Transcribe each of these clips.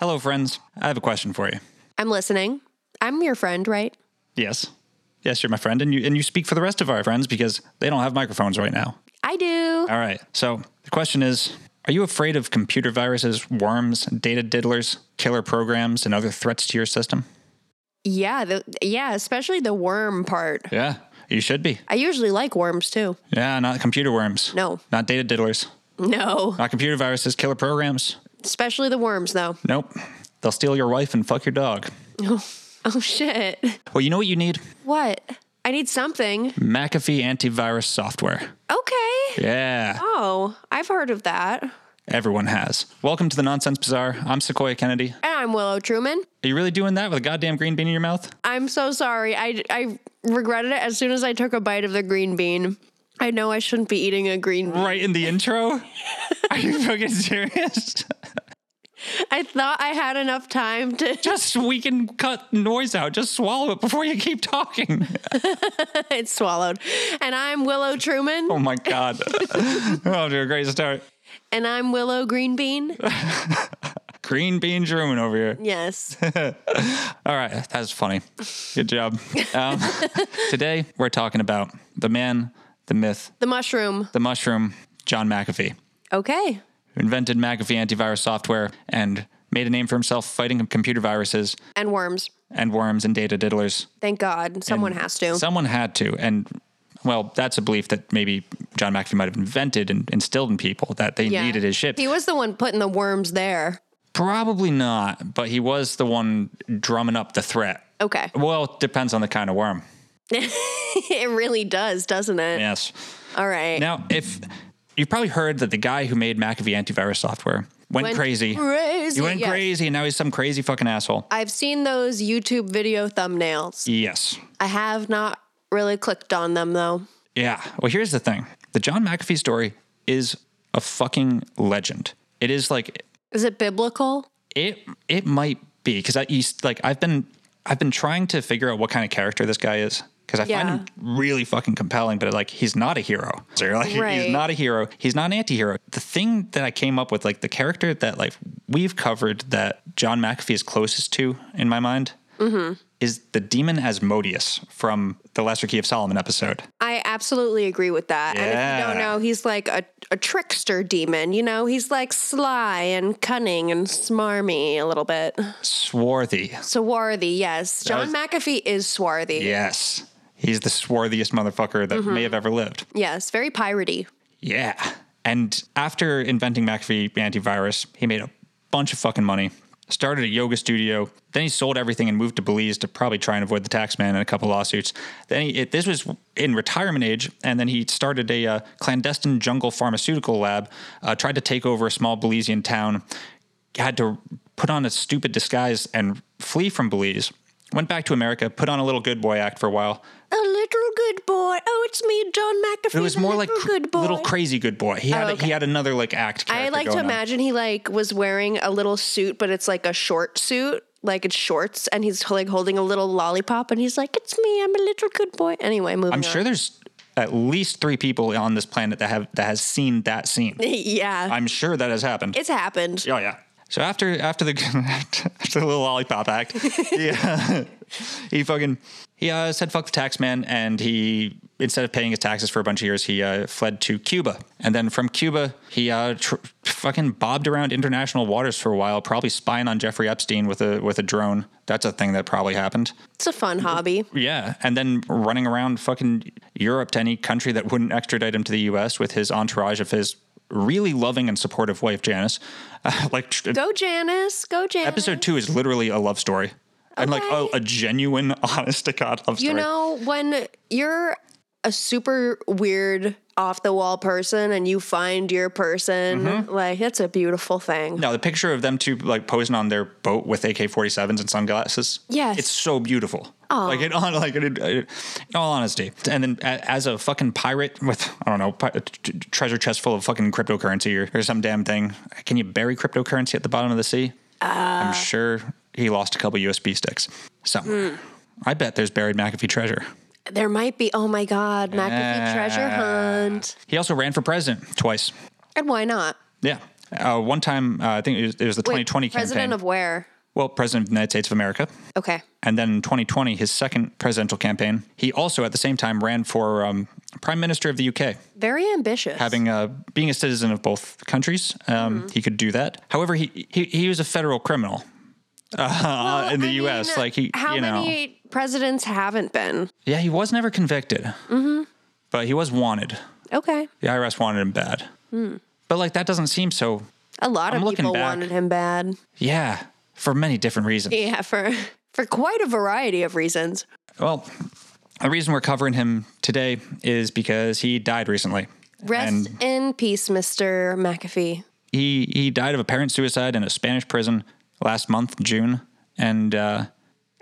Hello, friends. I have a question for you. I'm listening. I'm your friend, right? Yes. Yes, you're my friend, and you and you speak for the rest of our friends because they don't have microphones right now. I do. All right. So the question is Are you afraid of computer viruses, worms, data diddlers, killer programs, and other threats to your system? Yeah, the, yeah, especially the worm part. Yeah, you should be. I usually like worms too. Yeah, not computer worms. No. Not data diddlers. No, Not computer viruses, killer programs. especially the worms though. Nope. They'll steal your wife and fuck your dog. Oh shit. Well, you know what you need? What? I need something. McAfee antivirus software. Okay. Yeah. Oh, I've heard of that. And Everyone has. Welcome to the Nonsense Bazaar. I'm Sequoia Kennedy. I'm Willow Truman. Are you really doing that with a goddamn green bean in your mouth? I'm so sorry. I, I regretted it as soon as I took a bite of the green bean. I know I shouldn't be eating a green bean. Right in the intro? Are you fucking serious? I thought I had enough time to. Just we can cut noise out. Just swallow it before you keep talking. it's swallowed. And I'm Willow Truman. Oh my god. oh, to a great start. And I'm Willow Green Bean. Green bean German over here. Yes. All right, that was funny. Good job. Um, today we're talking about the man, the myth, The mushroom. the mushroom, John McAfee. Okay. who invented McAfee antivirus software and made a name for himself fighting computer viruses And worms. and worms and data diddlers. Thank God. Someone has to. Someone had to. And well, that's a belief that maybe John McAfee might have invented and instilled in people that they Yeah. needed his shit. He was the one putting the worms there. Probably not, but he was the one drumming up the threat. Okay. Well, it depends on the kind of worm. it really does, doesn't it? Yes. All right. Now, if you've probably heard that the guy who made McAfee antivirus software went, Went crazy. crazy, He went yes. crazy, and now he's some crazy fucking asshole. I've seen those YouTube video thumbnails. Yes. I have not really clicked on them though. Yeah. Well, here's the thing the John McAfee story is a fucking legend. It is like, Is it biblical? it it might be because I used like I've been I've been trying to figure out what kind of character this guy is because I Yeah. find him really fucking compelling, but like he's not a hero. So you're like Right. he's not a hero. He's not an anti-hero. The thing that I came up with, like the character that like we've covered that John McAfee is closest to in my mind. Mm-hmm. Is the demon Asmodeus from the Lesser Key of Solomon episode? I absolutely agree with that. And if you don't Yeah. know, he's like a, a trickster demon, you know? He's like sly and cunning and smarmy a little bit. Swarthy, Swarthy, yes. John McAfee is swarthy. Yes. He's the swarthiest motherfucker that Mm-hmm. may have ever lived. Yes, very piratey. Yeah. And after inventing McAfee antivirus, he made a bunch of fucking money, started a yoga studio. Then he sold everything and moved to Belize to probably try and avoid the tax man and a couple lawsuits. Then he, it, this was in retirement age. And then he started a uh, clandestine jungle pharmaceutical lab, uh, tried to take over a small Belizean town, had to put on a stupid disguise and flee from Belize. Went back to America, put on a little good boy act for a while, A little good boy. Oh, it's me, John McAfee. it was the more like little cr- good boy. Oh, little crazy good boy. He had okay. he had another like act. I character like to going on. imagine he like was wearing a little suit, but it's like a short suit, like it's shorts, and he's like holding a little lollipop, and he's like, "It's me, I'm a little good boy." Anyway, moving I'm on. sure there's at least three people on this planet that have that has seen that scene. yeah, I'm sure that has happened. it's happened. oh yeah. So after after the after the little lollipop act, he, uh, he fucking he uh, said fuck the tax man, and he instead of paying his taxes for a bunch of years, he uh, fled to Cuba, and then from Cuba he uh, tr- fucking bobbed around international waters for a while, probably spying on Jeffrey Epstein with a with a drone. That's a thing that probably happened. It's a fun hobby. Yeah, and then running around fucking Europe to any country that wouldn't extradite him to the U.S. with his entourage of his really loving and supportive wife Janice. Uh, like tr- Go Janice, go Janice. episode two is literally a love story, and like a, Okay. a genuine, honest to god love story. You know when you're a super weird, off the wall person and you find your person, like that's a beautiful thing. Mm-hmm. No, the picture of them two like posing on their boat with AK 47s and sunglasses. Yes. It's so beautiful. Oh. Like, it, on, like it, it- in all honesty. And then a- as a fucking pirate with, I don't know, pi- a t- t- treasure chest full of fucking cryptocurrency or, or some damn thing, can you bury cryptocurrency at the bottom of the sea? Uh. I'm sure he lost a couple USB sticks somewhere. Hmm. I bet there's buried McAfee treasure. There might be, oh my God, McAfee treasure hunt. He also ran for president twice. And why not? Yeah. Uh, one time, uh, I think it was, it was the Wait, 2020 president campaign. of where? well, president of the United States of America. Okay. And then in 2020, his second presidential campaign, he also at the same time ran for um, prime minister of the UK. Very ambitious. Having uh, being a citizen of both countries, um, Mm-hmm. he could do that. However, he he, he was a federal criminal uh, in the I mean, U.S. like he, how you know, many presidents haven't been? yeah, he was never convicted, mm-hmm. but he was wanted. Okay. The IRS wanted him bad. Hmm. But like that doesn't seem so. A lot I'm of looking people back. wanted him bad. Yeah, for many different reasons. Yeah, for for quite a variety of reasons. Well, the reason we're covering him today is because he died recently. Rest And- in peace, Mr. McAfee. he he died of apparent suicide in a Spanish prison last month, June, and uh,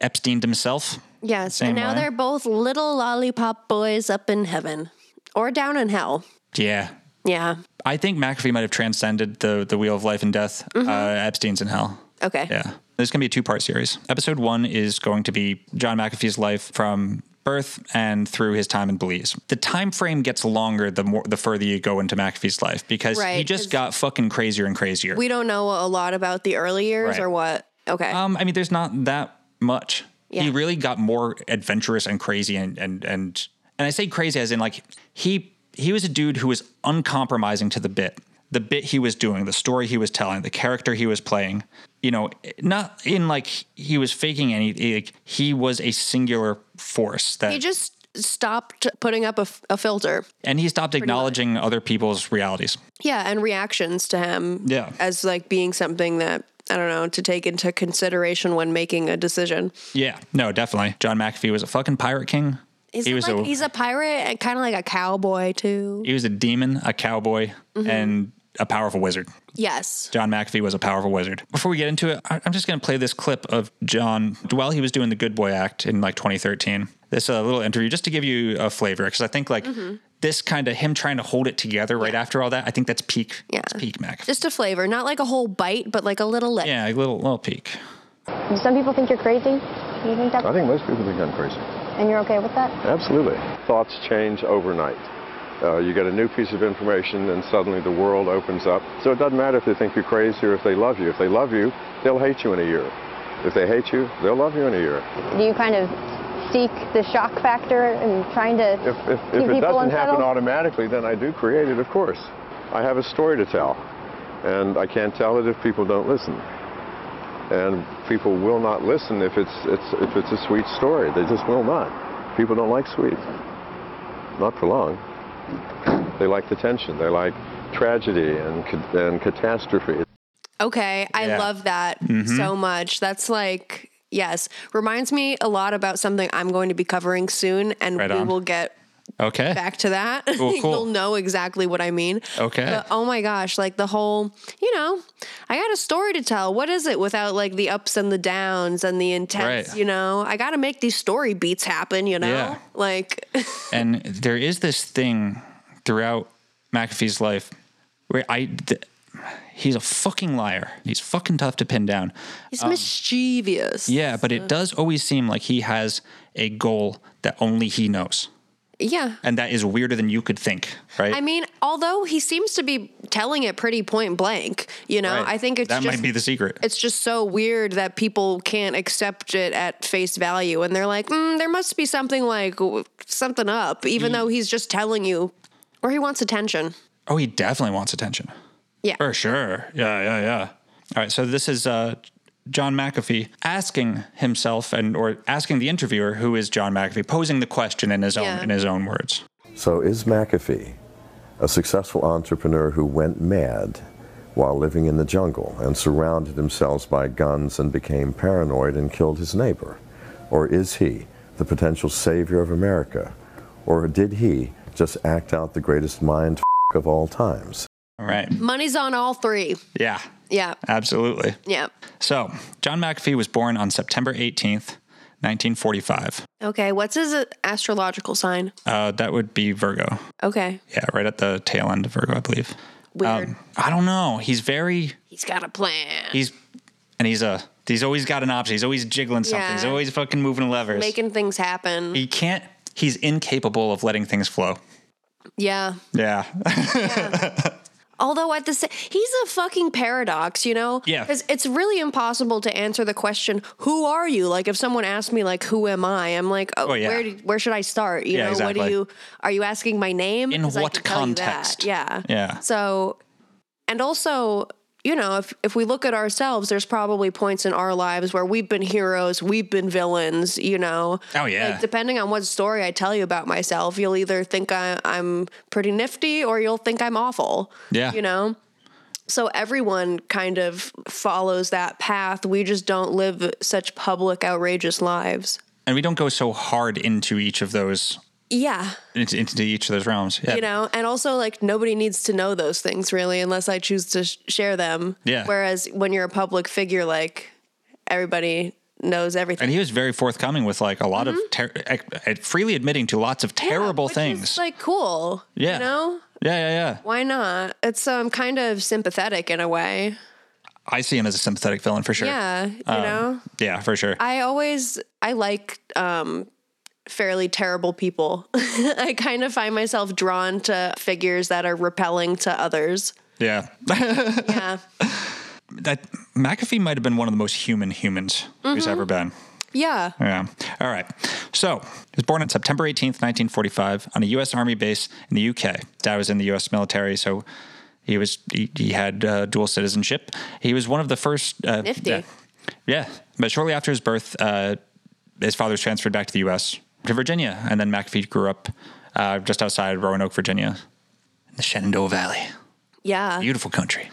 Epsteined himself. Yes, Same and now line. they're both little lollipop boys up in heaven or down in hell. Yeah, Yeah. I think McAfee might have transcended the the wheel of life and death. Uh, Epstein's in hell. Okay. Yeah, there's gonna be a two part series. Episode one is going to be John McAfee's life from birth and through his time in Belize. The time frame gets longer the more the further you go into McAfee's life because he Right, 'cause- just got fucking crazier and crazier. We don't know a lot about the early years Right. or what. Okay. Um, I mean, there's not that much. He Yeah. really got more adventurous and crazy, and and and and I say crazy as in like he he was a dude who was uncompromising to the bit, the bit he was doing, the story he was telling, the character he was playing. You know, not in like he was faking any. Like he was a singular force that, he just stopped putting up a, f- a filter. and he stopped acknowledging other people's realities. Yeah, and reactions to him. Yeah. As like being something that I don't know to take into consideration when making a decision. Yeah, no, definitely. John McAfee was a fucking pirate king. He's he was like a, he's a pirate and kind of like a cowboy too. he was a demon, a cowboy, Mm-hmm. and a powerful wizard. Yes. John McAfee was a powerful wizard. Before we get into it, I- I'm just going to play this clip of John while he was doing the Good Boy Act in like 2013. This uh, little interview just to give you a flavor because I think like Mm-hmm. this kind of him trying to hold it together right after all that. I think that's peak. Yeah. it's peak McAfee. Just a flavor, not like a whole bite, but like a little lick. yeah, a little little peak. Do Some people think you're crazy. You think that's I think most people think I'm crazy. and you're okay with that? Absolutely. Thoughts change overnight. Uh, you get a new piece of information, and suddenly the world opens up. So it doesn't matter if they think you're crazy or if they love you. If they love you, they'll hate you in a year. If they hate you, they'll love you in a year. Do you kind of seek the shock factor and trying to If, if, keep if it people doesn't happen unsettled? automatically, then I do create it, of course. I have a story to tell, and I can't tell it if people don't listen. And people will not listen if it's, it's, if it's a sweet story. They just will not. People don't like sweet. Not for long. They like the tension. They like tragedy and, ca- and catastrophe. Okay, I Yeah. Mm-hmm. love that so much. That's like yes, reminds me a lot about something I'm going to be covering soon, and Right we on. will get Okay. back to that. Cool, cool. You'll know exactly what I mean. Okay. But oh my gosh, like the whole, you know, I got a story to tell. What is it without like the ups and the downs and the intense, Right. you know? I got to make these story beats happen, you know? Yeah. Like, and there is this thing throughout McAfee's life where I. Th- He's a fucking liar. He's fucking tough to pin down. he's mischievous. Yeah, but it does always seem like he has a goal that only he knows. Yeah. and that is weirder than you could think, right? I mean, although he seems to be telling it pretty point blank, you know, Right. I think it's that just, might be the secret. it's just so weird that people can't accept it at face value and they're like mm, there must be something like w- something up Mm. even though he's just telling you or he wants attention oh, he definitely wants attention. yeah For sure. Yeah, yeah, yeah. All right, so this is uh, John McAfee asking himself and or asking the interviewer who is John McAfee, posing the question in his Yeah. own in his own words. So, is McAfee a successful entrepreneur who went mad while living in the jungle and surrounded himself by guns and became paranoid and killed his neighbor? Or is he the potential savior of America Or did he just act out the greatest mind f- of all times? All right. Money's on all three. Yeah, Yeah. absolutely. Yeah. So, John McAfee was born on September 18th, 1945. Okay. What's his uh, astrological sign? Uh, that would be Virgo. Okay. Yeah, right at the tail end of Virgo, I believe. Um, Weird. I don't know. He's very, He's got a plan. he's, and he's a, he's always got an option. He's always jiggling something. He's Yeah. always fucking moving levers. making things happen. he can't, he's incapable of letting things flow. yeah. Yeah. Although at the same, he's a fucking paradox, you know. Yeah. Because it's really impossible to answer the question, "Who are you?" Like if someone asked me, like, "Who am I?" I'm like, "Oh, Oh, yeah. where do, where should I start?" You Yeah, know, what exactly. do you are you asking my name? In 'Cause I what can tell you that. context? Yeah. Yeah. So, and also, you know, if if we look at ourselves, there's probably points in our lives where we've been heroes, we've been villains. You know. Oh, yeah. Like, depending on what story I tell you about myself, you'll either think I, I'm pretty nifty or you'll think I'm awful. Yeah. You know? So everyone kind of follows that path. We just don't live such public, outrageous lives. and we don't go so hard into each of those, Yeah. into, into each of those realms. Yeah. You know, and also like nobody needs to know those things really unless I choose to sh- share them. Yeah. Whereas when you're a public figure, like everybody knows everything. and he was very forthcoming with like a lot of ter- ac- freely admitting to lots of terrible Mm-hmm. Which is, things. like cool. yeah. You know? Yeah, yeah, yeah. Why not? It's um kind of sympathetic in a way. I see him as a sympathetic villain for sure. Um, Yeah, you know. Yeah, for sure. I always I like um fairly terrible people. I kind of find myself drawn to figures that are repelling to others. yeah. Yeah. that McAfee might have been one of the most human humans Mm-hmm. who's ever been. Yeah. Yeah. All right. So he was born on September 18th, 1945, on a U.S. Army base in the U.K. Dad was in the U.S. military, so he was he, he had uh, dual citizenship. He was one of the first. Uh, Nifty. Yeah, yeah. But shortly after his birth, uh, his father was transferred back to the U.S. to Virginia, and then McAfee grew up uh, just outside Roanoke, Virginia, in the Shenandoah Valley. Yeah. Beautiful country.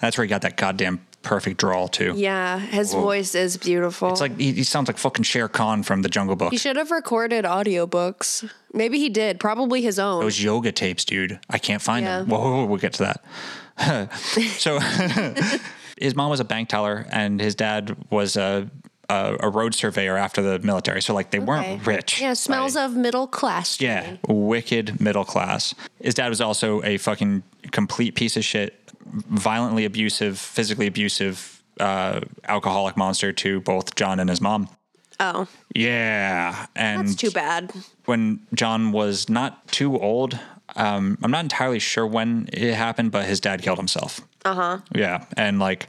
That's where he got that goddamn perfect drawl too. yeah, his voice is beautiful. It's like he, he sounds like fucking Shere Khan from The Jungle Book. he should have recorded audiobooks. Maybe he did, probably his own. those yoga tapes, dude. I can't find them. Yeah. Whoa, whoa, whoa, we'll get to that. so his mom was a bank teller and his dad was a a, a road surveyor after the military. So like they weren't Okay. rich. Yeah, smells of middle class. to Yeah, me. wicked middle class. His dad was also a fucking complete piece of shit, violently abusive, physically abusive, uh, alcoholic monster to both John and his mom. Oh, Yeah, and that's too bad. when John was not too old. Um, I'm not entirely sure when it happened, but his dad killed himself. Uh huh. Yeah, and like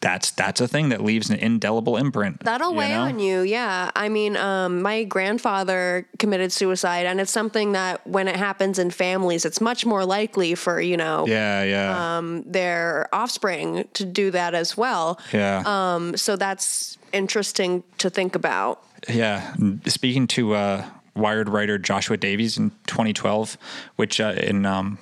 that's that's a thing that leaves an indelible imprint. That'll weigh know? on you. Yeah. I mean, um, my grandfather committed suicide, and it's something that when it happens in families, it's much more likely for, you know, Yeah, yeah, their offspring to do that as well. yeah, Um, so that's interesting to think about. yeah. Speaking to uh, Wired writer Joshua Davies in 2012, which uh, in um,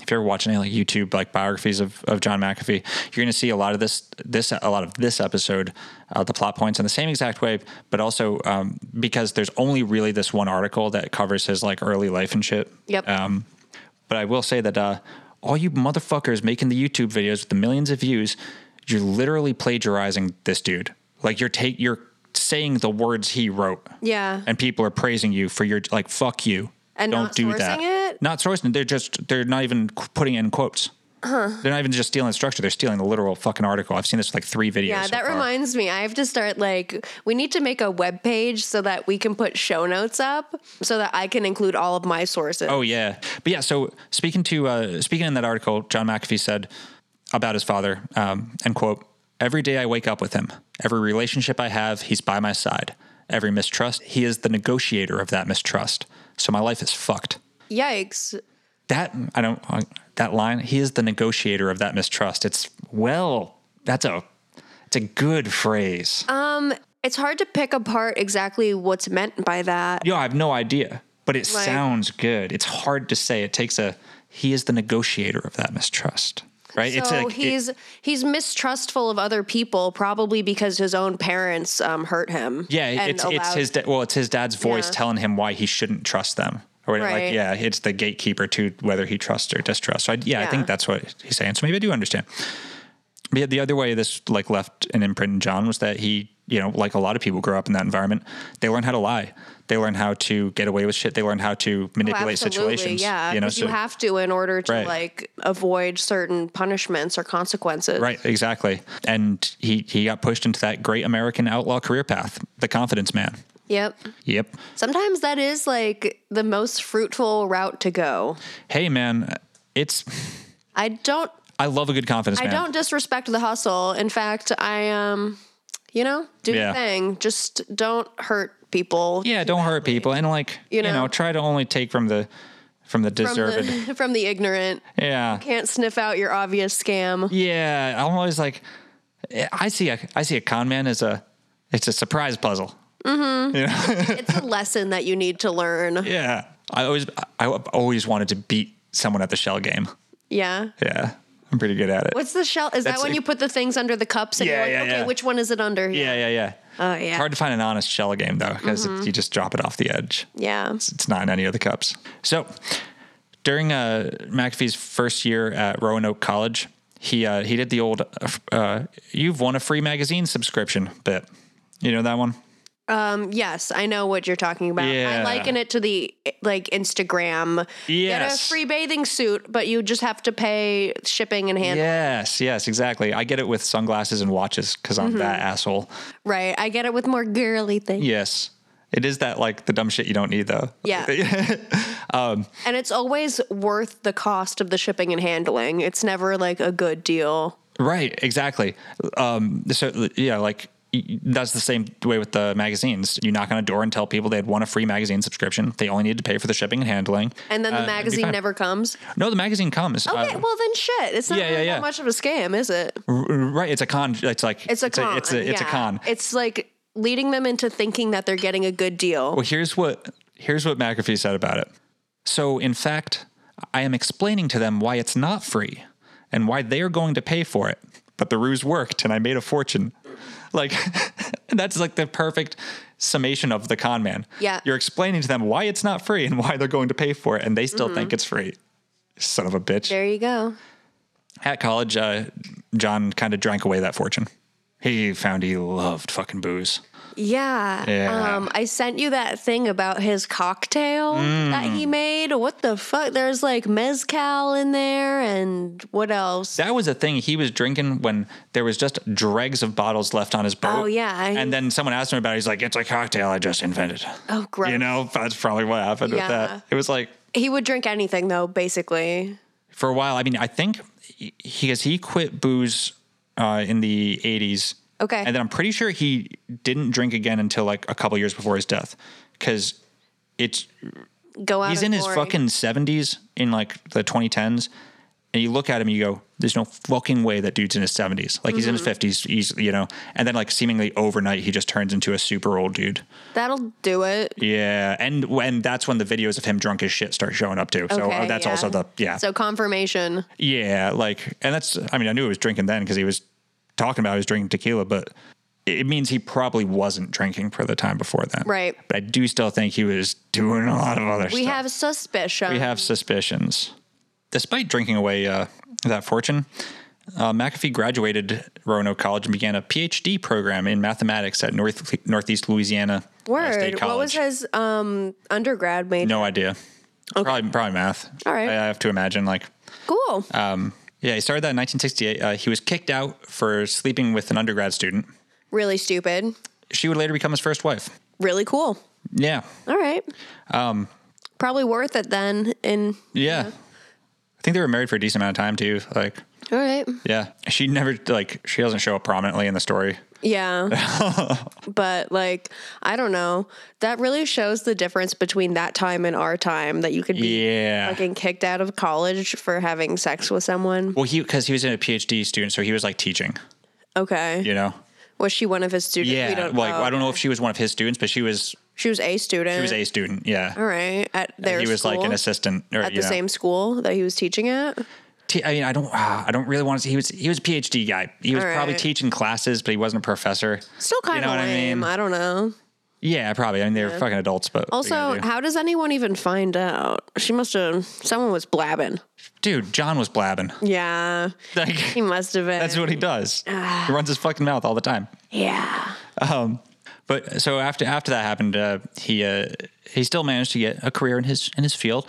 if you're watching any like YouTube like biographies of, of John McAfee, you're gonna see a lot of this this a lot of this episode, uh, the plot points in the same exact way, but also um, because there's only really this one article that covers his like early life and shit. Yep. Um, but I will say that uh, all you motherfuckers making the YouTube videos with the millions of views, you're literally plagiarizing this dude. Like you're take you're saying the words he wrote. Yeah. And people are praising you for your like fuck you. And Don't not do sourcing that. it? Not sourcing. it. They're just they're not even qu- putting it in quotes. They're not even just stealing structure. They're stealing the literal fucking article. I've seen this like three videos. Yeah, so that far. reminds me. I have to start like we need to make a web page so that we can put show notes up so that I can include all of my sources. Oh yeah, but yeah. So speaking to uh, speaking in that article, John McAfee said about his father, um, and quote: "Every day I wake up with him. Every relationship I have, he's by my side. Every mistrust, he is the negotiator of that mistrust. So my life is fucked. Yikes. That I don't. I- that line, he is the negotiator of that mistrust. It's well, that's a it's a good phrase. Um, It's hard to pick apart exactly what's meant by that. Yo, I have no idea, but it Like- sounds good. It's hard to say. It takes a he is the negotiator of that mistrust, right? it's So like- it- he's he's mistrustful of other people, probably because his own parents um, hurt him. yeah, and it's it's his da- well, it's his dad's voice Yeah. telling him why he shouldn't trust them. or whatever. Right. Like, yeah, it's the gatekeeper to whether he trusts or distrusts. So, I, yeah, I Yeah. think that's what he's saying. So maybe I do understand. But yeah, the other way this like left an imprint in John was that he, you know, like a lot of people grow up in that environment, they learn how to lie. They learn how to get away with shit. They learn how to manipulate Oh, absolutely, situations. Yeah, you know, 'cause you so- have to in order to Right. like avoid certain punishments or consequences. Right, exactly. And he he got pushed into that great American outlaw career path, the confidence man. Yep. Yep. Sometimes that is like the most fruitful route to go. Hey man, it's I don't. I love a good confidence I man. don't disrespect the hustle. In fact, I um, you know, do Yeah. your thing. Just don't hurt people. yeah, don't hurt people and like you know, know. try to only take from the from the From deserved. the, from the ignorant. yeah. Can't sniff out your obvious scam. Yeah, I'm always like, I see a I see a con man as a it's a surprise puzzle. It's a lesson that you need to learn. Yeah, I always I I've always wanted to beat someone at the shell game. Yeah. Yeah, I'm pretty good at it. What's the shell? Is That's that when a- you put the things under the cups and Yeah, you're yeah, like, okay, yeah. which one is it under? yeah, yeah, yeah. Oh, yeah. Mm-hmm. It's hard to find an honest shell game though, because you just drop it off the edge. Yeah. It's not in any of the cups. So during uh, McAfee's first year at Roanoke College, he uh, he did the old uh, f- uh, "You've won a free magazine subscription" bit. You know that one? Yes, I know what you're talking about. Yeah. I liken it to the like Instagram. Get a Yes. free bathing suit, but you just have to pay shipping and hand. Yes, yes, exactly. I get it with sunglasses and watches because I'm that Mm-hmm. asshole. Right. I get it with more girly things. Yes. It is that like the dumb shit you don't need though. Yeah. and it's always worth the cost of the shipping and handling. It's never like a good deal. Right, exactly. Um so yeah, like y- that's the same way with the magazines. You knock on a door and tell people they had won a free magazine subscription. They only need to pay for the shipping and handling. And then Uh, the it'd be magazine fine. never comes. No, the magazine comes. Okay, Uh, well then shit. It's not yeah, yeah, really yeah. that much of a scam, is it? r- right, it's a con. It's like It's a con. it's a it's a yeah. con. It's like leading them into thinking that they're getting a good deal. Well, here's what here's what McAfee said about it. So, in fact, I am explaining to them why it's not free and why they are going to pay for it. But the ruse worked, and I made a fortune. Like that's like the perfect summation of the con man. Yeah. you're explaining to them why it's not free and why they're going to pay for it, and they still think it's free. Son of a bitch. Mm-hmm. There you go. At college, uh, John kind of drank away that fortune. He found he loved fucking booze. Yeah. Yeah. Um, I sent you that thing about his cocktail that Mm. he made. What the fuck? There's like mezcal in there and what else? That was a thing he was drinking when there was just dregs of bottles left on his boat. Oh, yeah, I- and then someone asked him about it. He's like, it's a cocktail I just invented. oh, gross. You know, that's probably what happened with Yeah. that. It was like, He would drink anything though, basically. for a while, I mean, I think he, because he quit booze uh, in the 80s. Okay. And then I'm pretty sure he didn't drink again until like a couple years before his death. Because it's Go out. he's of in his glory. fucking 70s in like the 2010s and you look at him and you go there's no fucking way that dude's in his 70s like he's Mm-hmm. in his 50s he's you know and then like seemingly overnight he just turns into a super old dude That'll do it. yeah and when that's when the videos of him drunk as shit start showing up too so uh, Okay, that's yeah. also the yeah So confirmation. yeah like and that's i mean i knew he was drinking then because he was talking about he was drinking tequila but it means he probably wasn't drinking for the time before then Right. but i do still think he was doing a lot of other stuff We have suspicion. we have suspicions. Despite drinking away uh, that fortune, uh, McAfee graduated Roanoke College and began a PhD program in mathematics at North, Northeast Louisiana uh, State Word. College. What was his um undergrad major? No idea. Probably, probably math. All right. I, I have to imagine. Like, um, Cool. Uh, yeah, he started that in 1968. Uh, he was kicked out for sleeping with an undergrad student. really stupid. She would later become his first wife. Really cool. Yeah. All right. Um, Probably worth it then. And Yeah. I think they were married for a decent amount of time too. Like, all right. yeah, she never like she doesn't show up prominently in the story. Yeah. but like, I don't know. That really shows the difference between that time and our time that you could be Yeah. fucking kicked out of college for having sex with someone. Well, he because he was a PhD student, so he was like teaching. Okay. You know. Was she one of his students? Yeah. We don't like know. I don't know if she was one of his students, but she was She was a student. she was a student. Yeah. All right. At their he was school. like an assistant. Or, At the you know. same school that he was teaching at. T- I mean, I don't. ah, I don't really want to. He was. He was a PhD guy. He was All probably right. teaching classes, but he wasn't a professor. Still kind know of what I lame. mean? I don't know. Yeah, probably. I mean, they were fucking adults, but what you Also, gonna do? how does anyone even find out? She must have. Someone was blabbing. dude, John was blabbing. Yeah, Like, he must have been. that's what he does. he runs his fucking mouth all the time. Yeah. Um, but so after after that happened, uh, he uh, he still managed to get a career in his in his field.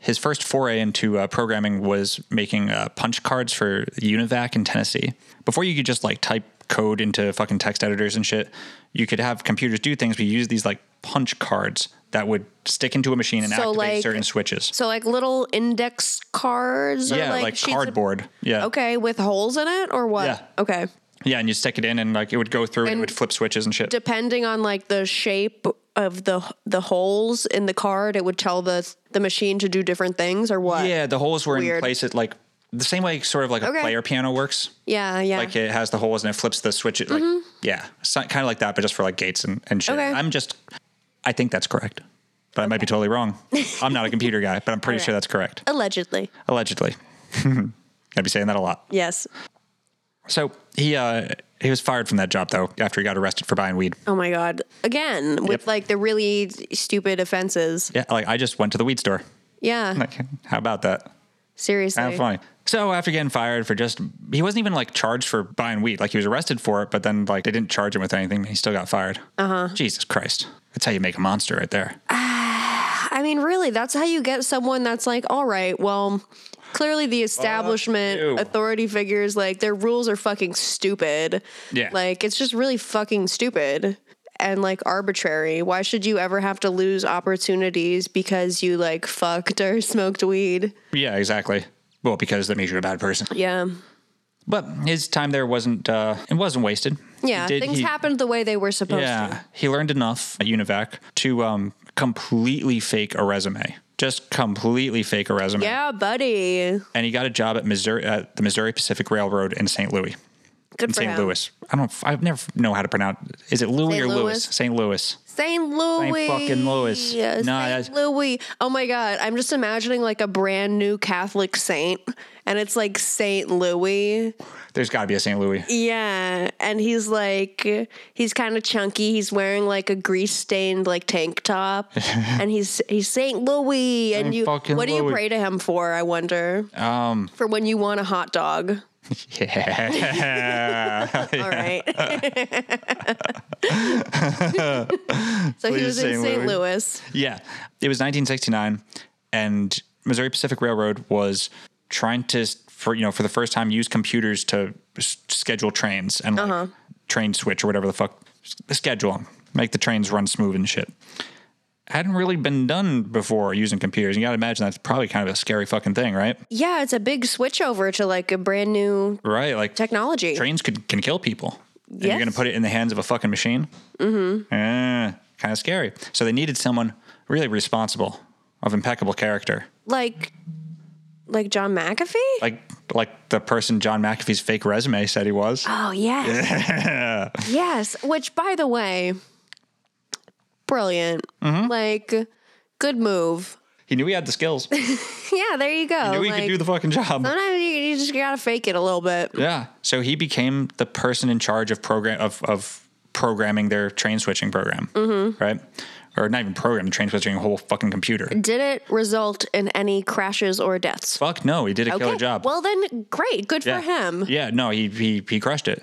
His first foray into uh, programming was making uh, punch cards for Univac in Tennessee. Before you could just like type code into fucking text editors and shit, you could have computers do things. We use these like punch cards that would stick into a machine and So, activate like- certain switches. So like little index cards. yeah, or like, like, sheets of- cardboard. yeah. okay, with holes in it or what? Yeah. Okay. Yeah, and you stick it in, and like it would go through, and, And it would flip switches and shit. Depending on like the shape of the the holes in the card, it would tell the the machine to do different things or what? yeah, the holes were in Weird. place at like the same way, sort of like a Okay. player piano works. Yeah. Yeah. Mm-hmm. Like it has the holes and it flips the switch. Like, Yeah, kind of like that, but just for like gates and, and shit. Okay. I'm just, I think that's correct, but I might be totally wrong. I'm not a computer guy, but I'm pretty sure that's correct, Allegedly. allegedly. I'd be saying that a lot. Yes. So he uh, he was fired from that job though after he got arrested for buying weed. Oh my god. Again with Yep. like the really stupid offenses. Yeah, like I just went to the weed store. Yeah. Like, how about that? seriously. Kind of funny. So after getting fired for just, he wasn't even like charged for buying weed. Like he was arrested for it, but then like they didn't charge him with anything. He still got fired. Uh Uh-huh. huh. Jesus Christ, that's how you make a monster right there. I mean, really, that's how you get someone that's like, all right, well, clearly the establishment you. authority figures, like, their rules are fucking stupid. Yeah. Like, it's just really fucking stupid and, like, arbitrary. Why should you ever have to lose opportunities because you, like, fucked or smoked weed? Yeah, exactly. Well, because that makes you a bad person. Yeah. But his time there wasn't uh, it wasn't wasted. Yeah. He did- things he- happened the way they were supposed Yeah, to. he learned enough at Univac to um, completely fake a resume. Just completely fake a resume. Yeah, buddy. And he got a job at Missouri at the Missouri Pacific Railroad in St. Louis. Good in for St. him. Louis. I don't. I never know how to pronounce. Is it Louis St. or Louis? Louis? St. Louis. St. Louis. fucking Louis. Yeah, No, St. that's- Louis. Oh my God. I'm just imagining like a brand new Catholic saint and it's like St. Louis. There's got to be a St. Louis. Yeah. And he's like, he's kind of chunky. He's wearing like a grease stained like tank top and he's, he's St. Louis. And Saint you, what fucking do you Louis. pray to him for? I wonder. Um, for when you want a hot dog. Yeah. All right. so he Please, was in St. St. Louis. Louis. Yeah. It was 1969 and Missouri Pacific Railroad was trying to for you know for the first time use computers to s- schedule trains and like, train switch or whatever the fuck s- schedule them, make the trains run smooth and shit. Hadn't really been done before using computers. You got to imagine that's probably kind of a scary fucking thing, right? Yeah, it's a big switch over to like a brand new Right? Like technology. trains could can kill people. And you're Yes. going to put it in the hands of a fucking machine. Mm-hmm. kind of scary. So they needed someone really responsible, of impeccable character, Like like John McAfee? like like the person John McAfee's fake resume said he was. oh yes. yes. Which by the way, brilliant. Mm-hmm. Like good move. He knew he had the skills. He Yeah, there you go. knew he like, could do the fucking job. sometimes you, you just gotta fake it a little bit. Yeah. So he became the person in charge of program of of programming their train switching program, mm-hmm. right? Or not even program the train switching whole fucking computer. Did it result in any crashes or deaths? Fuck no, he did a killer job. Well then great. Good yeah. for him. Yeah, no, he he he crushed it.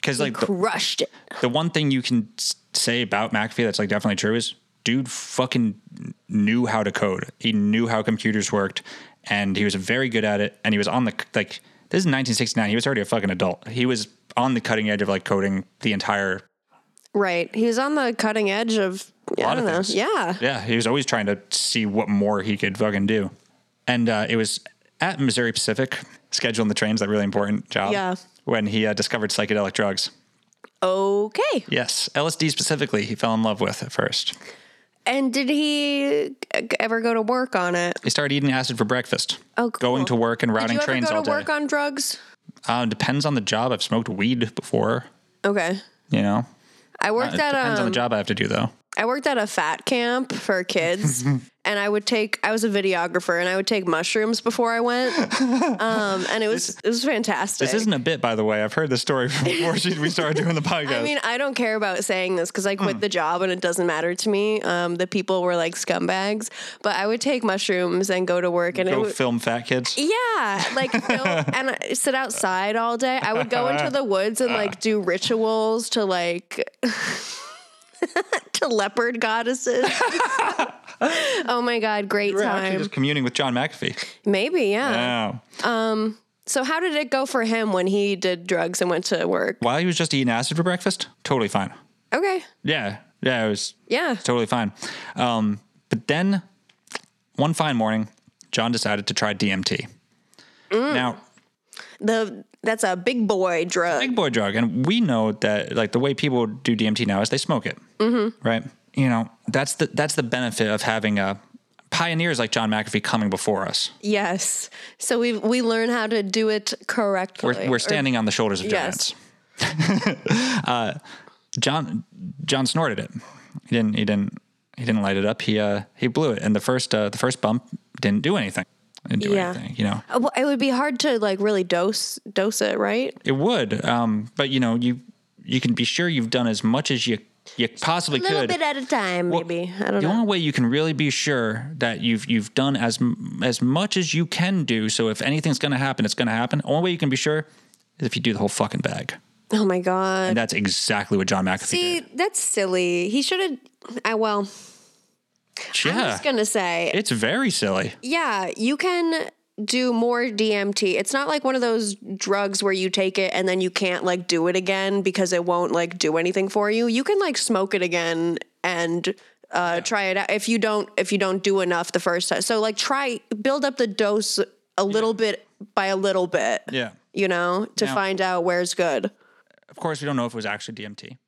Because like the, Crushed it. the one thing you can s- say about McAfee that's like definitely true is dude fucking knew how to code. He knew how computers worked, and he was very good at it. And he was on the c- like this is 1969. He was already a fucking adult. He was on the cutting edge of like coding the entire. Right. He was on the cutting edge of I lot don't of know. things. Yeah. Yeah, he was always trying to see what more he could fucking do, and uh, it was at Missouri Pacific scheduling the trains that really important job. Yeah. When he uh, discovered psychedelic drugs. Okay. Yes, LSD specifically, he fell in love with at first. And did he uh, ever go to work on it? He started eating acid for breakfast. Oh, cool. Going to work and Did routing you ever trains go all to day. work on drugs? uh, depends on the job. I've smoked weed before, Okay. you know. I worked Uh, It at depends on um, the job I have to do though. I worked at a fat camp for kids, and I would take I was a videographer and I would take mushrooms before I went. Um, and it was it was fantastic. This isn't a bit, by the way. I've heard this story from before she- we started doing the podcast. I mean, I don't care about saying this because I Hmm. quit the job and it doesn't matter to me. Um, the people were like scumbags, but I would take mushrooms and go to work and it Go would, film fat kids. yeah, like no, and I sit outside all day. I would go into the woods and like do rituals to like to leopard goddesses. oh my god, great We're actually time. just communing with John McAfee. Maybe, yeah. Um, Wow. So how did it go for him when he did drugs and went to work? While he was just eating acid for breakfast, totally fine. Okay. Yeah. Yeah, it was Yeah. totally fine. Um, but then one fine morning, John decided to try DMT. Mm. Now, The that's a big boy drug. big boy drug, and we know that like the way people do DMT now is they smoke it, mm-hmm. right? You know, that's the that's the benefit of having uh pioneers like John McAfee coming before us. Yes. So we we learn how to do it correctly. We're, we're standing on the shoulders of Yes. giants. uh, John John snorted it. He didn't. He didn't. He didn't light it up. He uh, he blew it, and the first uh, the first bump didn't do anything. Didn't do Yeah. anything. You know, Uh, well, it would be hard to like really dose dose it, right? it would. Um, but you know, you you can be sure you've done as much as you you possibly A little could. bit at a time, Well, maybe. I don't the know. only way you can really be sure that you've you've done as m- as much as you can do. So if anything's going to happen, it's going to happen. Only way you can be sure is if you do the whole fucking bag. Oh my god. And that's exactly what John McAfee See, did. that's silly. He should have. I well, Yeah, I'm just gonna say, it's very silly. yeah, you can do more DMT. It's not like one of those drugs where you take it and then you can't like do it again because it won't like do anything for you. You can like smoke it again and. Uh, try it out if you don't if you don't do enough the first time so like try build up the dose a little bit by a little bit Yeah. you know to Now- find out where's good Of course, we don't know if it was actually DMT.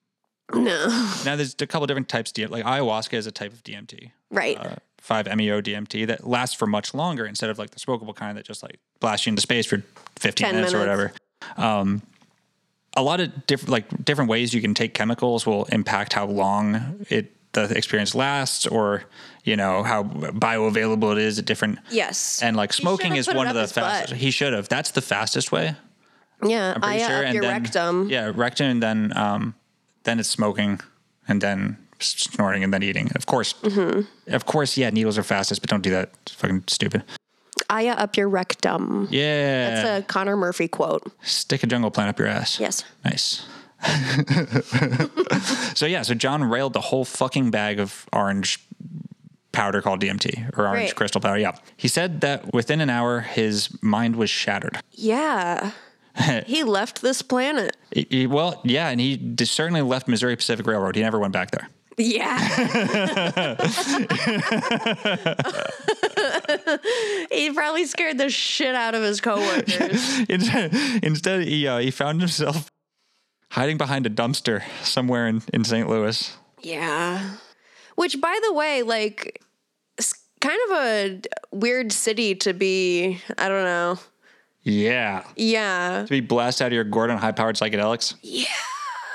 no Now, there's a couple different types. DMT, like ayahuasca is a type of DMT, right uh, five E MEO DMT that lasts for much longer instead of like the smokable kind that just like blasts you into space for 15 10 minutes, or minutes. whatever. Um, a lot of different like different ways you can take chemicals will impact how long it the experience lasts, or you know how bioavailable it is at different. yes And like He should smoking have is put it one of up the his butt. fastest. He should have. That's the fastest way. Yeah, I'm pretty eye sure. uh, up and your then, rectum. Yeah, rectum, and then um, then it's smoking, and then s- snorting, and then eating. Of course, Mm-hmm. of course, yeah, needles are fastest, but don't do that. It's fucking stupid. Eye up your rectum. Yeah, That's a Connor Murphy quote. stick a jungle plant up your ass. Yes. nice. so yeah, so John railed the whole fucking bag of orange powder called DMT or orange Great. crystal powder. Yeah, he said that within an hour his mind was shattered. Yeah. he left this planet. He- he- well, yeah, and he d- certainly left Missouri Pacific Railroad. He never went back there. Yeah. he probably scared the shit out of his coworkers. instead, instead he, uh, he found himself hiding behind a dumpster somewhere in, in St. Louis. yeah. Which, by the way, like, it's kind of a weird city to be. I don't know. Yeah. To Yeah. be blasted out of your gourd on high powered psychedelics. Yeah.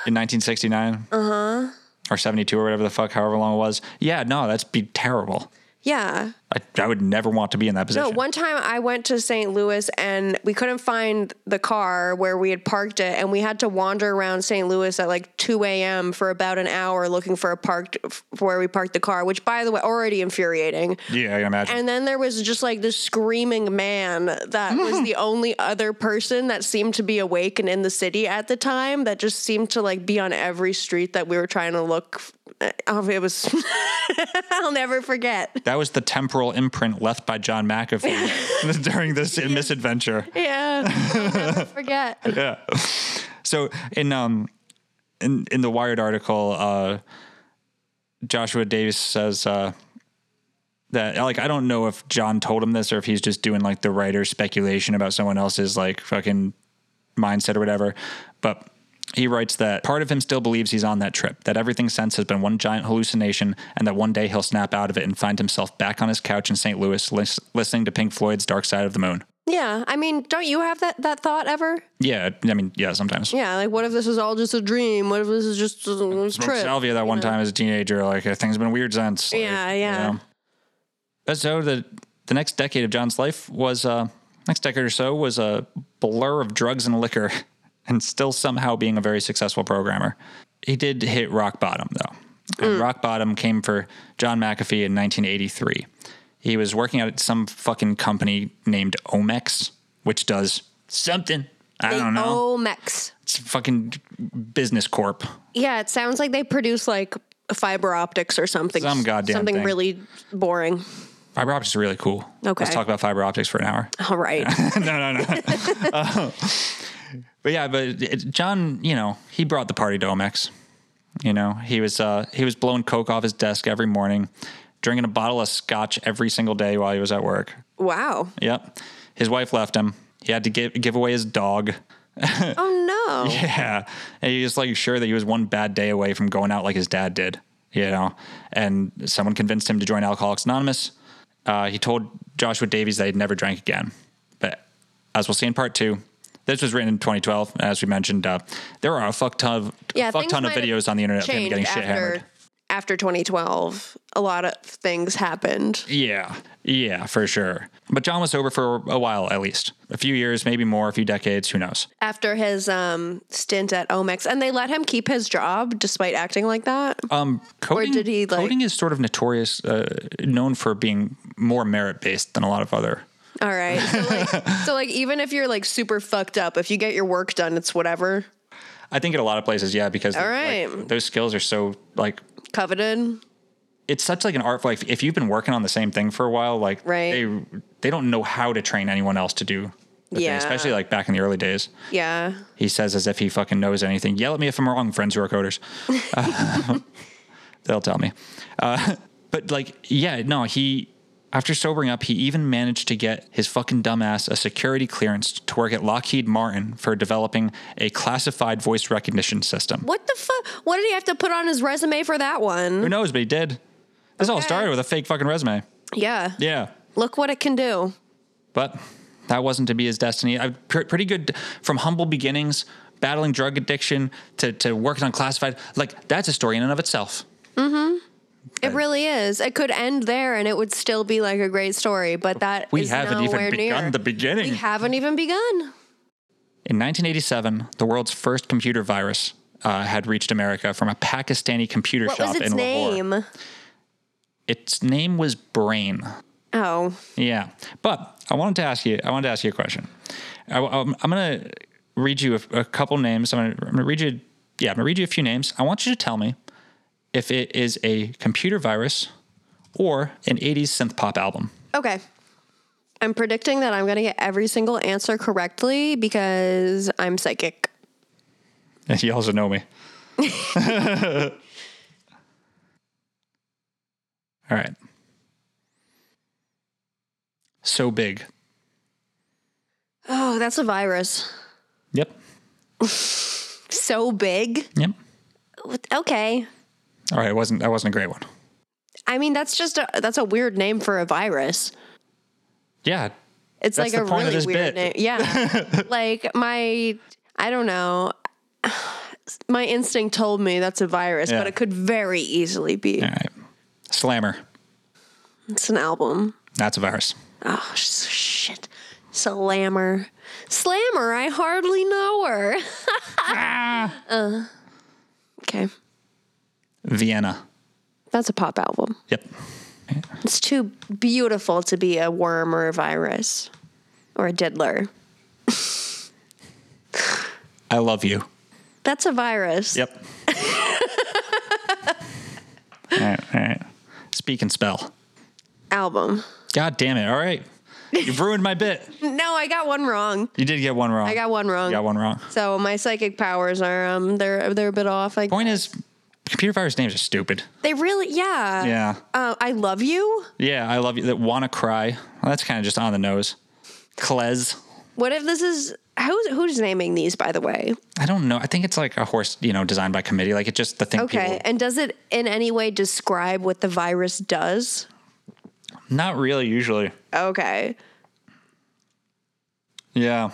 In 1969. Uh huh. Or 72 or whatever the fuck, however long it was. Yeah, no, that's be terrible. Yeah. I, I would never want to be in that No, position. one time I went to St. Louis and we couldn't find the car where we had parked it, and we had to wander around St. Louis at like 2 a.m. for about an hour looking for a parked f- where we parked the car, which by the way, already infuriating. yeah, I can imagine. And then there was just like this screaming man that was the only other person that seemed to be awake and in the city at the time that just seemed to like be on every street that we were trying to look. f- Oh, it was, I'll never forget. that was the temporal imprint left by John McAfee during this misadventure. Yeah, I'll never forget. So in um in in the Wired article, uh, Joshua Davis says uh, that like I don't know if John told him this or if he's just doing like the writer's speculation about someone else's like fucking mindset or whatever, but. He writes that part of him still believes he's on that trip, that everything since has been one giant hallucination, and that one day he'll snap out of it and find himself back on his couch in St. Louis lis- listening to Pink Floyd's Dark Side of the Moon. Yeah, I mean, don't you have that that thought ever? Yeah, I mean, yeah, sometimes. Yeah, like what if this is all just a dream? What if this is just a a smoked trip? salvia that one time as a teenager. Like uh, things been weird since. like, Yeah, yeah. you know. That's so the the next decade of John's life was uh, next decade or so was a blur of drugs and liquor, and still somehow being a very successful programmer. He did hit rock bottom though. And Mm. rock bottom came for John McAfee in 1983. He was working at some fucking company named Omex, which does something. I They don't know. Omex. It's fucking business corp. Yeah, it sounds like they produce like fiber optics or something. Some goddamn something thing. really boring. Fiber optics is really cool. Let's Okay. talk about fiber optics for an hour. All right. no, no, no. Uh, but yeah, but it, John, you know, he brought the party to Omex. You know, he was uh, he was blowing coke off his desk every morning, drinking a bottle of scotch every single day while he was at work. wow. Yep. His wife left him. He had to give give away his dog. Oh no. Yeah. And he was like sure that he was one bad day away from going out like his dad did, you know. And someone convinced him to join Alcoholics Anonymous. Uh, he told Joshua Davies that he'd never drank again. But as we'll see in part two, this was written in 2012. As we mentioned, uh, there are a fuck ton of, Yeah. fuck things ton of might have videos on the internet of him changed getting shit hammered. after, after 2012. A lot of things happened. Yeah, yeah, for sure. But John was sober for a while, at least a few years, maybe more, a few decades, who knows? After his um, stint at Omex, and they let him keep his job despite acting like that. Um, Coding, did he, like- coding is sort of notorious, uh, known for being more merit based than a lot of other. All right. So like, so like, even if you're like super fucked up, if you get your work done, it's whatever. I think at a lot of places, yeah, because All like, right. those skills are so like Coveted. it's such like an art. Like if you've been working on the same thing for a while, like Right. they they don't know how to train anyone else to do. The thing, Yeah. especially like back in the early days. Yeah. He says as if he fucking knows anything. Yell at me if I'm wrong, friends who are coders. Uh, they'll tell me. Uh, but like, yeah, no, he, after sobering up, he even managed to get his fucking dumbass a security clearance to work at Lockheed Martin for developing a classified voice recognition system. What the fuck? What did he have to put on his resume for that Who one? knows, but he did. This all Okay. started with a fake fucking resume. Yeah. Yeah. Look what it can do. but that wasn't to be his destiny. I pr- pretty good from humble beginnings, battling drug addiction to to working on classified. Like that's a story in and of itself. It really is. It could end there and it would still be like a great story, but that We is haven't even nowhere begun near. the beginning. We haven't even begun. In 1987, the world's first computer virus uh, had reached America from a Pakistani computer What shop was its in Lahore. name? Its name was Brain. Oh, Yeah, but I wanted to ask you. I wanted to ask you a question. I, am going to read you a, a couple names. I'm going to read you. Yeah, I'm going to read you a few names. I want you to tell me if it is a computer virus or an '80s synth pop album. okay. I'm predicting that I'm going to get every single answer correctly because I'm psychic. you also know me. All right. So big. Oh, that's a virus. Yep. So big. Yep. Okay. All right. It wasn't. That wasn't a great one. I mean, that's just a that's a weird name for a virus. Yeah. It's That's like the a point of really this weird name. bit. Yeah. like my I don't know. My instinct told me that's a virus, Yeah. but it could very easily be. All right. Slammer. It's an album. That's a virus. Oh sh- shit. Slammer. Slammer, I hardly know her. Ah. Uh, okay. Vienna. That's a pop album. Yep. It's too beautiful to be a worm or a virus or a diddler. I love you. That's a virus. Yep. all right, all right. Speak and spell. Album. God damn it. All right. You've ruined my bit. No, I got one wrong. You did get one wrong. I got one wrong. You got one wrong. So my psychic powers are um they're they're a bit off. Like Point is, computer virus names are stupid. they really yeah. Yeah. Uh, I love you. Yeah, I love you. That wanna cry. Well, that's kind of just on the nose. Klez. What if this is who's who's naming these by the way? I don't know. I think it's like a horse, you know, designed by committee. Like it's just the thing. Okay. People, And does it in any way describe what the virus does? not really usually. Okay. Yeah.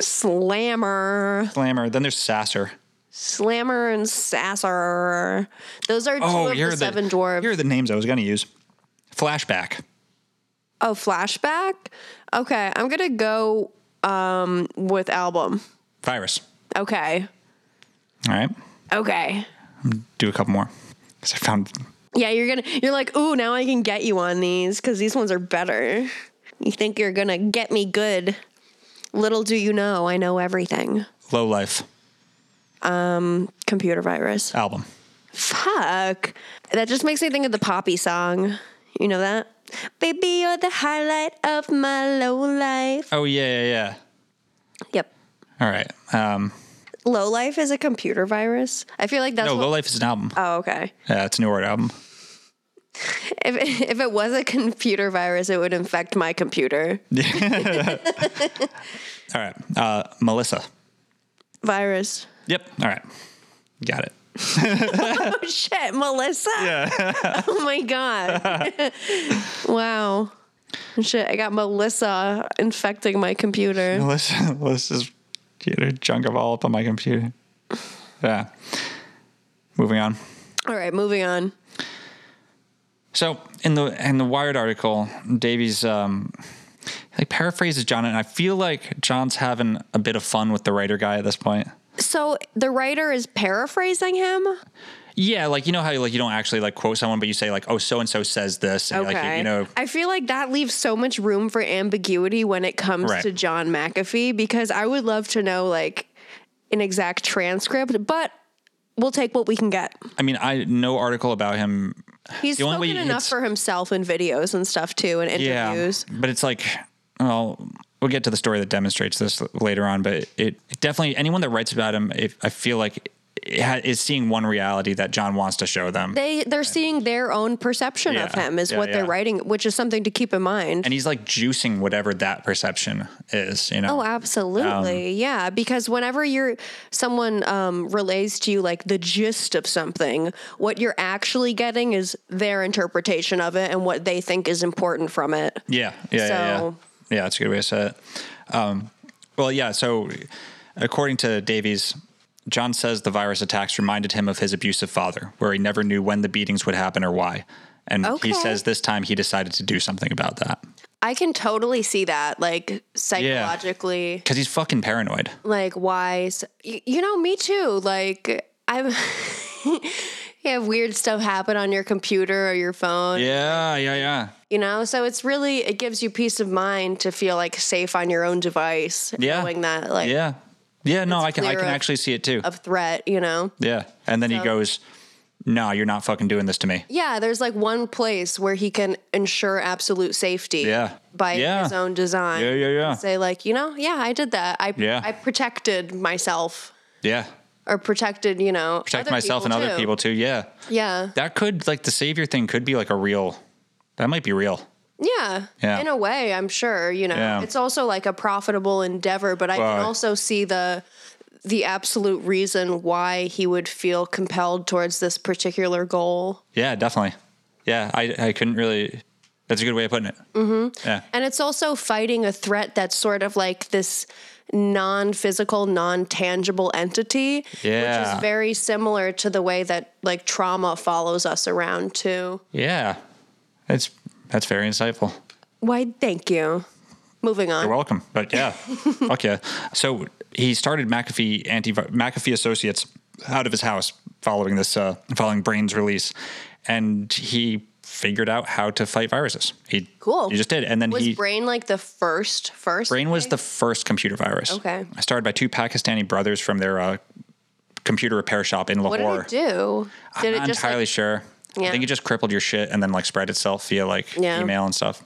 Slammer. Slammer. Then there's Sasser. Slammer and Sasser. Those are two Oh, of you're the, the, seven Here dwarves. are the names I was going to use. Flashback. Oh, flashback? Okay, I'm going to go um, with album. Virus. Okay. All right. Okay. Do a couple more because I found Yeah, you're going to, you're like, ooh, now I can get you on these because these ones are better. You think you're going to get me good. Little do you know, I know everything. Low Life Computer virus. album. Fuck. That just makes me think of the Poppy song. You know that? Baby, you're the highlight of my low life. Oh yeah, yeah, yeah. Yep. All right. Um, Low life is a computer virus. I feel like that's no, what- Low Life is an album. Oh, okay. Yeah, it's a New Order album. If if it was a computer virus, it would infect my computer. All right. Uh, Melissa. Virus. Yep. All right. Got it. Oh shit, Melissa. Yeah. oh my god. wow. Shit, I got Melissa infecting my computer. Melissa, Melissa's get a junk of all up on my computer. Yeah. Moving on. All right, moving on. So in the in the Wired article, Davies um, like paraphrases John, and I feel like John's having a bit of fun with the writer guy at this point. So the writer is paraphrasing him. Yeah, like you know how you like you don't actually like quote someone, but you say like, oh, so and so says this, and like you- you know, I feel like that leaves so much room for ambiguity when it comes Right. to John McAfee because I would love to know like an exact transcript, but we'll take what we can get. I mean, I no article about him. He's The only way spoken you- enough it's- for himself in videos and stuff too, and interviews. Yeah, but it's like, well, we'll get to the story that demonstrates this later on. But it, it definitely anyone that writes about him, it, I feel like, it ha- is seeing one reality that John wants to show them. They they're seeing their own perception of Yeah, him is yeah, what they're yeah. writing, which is something to keep in mind. and he's like juicing whatever that perception is, you know. Oh, absolutely. Um, yeah. Because whenever you're someone um, relays to you like the gist of something, what you're actually getting is their interpretation of it and what they think is important from it. Yeah, yeah, yeah, yeah. So- Yeah, that's a good way to say it. Um, well, yeah. So, according to Davies, John says the virus attacks reminded him of his abusive father, where he never knew when the beatings would happen or why. And Okay. he says this time he decided to do something about that I can totally see that, like psychologically, because he's fucking paranoid. like why. s- y- you know, me too. Like I'm. You have weird stuff happen on your computer or your phone, Yeah, yeah, yeah, you know? So it's really, it gives you peace of mind to feel like safe on your own device. Yeah. Knowing that, like, yeah, yeah. No, I can, I clear can of- actually see it too. of threat, you know? yeah, and then he goes, "No, you're not fucking doing this to me." Yeah, there's like one place where he can ensure absolute safety. Yeah. By Yeah. his own design. Yeah, yeah, yeah. Say like, you know, yeah, I did that. I Yeah. I protected myself Yeah, or protected, you know, protect other myself and people, other too. people too. Yeah, Yeah. that could like the savior thing could be like a real. That might be real. yeah. Yeah. In a way, I'm sure, you know. Yeah. It's also like a profitable endeavor, but I can Right. also see the the absolute reason why he would feel compelled towards this particular goal. Yeah, definitely. Yeah, I I couldn't really. That's a good way of putting it. And it's also fighting a threat that's sort of like this non physical, non tangible entity, which Yeah. is very similar to the way that like trauma follows us around too. Yeah, that's that's very insightful. Why, thank you. Moving on. You're welcome. But yeah, fuck yeah. So he started McAfee anti McAfee Associates out of his house following this uh, following Brain's release, and he figured out how to fight viruses. He Cool. He just did, and then Was he Brain like the first, first? Brain was the first computer virus. Okay. Started by two Pakistani brothers from their uh, computer repair shop in What Lahore. did it do? Did I'm not it just entirely like, sure. I Yeah. think it just crippled your shit and then like spread itself via like Yeah. email and stuff.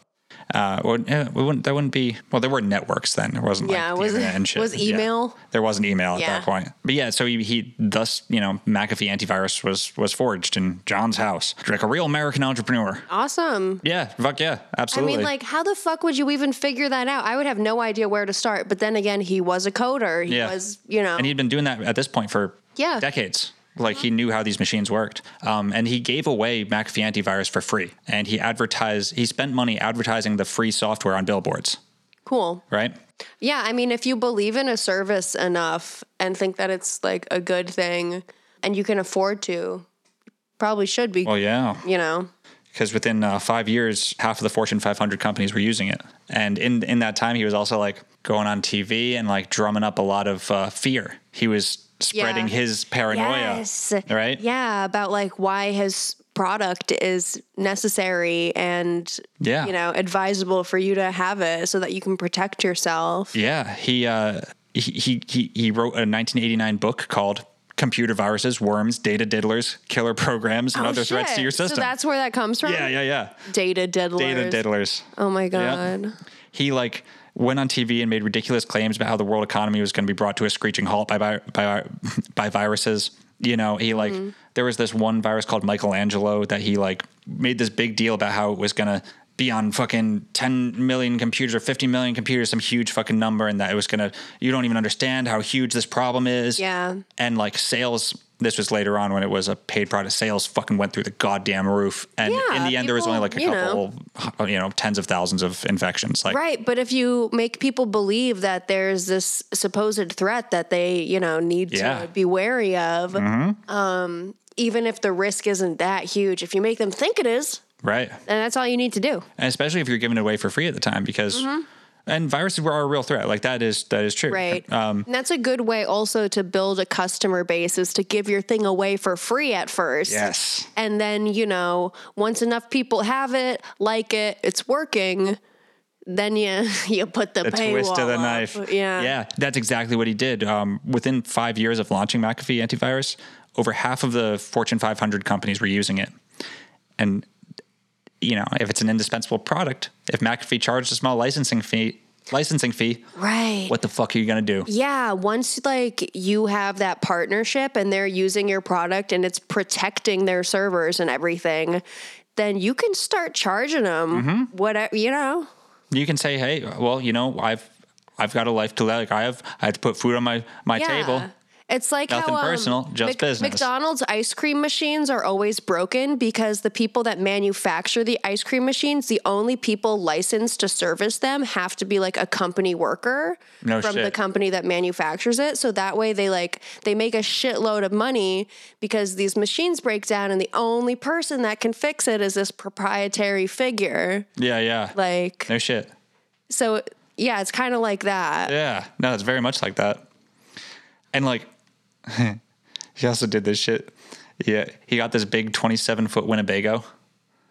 Uh, well, yeah, we wouldn't, that wouldn't be well. There were networks then. It wasn't Yeah, like the was- internet and shit. was Yeah. email? There wasn't email at Yeah. that point. But yeah, so he, he thus you know McAfee antivirus was was forged in John's house, like a real American entrepreneur. awesome? Yeah, fuck yeah, Oh. I absolutely. mean, like, how the fuck would you even figure that out? I would have no idea where to start. But then again, he was a coder. He Yeah. was, you know. and he'd been doing that at this point for Yeah. Mm-hmm. decades. Like he knew how these machines worked, um, and he gave away McAfee antivirus for free, and he advertised. He spent money advertising the free software on billboards, cool. right? Yeah, I mean, if you believe in a service enough and think that it's like a good thing and you can afford to, probably should be, Well, yeah, you know. because within uh, five years, half of the Fortune 500 companies were using it. And in in that time, he was also like going on TV and like drumming up a lot of uh, fear. He was spreading Yeah. his paranoia, Yes. right? Yeah, about like why his product is necessary and Yeah. you know advisable for you to have it so that you can protect yourself. Yeah, he uh, he, he he he wrote a 1989 book called "Computer Viruses, Worms, Data Diddlers, Killer Programs, and Oh, Other Threats to shit. Your System." So that's where that comes from. yeah, yeah, yeah. Data diddlers. Data diddlers. Oh my Yep. god. He like went on TV and made ridiculous claims about how the world economy was going to be brought to a screeching halt by vi- by by viruses. You know, he like Mm-hmm. there was this one virus called Michelangelo that he like made this big deal about how it was going to be on fucking 10 million computers or 50 million computers some huge fucking number and that it was going to you don't even understand how huge this problem is Yeah. and like sales this was later on when it was a paid product sales fucking went through the goddamn roof and Yeah, in the end there was people, only like a you know. couple uh, you know tens of thousands of infections like Right, but if you make people believe that there's this supposed threat that they, you know, need Yeah. Mm-hmm. to be wary of, um, even if the risk isn't that huge, if you make them think it is, right then that's all you need to do. and especially if you're giving it away for free at the time because Mm-hmm. and viruses were a real threat like that is that is true Right. um And that's a good way also to build a customer base is to give your thing away for free at first. yes And then, you know, once enough people have it, like it, it's working, then you you put the, the paywall twist of the up. Oh, knife. Yeah. Yeah. That's exactly what he did. Um, within five years of launching McAfee antivirus, over half of the Fortune 500 companies were using it. And, you know, if it's an indispensable product, if McAfee charged a small licensing fee, licensing fee, Right. what the fuck are you going to do? Yeah, once like you have that partnership and they're using your product and it's protecting their servers and everything, then you can start charging them Mm-hmm. whatever, you know. You can say, hey, well, you know, I've, I've got a life to live. Like I have, I have to put food on my, my Yeah. table. It's like Nothing how, um, personal, just business. McDonald's ice cream machines are always broken because the people that manufacture the ice cream machines, the only people licensed to service them have to be like a company worker No from the shit. company that manufactures it. So that way they like they make a shitload of money because these machines break down and the only person that can fix it is this proprietary figure. Yeah. Yeah. Like no shit. so yeah, it's kind of like that. Yeah. No, it's very much like that. And like, he also did this shit. Yeah. He got this big 27 foot Winnebago.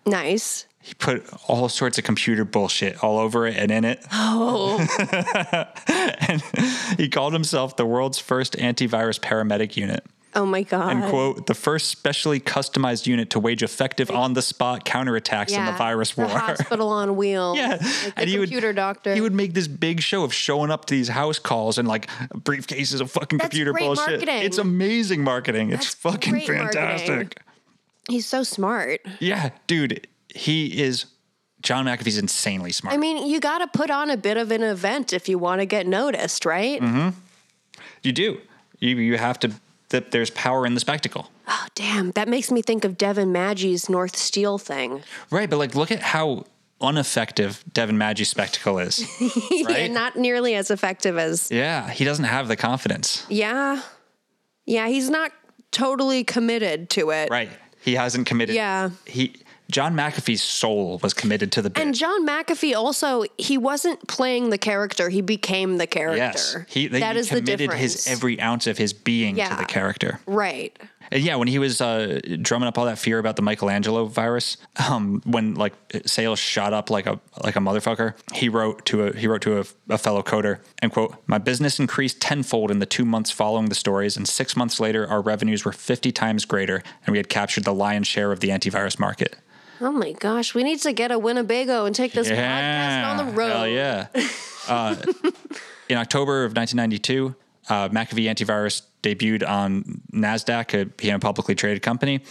Nice. He put all sorts of computer bullshit all over it and in it. Oh. and he called himself the world's first antivirus paramedic unit. Oh my god. And quote, the first specially customized unit to wage effective on the spot counterattacks in the virus war. The hospital on wheels. Yeah, Like the computer would, doctor. He would make this big show of showing up to these house calls and like briefcases of fucking That's computer great bullshit. marketing. It's amazing marketing. That's it's fucking great marketing. fantastic. He's so smart. Yeah, dude, he is. John McAfee's insanely smart. I mean, you got to put on a bit of an event if you want to get noticed, right? Mm-hmm. you do. You you have to. That there's power in the spectacle, Oh, damn. That makes me think of Devin Maggie's North Steel thing. right? But like, look at how ineffective Devin Maggie's spectacle is. Yeah, Right? not nearly as effective as. yeah, he doesn't have the confidence, Yeah. Yeah, he's not totally committed to it. right? He hasn't committed. Yeah. he John McAfee's soul was committed to the bit. And John McAfee also, he wasn't playing the character, he became the character. Yes, he, they, that he is the committed difference. his every ounce of his being to Yeah. the character. Right. And yeah, when he was uh, drumming up all that fear about the Michelangelo virus, um, when like sales shot up like a like a motherfucker, he wrote to a he wrote to a, a fellow coder and quote, "My business increased tenfold in the two months following the stories, and six months later, our revenues were fifty times greater, and we had captured the lion's share of the antivirus market." Oh my gosh, we need to get a Winnebago and take this podcast on the road. Hell yeah. Uh, in October of 1992, uh, McAfee Antivirus debuted on NASDAQ, a became a publicly traded company,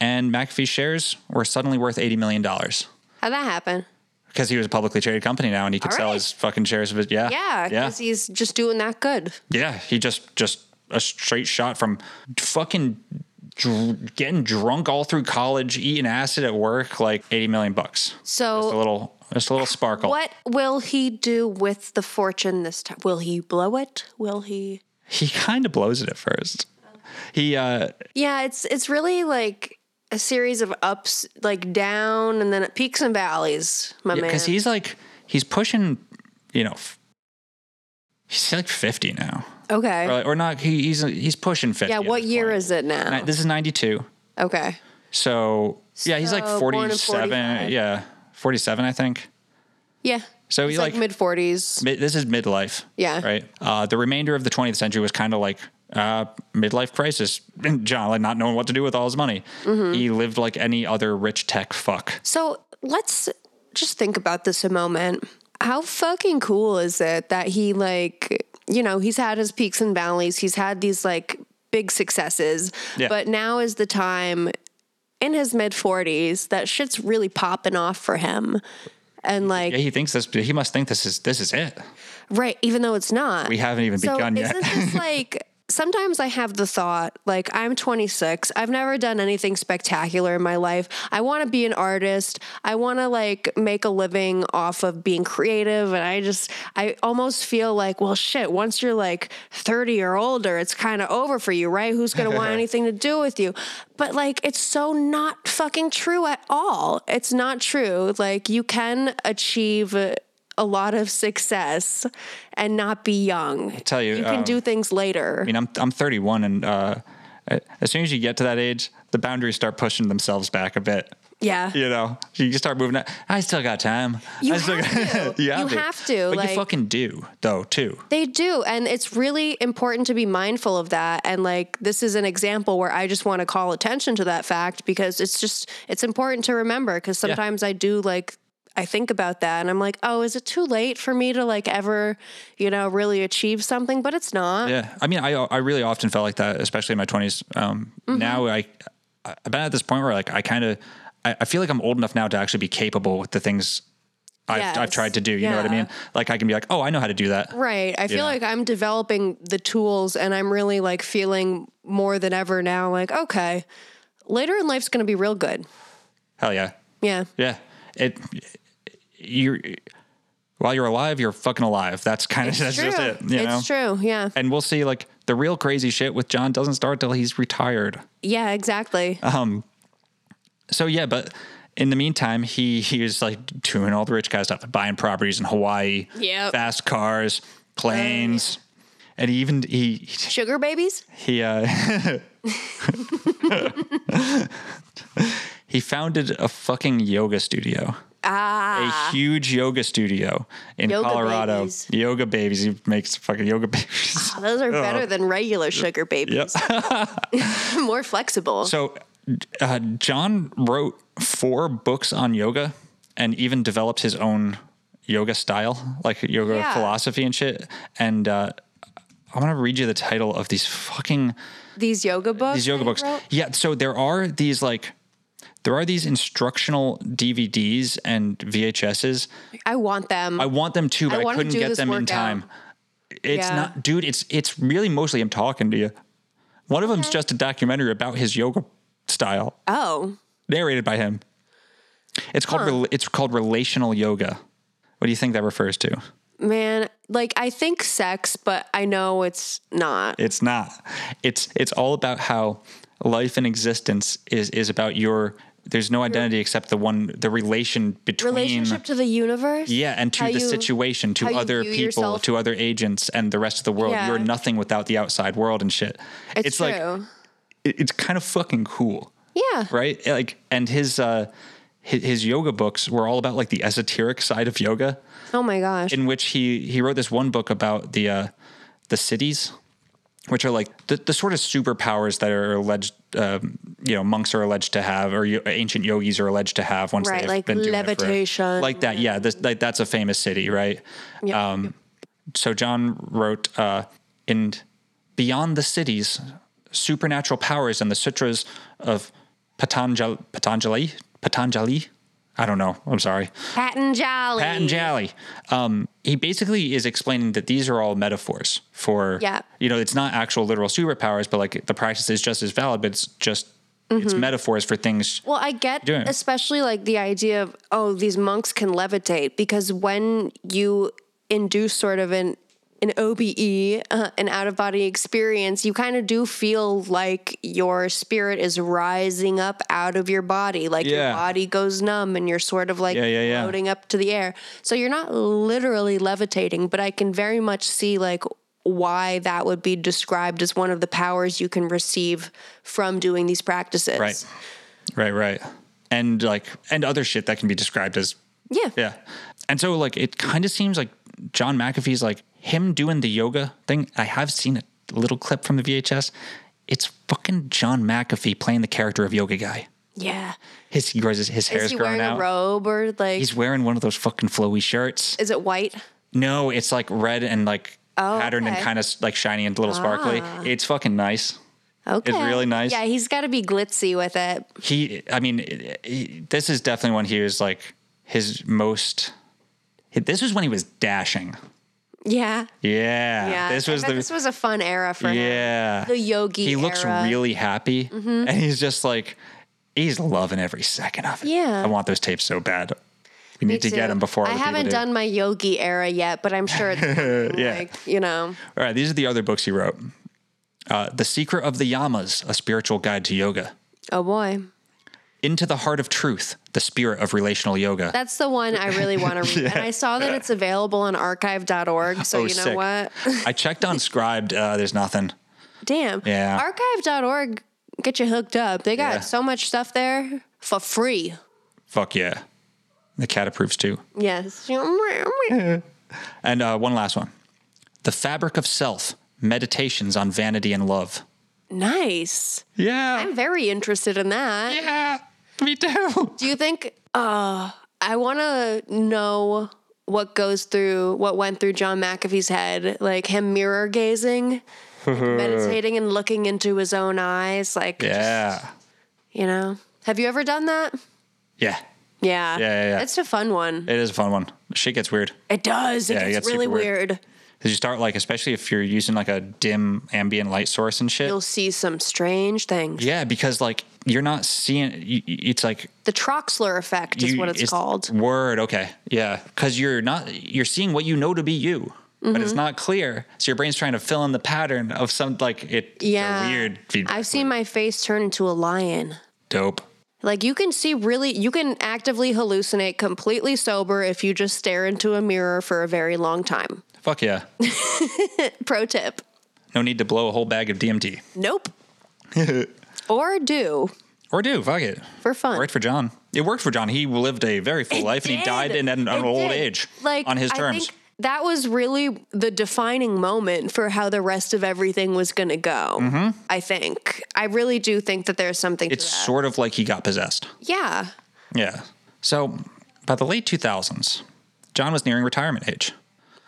and McAfee shares were suddenly worth $80 million because How'd that happen? he was a publicly traded company now and he could All sell right. his fucking shares of it. Yeah. Yeah, Yeah. because he's just doing that good. yeah. He just, just a straight shot from fucking dr- getting drunk all through college, eating acid at work, like 80 million bucks. So- just a little, just a little sparkle. What will he do with the fortune this time? Will he blow it? Will he? he kind of blows it at first. He uh Yeah, it's it's really like a series of ups, like down, and then peaks and valleys, my man. because he's like he's pushing, you know, f- he's like fifty now, okay. or, like- or not? He, he's he's pushing fifty. yeah. at What this year point. is it now? Ni- This is ninety two. okay. So yeah, he's like So, born in forty seven. 45. Yeah, forty seven, I think. Yeah. So He's he like, like, mid forties. mid- this is midlife. Yeah. Right. Uh, the remainder of the 20th century was kind of like uh, midlife crisis. John, like not knowing what to do with all his money. Mm-hmm. He lived like any other rich tech fuck. So let's just think about this a moment. How fucking cool is it that he, like, you know, he's had his peaks and valleys, he's had these, like, big successes, Yeah. but now is the time in his mid 40s that shit's really popping off for him. And, like, Yeah, he thinks this. He must think this is this is it. Right, even though it's not. We haven't even so begun yet. Isn't this like sometimes I have the thought, like, I'm 26, I've never done anything spectacular in my life. I want to be an artist. I want to like make a living off of being creative. And I just, I almost feel like, well, shit, once you're like 30 or older, it's kind of over for you, right? Who's going to want anything to do with you? But like, it's so not fucking true at all. It's not true. Like, you can achieve a lot of success and not be young. I tell you, you can um, do things later. I mean, I'm I'm 31, and uh, as soon as you get to that age, the boundaries start pushing themselves back a bit. yeah. You know, you just start moving. Out. I still got time. You I still have to. you have You to. have to, But like- you fucking do though too. They do. And it's really important to be mindful of that. And like, this is an example where I just want to call attention to that fact because it's just, it's important to remember because sometimes I do like, I think about that and I'm like, oh, is it too late for me to like ever, you know, really achieve something? But it's not. Yeah, I mean, I I really often felt like that, especially in my twenties. Um, Mm-hmm. Now I I've been at this point where like I kind of I, I feel like I'm old enough now to actually be capable with the things I've I've Yes. tried to do. You know what I Yeah. mean? Like I can be like, oh, I know how to do that. Right. I feel like I'm developing the tools and I'm really like feeling more than ever now, like, okay, later in life's going to be real good. Hell yeah, Yeah. yeah. It you while you're alive, you're fucking alive. That's kind of that's just it. You know? it's true. Yeah. And we'll see. Like the real crazy shit with John doesn't start till he's retired. Yeah, exactly. Ah. So yeah, but in the meantime, he he was like doing all the rich guy stuff, buying properties in Hawaii, Yep. Oh, fast cars, planes, and he even he Sugar babies? he uh, he founded a fucking yoga studio. Ah, a huge yoga studio in Yoga Colorado. babies. Yoga babies. He makes fucking yoga babies. Oh, Those are better than regular sugar babies. More flexible. So, uh, John wrote four books on yoga and even developed his own yoga style, like yoga Yeah. philosophy and shit. And uh, I'm gonna read you the title of these fucking these yoga books. these yoga that books. he wrote? Yeah, so there are these like there are these instructional DVDs and VHSs. I want them. I want them too, I but I, wanna couldn't do get this them in workout. time. It's Yeah. not, dude. It's it's really mostly I'm talking to you. One of them's just a documentary about his yoga style oh, narrated by him. It's called rel it's called relational yoga. What do you think that refers to? man. Like, I think sex, but I know it's not. It's not. It's it's all about how life and existence is is about your there's no identity except the one the relation between Relationship to the universe? yeah and to How the you- situation to how you other view people yourself. to other agents and the rest of the world Yeah. you're nothing without the outside world and shit It's, true. like it- it's kind of fucking cool yeah. right? Like, and his uh, his, his yoga books were all about like the esoteric side of yoga, Oh my gosh. in which he he wrote this one book about the uh, the cities, which are like the, the sort of superpowers that are alleged, um, you know, monks are alleged to have, or yo- ancient yogis are alleged to have once Right, they've like been doing it for- levitation like that. Yeah, this, like that's a famous city, right? Um, so John wrote uh, in Beyond the Cities, Supernatural Powers and the Sutras of Patanjali. Patanjali? Patanjali? I don't know. I'm sorry. Patanjali. Patanjali. Um, he basically is explaining that these are all metaphors for, Yeah. you know, it's not actual literal superpowers, but like the practice is just as valid, but it's just, it's Mm-hmm. metaphors for things. Well, I get doing? especially like the idea of oh, these monks can levitate because when you induce sort of an an OBE, uh, an out of body experience, you kind of do feel like your spirit is rising up out of your body. Like Yeah. your body goes numb and you're sort of like Yeah, yeah, yeah. floating up to the air. So you're not literally levitating, but I can very much see like why that would be described as one of the powers you can receive from doing these practices. Right. Right, right. And like and other shit that can be described as Yeah. yeah. And so like it kind of seems like John McAfee's like him doing the yoga thing. I have seen a little clip from the VHS. It's fucking John McAfee playing the character of yoga guy. Yeah. His he grows his, his hair's Is he grown wearing out. a robe or like He's wearing one of those fucking flowy shirts. is it white? No, it's like red and like Oh, patterned and okay. Ah. kind of like shiny and a little sparkly. It's fucking nice. Okay. really nice. Yeah, he's gotta be glitzy with it. he i mean he, this is definitely when he was like his most this was when he was dashing Yeah. yeah, Yeah. this I was bet the this was a fun era for him. yeah The yogi he looks era. Mm-hmm. really happy and he's just like he's loving every second of it Yeah. i want those tapes so bad we need Me to get too. them before I other people haven't do. done my yogi era yet, but I'm sure it's coming, Yeah. like, you know. all right these are the other books he wrote uh, the secret of the yamas a spiritual guide to yoga Oh boy. into the heart of truth the spirit of relational yoga That's the one I really want to read. And I saw that it's available on archive.org. So Oh, you know sick. what? i checked on scribed uh, there's nothing Damn. Yeah. Archive.org get you hooked up. They got Yeah. so much stuff there for free. Fuck yeah. The cat approves too. Yes. And uh, one last one The Fabric of Self Meditations on Vanity and Love. nice. Yeah. I'm very interested in that. Yeah. Me too. Do you think? Uh, I want to know what goes through, what went through John McAfee's head, like him mirror gazing, meditating, and looking into his own eyes. Like, Yeah. you know, have you ever done that? Yeah. Yeah. yeah, yeah. It's a fun one. It, It is a fun one. Shit gets weird. does. It Yeah, it gets gets really super weird. weird. Because you start like, especially if you're using like a dim ambient light source and shit. You'll see some strange things. yeah, because like you're not seeing. y- y- It's like The Troxler effect is you- what it's, called. Word. Okay. Yeah. Because you're not you're seeing what you know to be you, but Mm-hmm. it's not clear. So your brain's trying to fill in the pattern of some like it. the Yeah. Weird. Feedback. I've seen my face turn into a lion. Dope. Like you can see really you can actively hallucinate completely sober if you just stare into a mirror for a very long time. Fuck yeah. Pro tip. No need to blow a whole bag of DMT Nope. or do or do. Fuck it. for fun. Worked for John. It worked for John. He lived a very full It life, and he did. died in an, an It old did. age, Like on his I terms. think that was really the defining moment for how the rest of everything was going to go. I think. I really do think that there's something Mm-hmm. it's to that. sort of like he got possessed. yeah. Yeah. So by the late 2000s, John was nearing retirement age.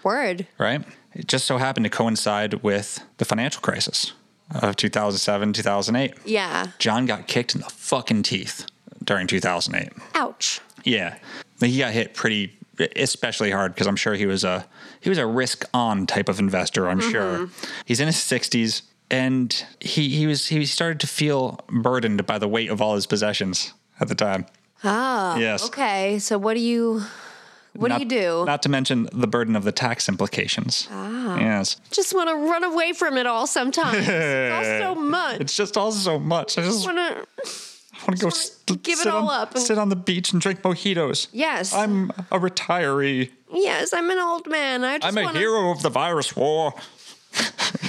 Word. right? It just so happened to coincide with the financial crisis of 2007, 2008. Yeah. John got kicked in the fucking teeth during 2008. Ouch. Yeah. He got hit pretty especially hard because I'm sure he was a he was a risk on type of investor, I'm sure. He's in his 60s and he he was he started to feel burdened by the weight of all his possessions at the time. Ah. Yes. Okay, so what do you what Not- do you do? Not to mention the burden of the tax implications. Ah. Yes. just want to run away from it all sometimes. it's all so much. It's just all so much. I just I want wanna- to go st- give it sit all on, up and- sit on the beach and drink mojitos. Yes. I'm a retiree. yes, I'm an old man. I just I'm a wanna, hero of the virus war.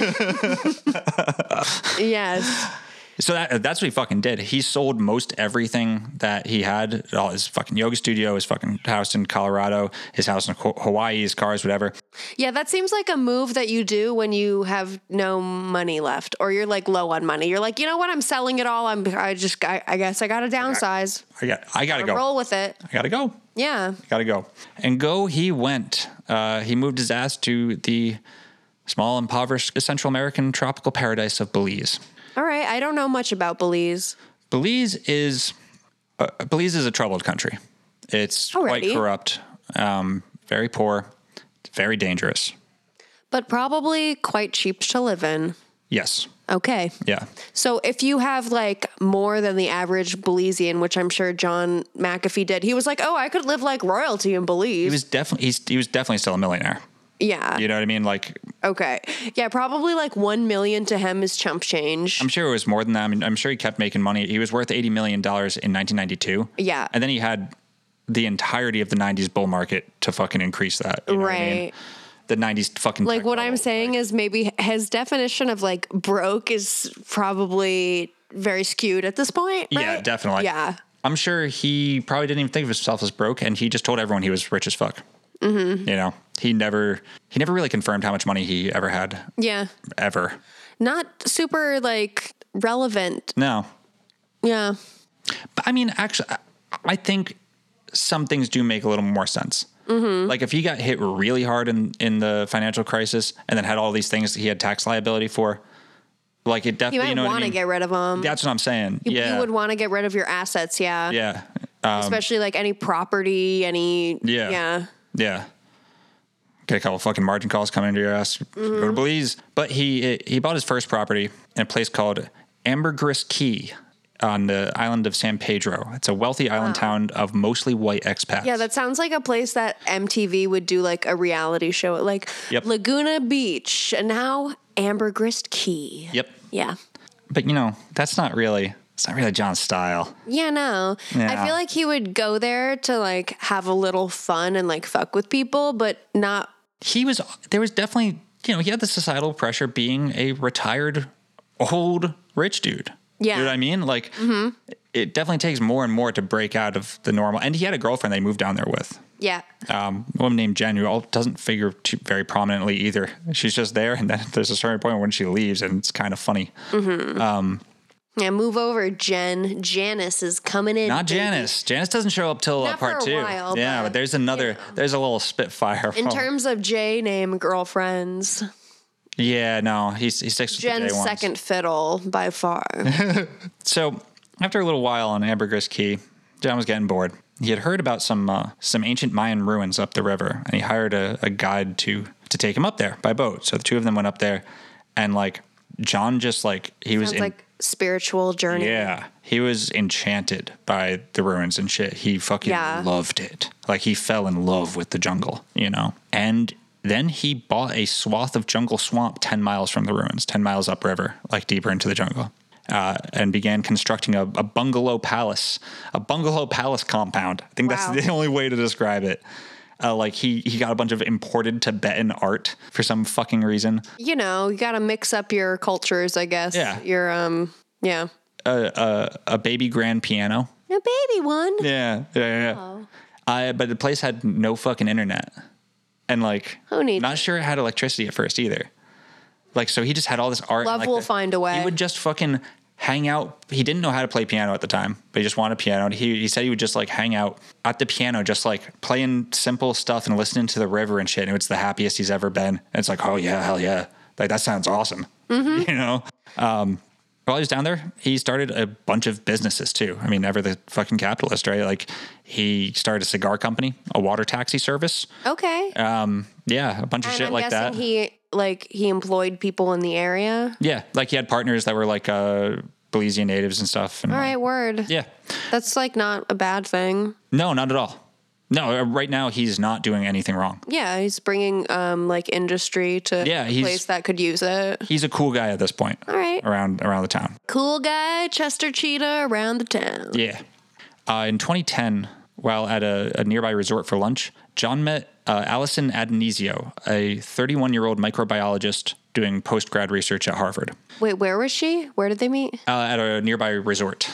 Yes. So that, that's what he fucking did. He sold most everything that he had all his fucking yoga studio, his fucking house in Colorado, his house in Ho- Hawaii, his cars, whatever. Yeah, that seems like a move that you do when you have no money left or you're like low on money. You're like, "You know what? I'm selling it all. I'm I just I, I guess I got to downsize. I got I got to go. Roll with it." I got to go. Yeah. Gotta go. And go he went. Uh, he moved his ass to the small, impoverished Central American tropical paradise of Belize. All right, I don't know much about Belize. Belize is uh, Belize is a troubled country. It's Already. quite corrupt, um, very poor, very dangerous. But probably quite cheap to live in. Yes. Okay. Yeah. So if you have like more than the average Belizean, which I'm sure John McAfee did, he was like, "Oh, I could live like royalty in Belize." He was definitely he's, he was definitely still a millionaire. Yeah. You know what I mean? Like, Okay. Yeah, probably like 1 million to him is chump change. I'm sure it was more than that. I mean, I'm sure he kept making money. He was worth $80 million in 1992. Yeah. And then he had the entirety of the 90s bull market to fucking increase that. you know what I mean? Right. The 90s fucking. like tech what bubble, I'm saying like- is maybe his definition of like broke is probably very skewed at this point. Right? Yeah, definitely. Yeah. I'm sure he probably didn't even think of himself as broke, and he just told everyone he was rich as fuck. Mm-hmm. You know, he never he never really confirmed how much money he ever had, Yeah. ever. Not super like relevant. No, Yeah. but I mean, actually, I- I think some things do make a little more sense. Mm-hmm. Like if he got hit really hard in in the financial crisis, and then had all these things that he had tax liability for, like it You definitely might you know want what I to mean? get rid of them. That's what I'm saying. You- yeah, You would want to get rid of your assets. Yeah. yeah, Especially like any property, any. Um, Yeah. Yeah. Yeah. Get a couple fucking margin calls coming into your ass. Go Mm-hmm. to Belize. But he he bought his first property in a place called Ambergris Key on the island of San Pedro. It's a wealthy island town of mostly white expats. Yeah, that sounds like a place that MTV would do like a reality show at like Yep. Laguna Beach and now Ambergris Key. Yep. Yeah. But you know, that's not really it's not really John's style. Yeah, no. Yeah. I feel like he would go there to like have a little fun and like fuck with people, but not He was there was definitely you know, he had the societal pressure being a retired old rich dude. Yeah. Mm-hmm. You know what I mean? Like it definitely takes more and more to break out of the normal. And he had a girlfriend they moved down there with. yeah. um, a woman named Jen who all- doesn't figure too, very prominently either. She's just there, and then there's a certain point when she leaves, and it's kind of funny. Mm-hmm. Um, Yeah, move over, Jen. Janice is coming in. Not baby. Janice. Janice doesn't show up till uh, Not for part a two. while, yeah, but, but there's another. There's a little spitfire. In from- terms of J name girlfriends, yeah, no, he, he sticks with the Jen's day ones. second fiddle by far. So after a little while on Ambergris Key, John was getting bored. He had heard about some uh, some ancient Mayan ruins up the river, and he hired a, a guide to to take him up there by boat. So the two of them went up there, and like John just like he was Sounds in, like spiritual journey. Yeah, he was enchanted by the ruins and shit. He fucking Yeah. loved it. Like he fell in love with the jungle, you know. And then he bought a swath of jungle swamp ten miles from the ruins, ten miles upriver, like deeper into the jungle, uh, and began constructing a, a bungalow palace, a bungalow palace compound. I think Wow. that's the only way to describe it. Uh, like he he got a bunch of imported Tibetan art for some fucking reason. You know, you got to mix up your cultures, I guess. Yeah. Your um, yeah. A baby grand piano. A baby one. Yeah, yeah, yeah. Oh. I but the place had no fucking internet, and like, Who needs not sure it had electricity at first either. Like, so he just had all this art. and, Love like, will the- find a way. He would just fucking hang out. He didn't know how to play piano at the time, but he just wanted a piano. And he he said he would just like hang out at the piano, just like playing simple stuff and listening to the river and shit. And it's the happiest he's ever been. And it's like, oh yeah, hell yeah, like that sounds awesome. Mm-hmm. You know. Um, While he was down there, he started a bunch of businesses too. I mean, ever the fucking capitalist, right? Like, he started a cigar company, a water taxi service. Okay. Um, yeah, a bunch of and shit I'm like guessing that. he like he employed people in the area. yeah, like he had partners that were like uh, Belizean natives and stuff. And All right, word. yeah, That's like not a bad thing. no, not at all. No, uh, right now he's not doing anything wrong. Yeah, he's bringing um like industry to Yeah, a he's- place that could use it. He's a cool guy at this point. All right. around around the town. Cool guy, Chester Cheetah around the town. Yeah. Uh, in 2010, while at a, a nearby resort for lunch, John met uh, Allison Adenizio, a 31 year old microbiologist doing post grad research at Harvard Wait, where was she? Where did they meet? uh, at a nearby resort.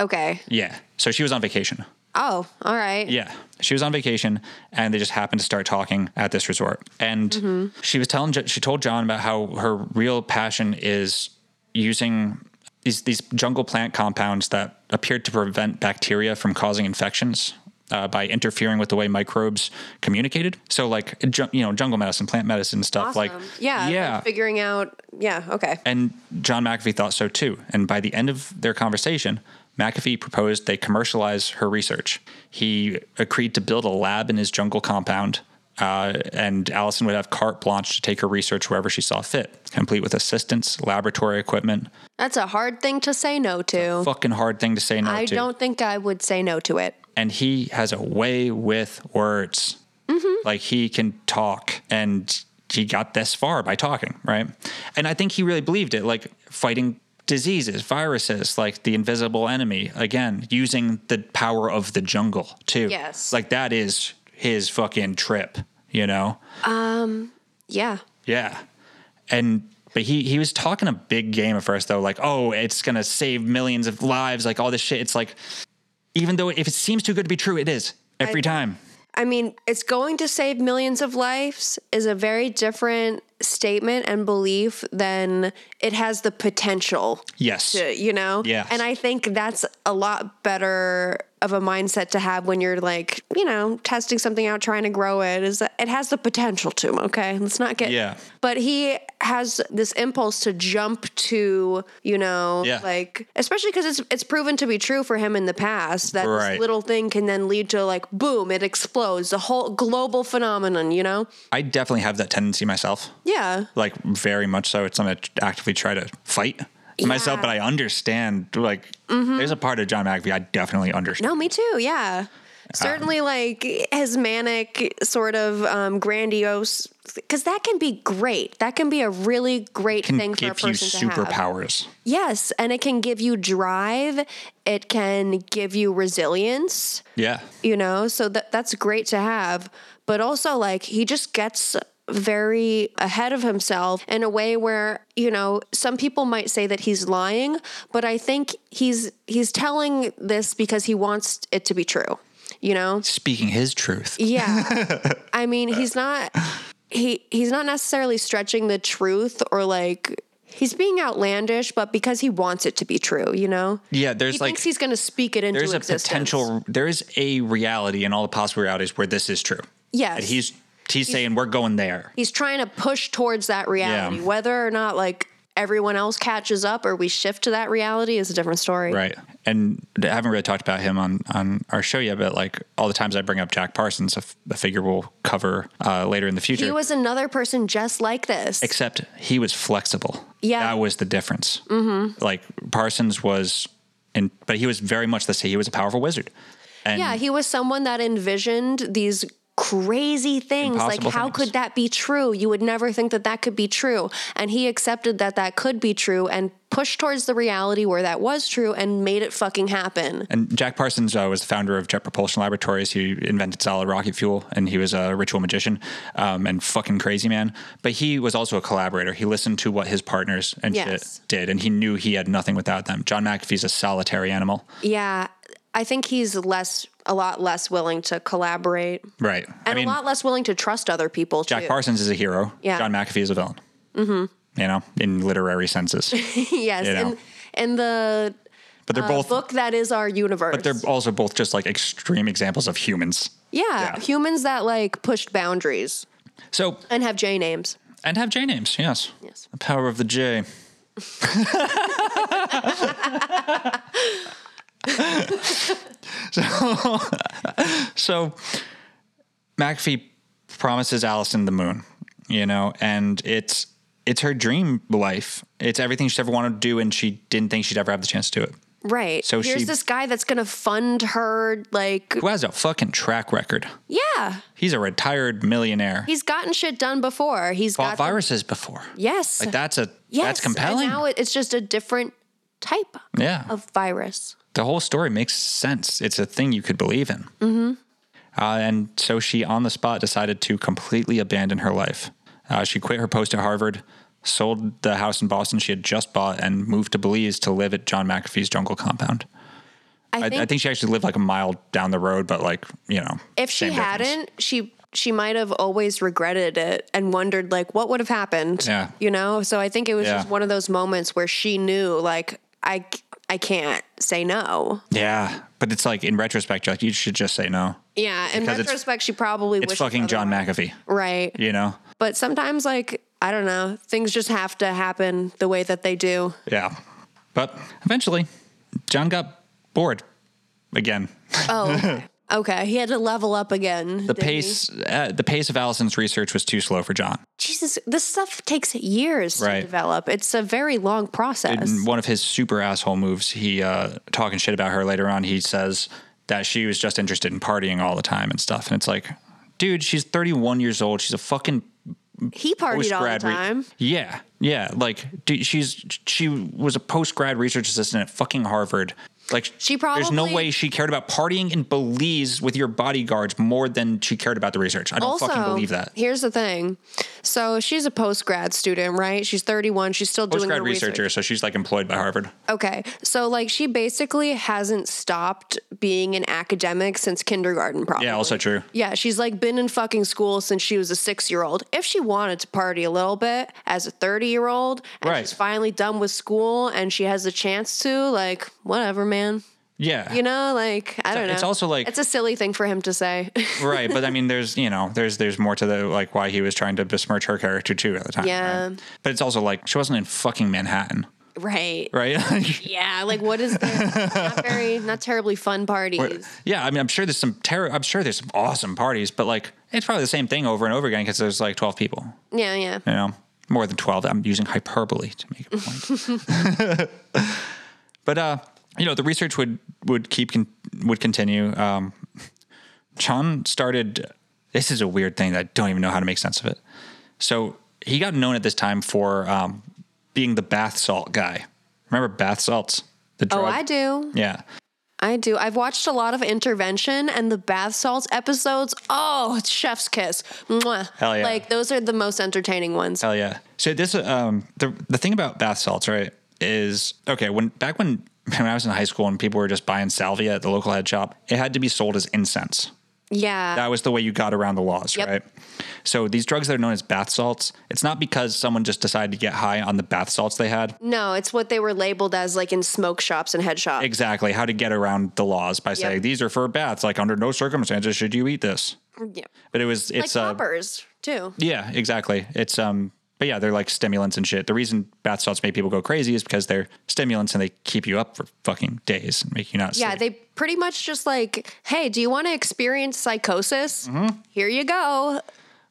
Okay. Yeah. So she was on vacation. Oh, all right. Yeah. She was on vacation and they just happened to start talking at this resort. And Mm-hmm. she was telling, she told John about how her real passion is using these, these jungle plant compounds that appeared to prevent bacteria from causing infections. Uh, by interfering with the way microbes communicated, so like ju- you know, jungle medicine, plant medicine stuff, like Awesome. yeah, yeah, like figuring out. Yeah, okay. and John McAfee thought so too. And by the end of their conversation, McAfee proposed they commercialize her research. He agreed to build a lab in his jungle compound, uh, and Allison would have carte blanche to take her research wherever she saw fit, complete with assistance, laboratory equipment. That's a hard thing to say no to. Fucking hard thing to say no I to. don't think I would say no to it. And he has a way with words. Like he can talk and he got this far by talking, right? And I think he really believed it, like fighting diseases, viruses, like the invisible enemy, again, using the power of the jungle too. Yes. Like that is his fucking trip, you know? Yeah. Yeah. And but he he was talking a big game at first though, like, oh, it's gonna save millions of lives, like all this shit. It's like even though if it seems too good to be true, it is every time. I mean, it's going to save millions of lives is a very different statement and belief than it has the potential Yes. to, you know? Yes. And I think that's a lot better of a mindset to have when you're like, you know, testing something out, trying to grow it, is that it has the potential to, okay? Let's not get. Yeah. But he has this impulse to jump to, you know, Yeah. like, especially because it's, it's proven to be true for him in the past that Right. this little thing can then lead to like, boom, it explodes, the whole global phenomenon, you know? I definitely have that tendency myself. Yeah. Like very much so. It's something I actively try to fight in myself, Yeah. Mm-hmm. but I understand like there's a part of John McAfee I definitely understand. No, me too. Uh-huh. Yeah. Certainly, like his manic sort of um, grandiose, because that can be great. That can be a really great Can thing for a give you person to have. superpowers. Yes, and it can give you drive. It can give you resilience. Yeah. You know, so that that's great to have. But also, like he just gets very ahead of himself in a way where you know some people might say that he's lying, but I think he's he's telling this because he wants it to be true. You know, Speaking his truth. yeah. I mean, he's not he he's not necessarily stretching the truth or like he's being outlandish, but because he wants it to be true, you know? Yeah, there's He like thinks he's gonna speak it into there's a existence. potential there is a reality and all the possible realities where this is true Yes. and he's he's saying we're going there he's trying to push towards that reality. Yeah. Whether or not like everyone else catches up or we shift to that reality is a different story. right and i haven't really talked about him on on our show yet but like all the times i bring up jack parsons a, f- a figure we'll cover uh, later in the future He was another person just like this. except he was flexible Yeah. that was the difference mm-hmm. like parsons was and but he was very much the same he was a powerful wizard and Yeah, he was someone that envisioned these crazy things. Impossible like, how things. could that be true? You would never think that that could be true. And he accepted that that could be true and pushed towards the reality where that was true and made it fucking happen. And Jack Parsons uh, was the founder of Jet Propulsion Laboratories. He invented solid rocket fuel, and he was a ritual magician um, and fucking crazy man. But he was also a collaborator. He listened to what his partners and Yes. shit did, and he knew he had nothing without them. John McAfee's a solitary animal, Yeah, I think he's less, a lot less willing to collaborate and right? I mean, a lot less willing to trust other people. Jack too. Parsons is a hero. Yeah. John McAfee is a villain. Mm-hmm. You know, in literary senses, yes, you know. and and the but Uh, they're both. book that is our universe. but they're also both just like extreme examples of humans. yeah, yeah. humans that like pushed boundaries So and have J names. and have J names. Yes. Yes. The power of the J. so, so McAfee promises Allison the moon, you know, and it's it's her dream life. It's everything she's ever wanted to do, and she didn't think she'd ever have the chance to do it. Right. So here's she- this guy that's going to fund her. Like, Who has a fucking track record? yeah, He's a retired millionaire. he's gotten shit done before. He's fought got viruses before. Yes. Like that's a yes. that's and compelling. now it- it's just a different type yeah. of virus. the whole story makes sense. It's a thing you could believe in. Mm-hmm. Uh, and so she, on the spot, decided to completely abandon her life. Uh, she quit her post at Harvard, sold the house in Boston she had just bought, and moved to Belize to live at John McAfee's jungle compound. I, I think, I think she actually lived like a mile down the road, but like you know, if she same difference. hadn't, she she might have always regretted it and wondered like what would have happened. Yeah. You know. So I think it was Yeah. just one of those moments where she knew like I I can't say no. yeah. But it's like in retrospect, you're like you should just say no. Yeah. In Because it's- retrospect, she probably It's wishes fucking John otherwise. McAfee, Right. you know. But sometimes, like, I don't know, things just have to happen the way that they do. Yeah. But eventually, John got bored again. Oh, okay. He had to level up again. The pace, uh, the pace of Allison's research was too slow for John. Jesus, this stuff takes years Right. to develop. It's a very long process. In one of his super asshole moves, he uh, talking shit about her later on. He says that she was just interested in partying all the time and stuff. And it's like, dude, she's 31 years old. She's a fucking He partied all the post-grad re- time. yeah, yeah. Like, dude, she's she was a post grad research assistant at fucking Harvard. Like, She there's no probably- way she cared about partying in Belize with your bodyguards more than she cared about the research. I don't fucking believe that. Here's the thing. So she's a post grad student, right? She's 31. She's still Post doing grad her research. researcher, so she's like employed by Harvard. Okay. So like she basically hasn't stopped being an academic since kindergarten probably. Yeah, also true. Yeah, she's like been in fucking school since she was a 6-year-old. If she wanted to party a little bit as a 30-year-old and Right. she's finally done with school and she has the chance to like whatever, man. Yeah, You know, like I don't know. it's also, like- It's a silly thing for him to say. right. But I mean, there's you know, there's there's more to the like why he was trying to besmirch her character too at the time. Yeah. right? But it's also like she wasn't in fucking Manhattan, right. right? Like, Yeah, like what is the not very not terribly fun parties. yeah, I mean, I'm sure there's some terror. I'm sure there's some awesome parties, but like it's probably the same thing over and over again because there's like 12 people. Yeah, yeah. You know, more than 12. I'm using hyperbole to make a point. but uh, you know, the research would would keep con- would continue. Um, John started. This is a weird thing that I don't even know how to make sense of it. So he got known at this time for um, being the bath salt guy. Remember bath salts? The drug? Oh, I do. Yeah. I do. I've watched a lot of intervention and the bath salts episodes. Oh, it's chef's kiss. Mwah. Hell Oh, yeah. Oh. Like those are the most entertaining ones. Hell yeah. So this um the the thing about bath salts, right, is okay, when back when when I was in high school and people were just buying salvia at the local head shop, it had to be sold as incense. yeah. That was the way you got around the laws, Ah. Yep. right? So these drugs that are known as bath salts, it's not because someone just decided to get high on the bath salts they had. no, it's what they were labeled as like in smoke shops and head shops. Exactly how to get around the laws by saying these are for baths. Like under no circumstances should you eat this. yeah. But it was Like it's uh, poppers too. Yeah, exactly. It's um but yeah, they're like stimulants and shit. The reason bath salts make people go crazy is because they're stimulants and they keep you up for fucking days and make you not Yeah, sleep. they pretty much just like, hey, do you want to experience psychosis? Mm-hmm. Here you go.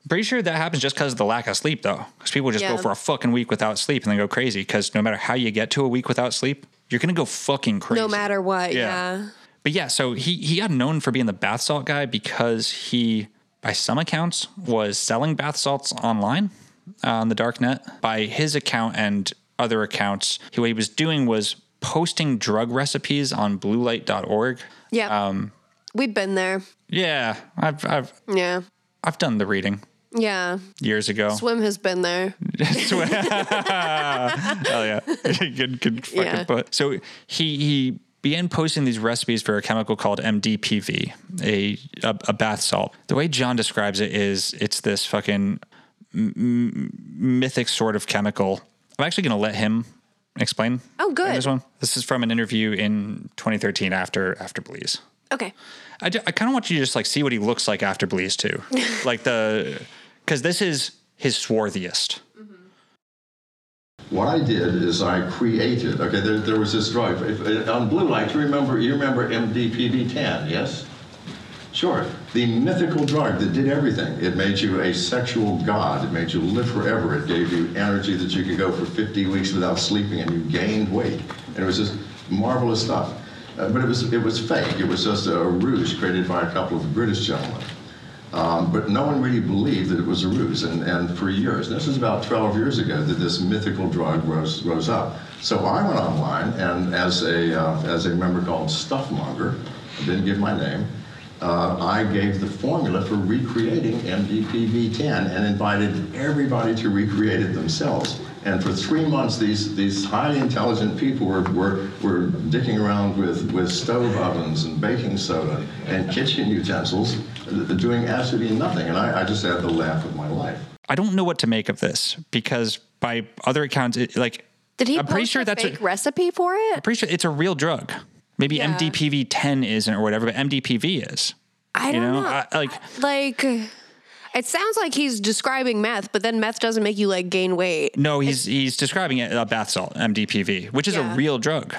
Pretty sure that happens just because of the lack of sleep though. Because people just go Yeah. for a fucking week without sleep and then go crazy because no matter how you get to a week without sleep, you're gonna go fucking crazy. No matter what. Yeah. yeah. But yeah, so he he got known for being the bath salt guy because he, by some accounts, was selling bath salts online uh, on the dark net. By his account and other accounts, he, what he was doing was posting drug recipes on bluelight.org. Yeah. We've been there. Um, Yeah, I've I've Yeah. I've done the reading Yeah. years ago. Swim has been there. good, good fucking Yeah. put. So he he began posting these recipes for a chemical called MDPV, a, a a bath salt. The way John describes it is it's this fucking m- m- mythic sort of chemical. I'm actually going to let him explain. Oh, in good. This one. This is from an interview in 2013 after after Belize. Okay. I, kind of want you to just like see what he looks like after Belize too, like the because this is his swarthiest. What I did is I created, okay, there, there was this drug if, uh, on blue light. You remember, you remember MDPV-10, yes? Sure. The mythical drug that did everything. It made you a sexual god. It made you live forever. It gave you energy that you could go for 50 weeks without sleeping and you gained weight. And it was just marvelous stuff. Uh, but it was, it was fake. It was just a ruse created by a couple of British gentlemen. Um, but no one really believed that it was a ruse. And, and for years, this is about 12 years ago, that this mythical drug rose, rose up. So I went online, and as a, uh, as a member called Stuffmonger, I didn't give my name, uh, I gave the formula for recreating MDPV-10 and invited everybody to recreate it themselves. And for three months, these, these highly intelligent people were, were, were dicking around with, with stove ovens and baking soda and kitchen utensils, uh, doing absolutely nothing. And I, I just had the laugh of my life. I don't know what to make of this because by other accounts, it, like Did he I'm pretty sure that's fake a, recipe for it? pretty sure it's a real drug. Maybe Yeah. MDPV ten isn't or whatever, but MDPV is. I You don't know, know. I, like like it sounds like he's describing meth, but then meth doesn't make you like gain weight. no, he's he's describing it a bath salt MDPV, which is Yeah. a real drug.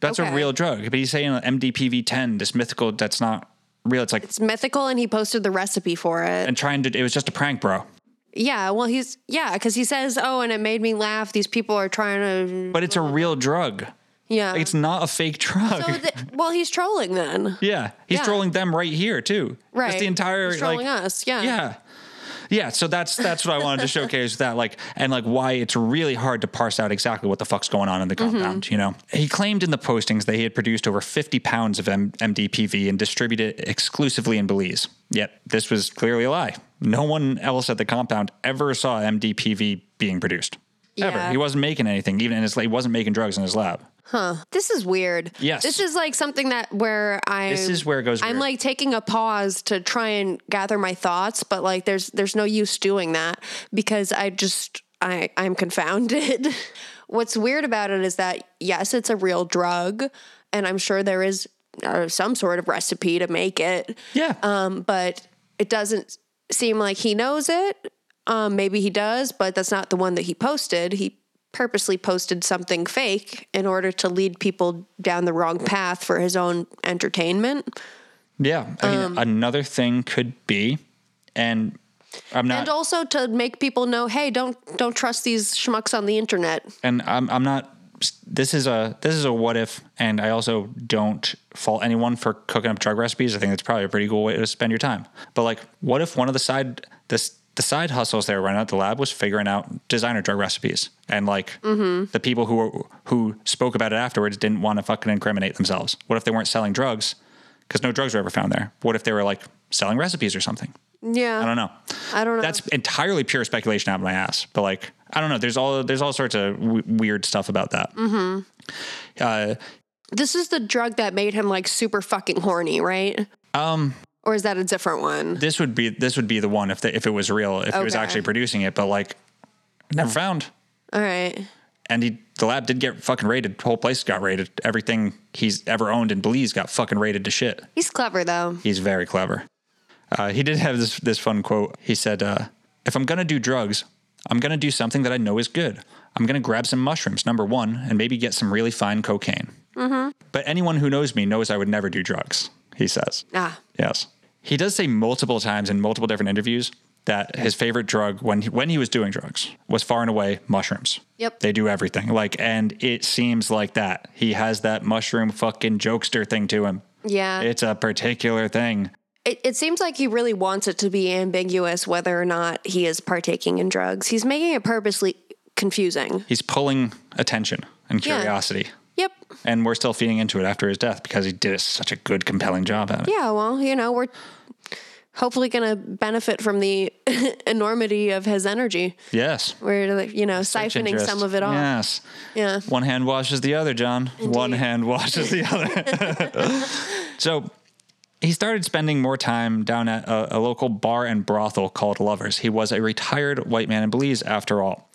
That's Okay. a real drug, but he's saying MDPV ten, this mythical that's not real. It's like It's mythical and he posted the recipe for it. and trying to. It was just a prank, bro. yeah, well he's yeah, cuz he says, "Oh, and it made me laugh. These people are trying to But it's a real drug. Yeah. Like, it's not a fake drug. So the, well, he's trolling then. yeah, he's Yeah. trolling them right here too. Right. It's the entire He's trolling like us. Yeah. yeah. Yeah, so that's that's what I wanted to showcase with that like and like why it's really hard to parse out exactly what the fuck's going on in the Mm-hmm. compound, you know. He claimed in the postings that he had produced over 50 pounds of M- MDPV and distributed it exclusively in Belize. Yet this was clearly a lie. No one else at the compound ever saw MDPV being produced. Ever. Yeah. He wasn't making anything even in his he wasn't making drugs in his lab. This is weird. Yes. This is like something that where I This is where it goes I'm weird. like taking a pause to try and gather my thoughts, but like there's there's no use doing that because I just I I'm confounded. What's weird about it is that yes, it's a real drug and I'm sure there is uh, some sort of recipe to make it. Yeah. Um but it doesn't seem like he knows it. Um maybe he does, but that's not the one that he posted. He purposely posted something fake in order to lead people down the wrong path for his own entertainment. yeah. I mean, another thing could be and I'm not and also to make people know, hey, don't don't trust these schmucks on the internet. and I'm I'm not. This is a this is a what if, and I also don't fault anyone for cooking up drug recipes. I think that's probably a pretty cool way to spend your time. But like, what if one of the side this the side hustles they were running at the lab was figuring out designer drug recipes, and like the people who were, who spoke about it afterwards didn't want to fucking incriminate themselves. What if they weren't selling drugs? Because no drugs were ever found there. What if they were like selling recipes or something? Yeah, I don't know. I don't know. That's entirely pure speculation out of my ass. But like, I don't know. There's all there's all sorts of w- weird stuff about that. Mm-hmm. Uh, This is the drug that made him like super fucking horny, right? um, Or is that a different one? this would be this would be the one if the, if it was real, if he was Okay. actually producing it. But like, never found. All right. And he, the lab did get fucking raided. The whole place got raided. Everything he's ever owned in Belize got fucking raided to shit. He's clever though. He's very clever. Uh, he did have this this fun quote. He said, uh, "If I'm gonna do drugs, I'm gonna do something that I know is good. I'm gonna grab some mushrooms, number one, and maybe get some really fine cocaine. Mm-hmm. But anyone who knows me knows I would never do drugs." He says. Ah. Yes. He does say multiple times in multiple different interviews that his favorite drug when he, when he was doing drugs was far and away mushrooms. Yep. They do everything. Like and it seems like that. He has that mushroom fucking jokester thing to him. Yeah. It's a particular thing. It, it seems like he really wants it to be ambiguous whether or not he is partaking in drugs. He's making it purposely confusing. He's pulling attention and Yeah. curiosity. Yep. And we're still feeding into it after his death because he did such a good, compelling job at it. Yeah, well, you know, we're hopefully going to benefit from the enormity of his energy. Yes. We're, like, you know, siphoning Interest. some of it off. Yes. Yeah. One hand washes the other, John. One hand washes the other. so he started spending more time down at a, a local bar and brothel called Lovers. He was a retired white man in Belize, after all.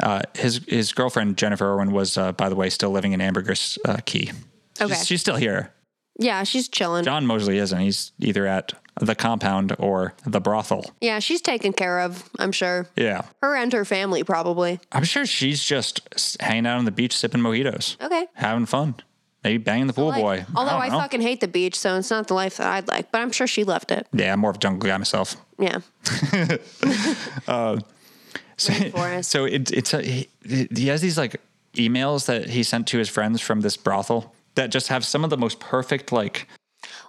Uh, his his girlfriend Jennifer Irwin was, uh, by the way, still living in Ambergris uh, Key. She's- Okay. she's still here. Yeah, she's chilling. John Mosley isn't. He's either at the compound or the brothel. Yeah, she's taken care of, I'm sure. Yeah. Her and her family, probably. I'm sure she's just s- hanging out on the beach sipping mojitos, Okay. having fun, maybe banging the pool Like, Oh, boy. although I, I, don't know. fucking hate the beach, so it's not the life that I'd like, but I'm sure she loved it. Yeah, I'm more of a jungle guy myself. Yeah. So, Forest. so it, it's a, he, he has these like emails that he sent to his friends from this brothel that just have some of the most perfect like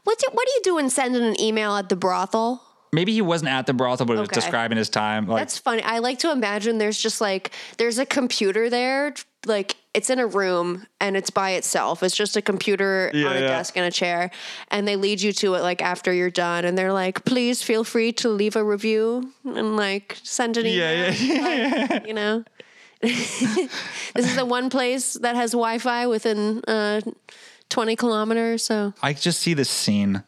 What do, what do you do when sending an email at the brothel? maybe he wasn't at the brothel but it was Okay. describing his time like That's funny. I like to imagine there's just like there's a computer there, like it's in a room and it's by itself. It's just a computer on a yeah. desk and a chair, and they lead you to it like after you're done, and they're like, "Please feel free to leave a review and like send an email." yeah, Like, you know. this is the one place that has Wi-Fi within uh, 20 kilometers. So I just see this scene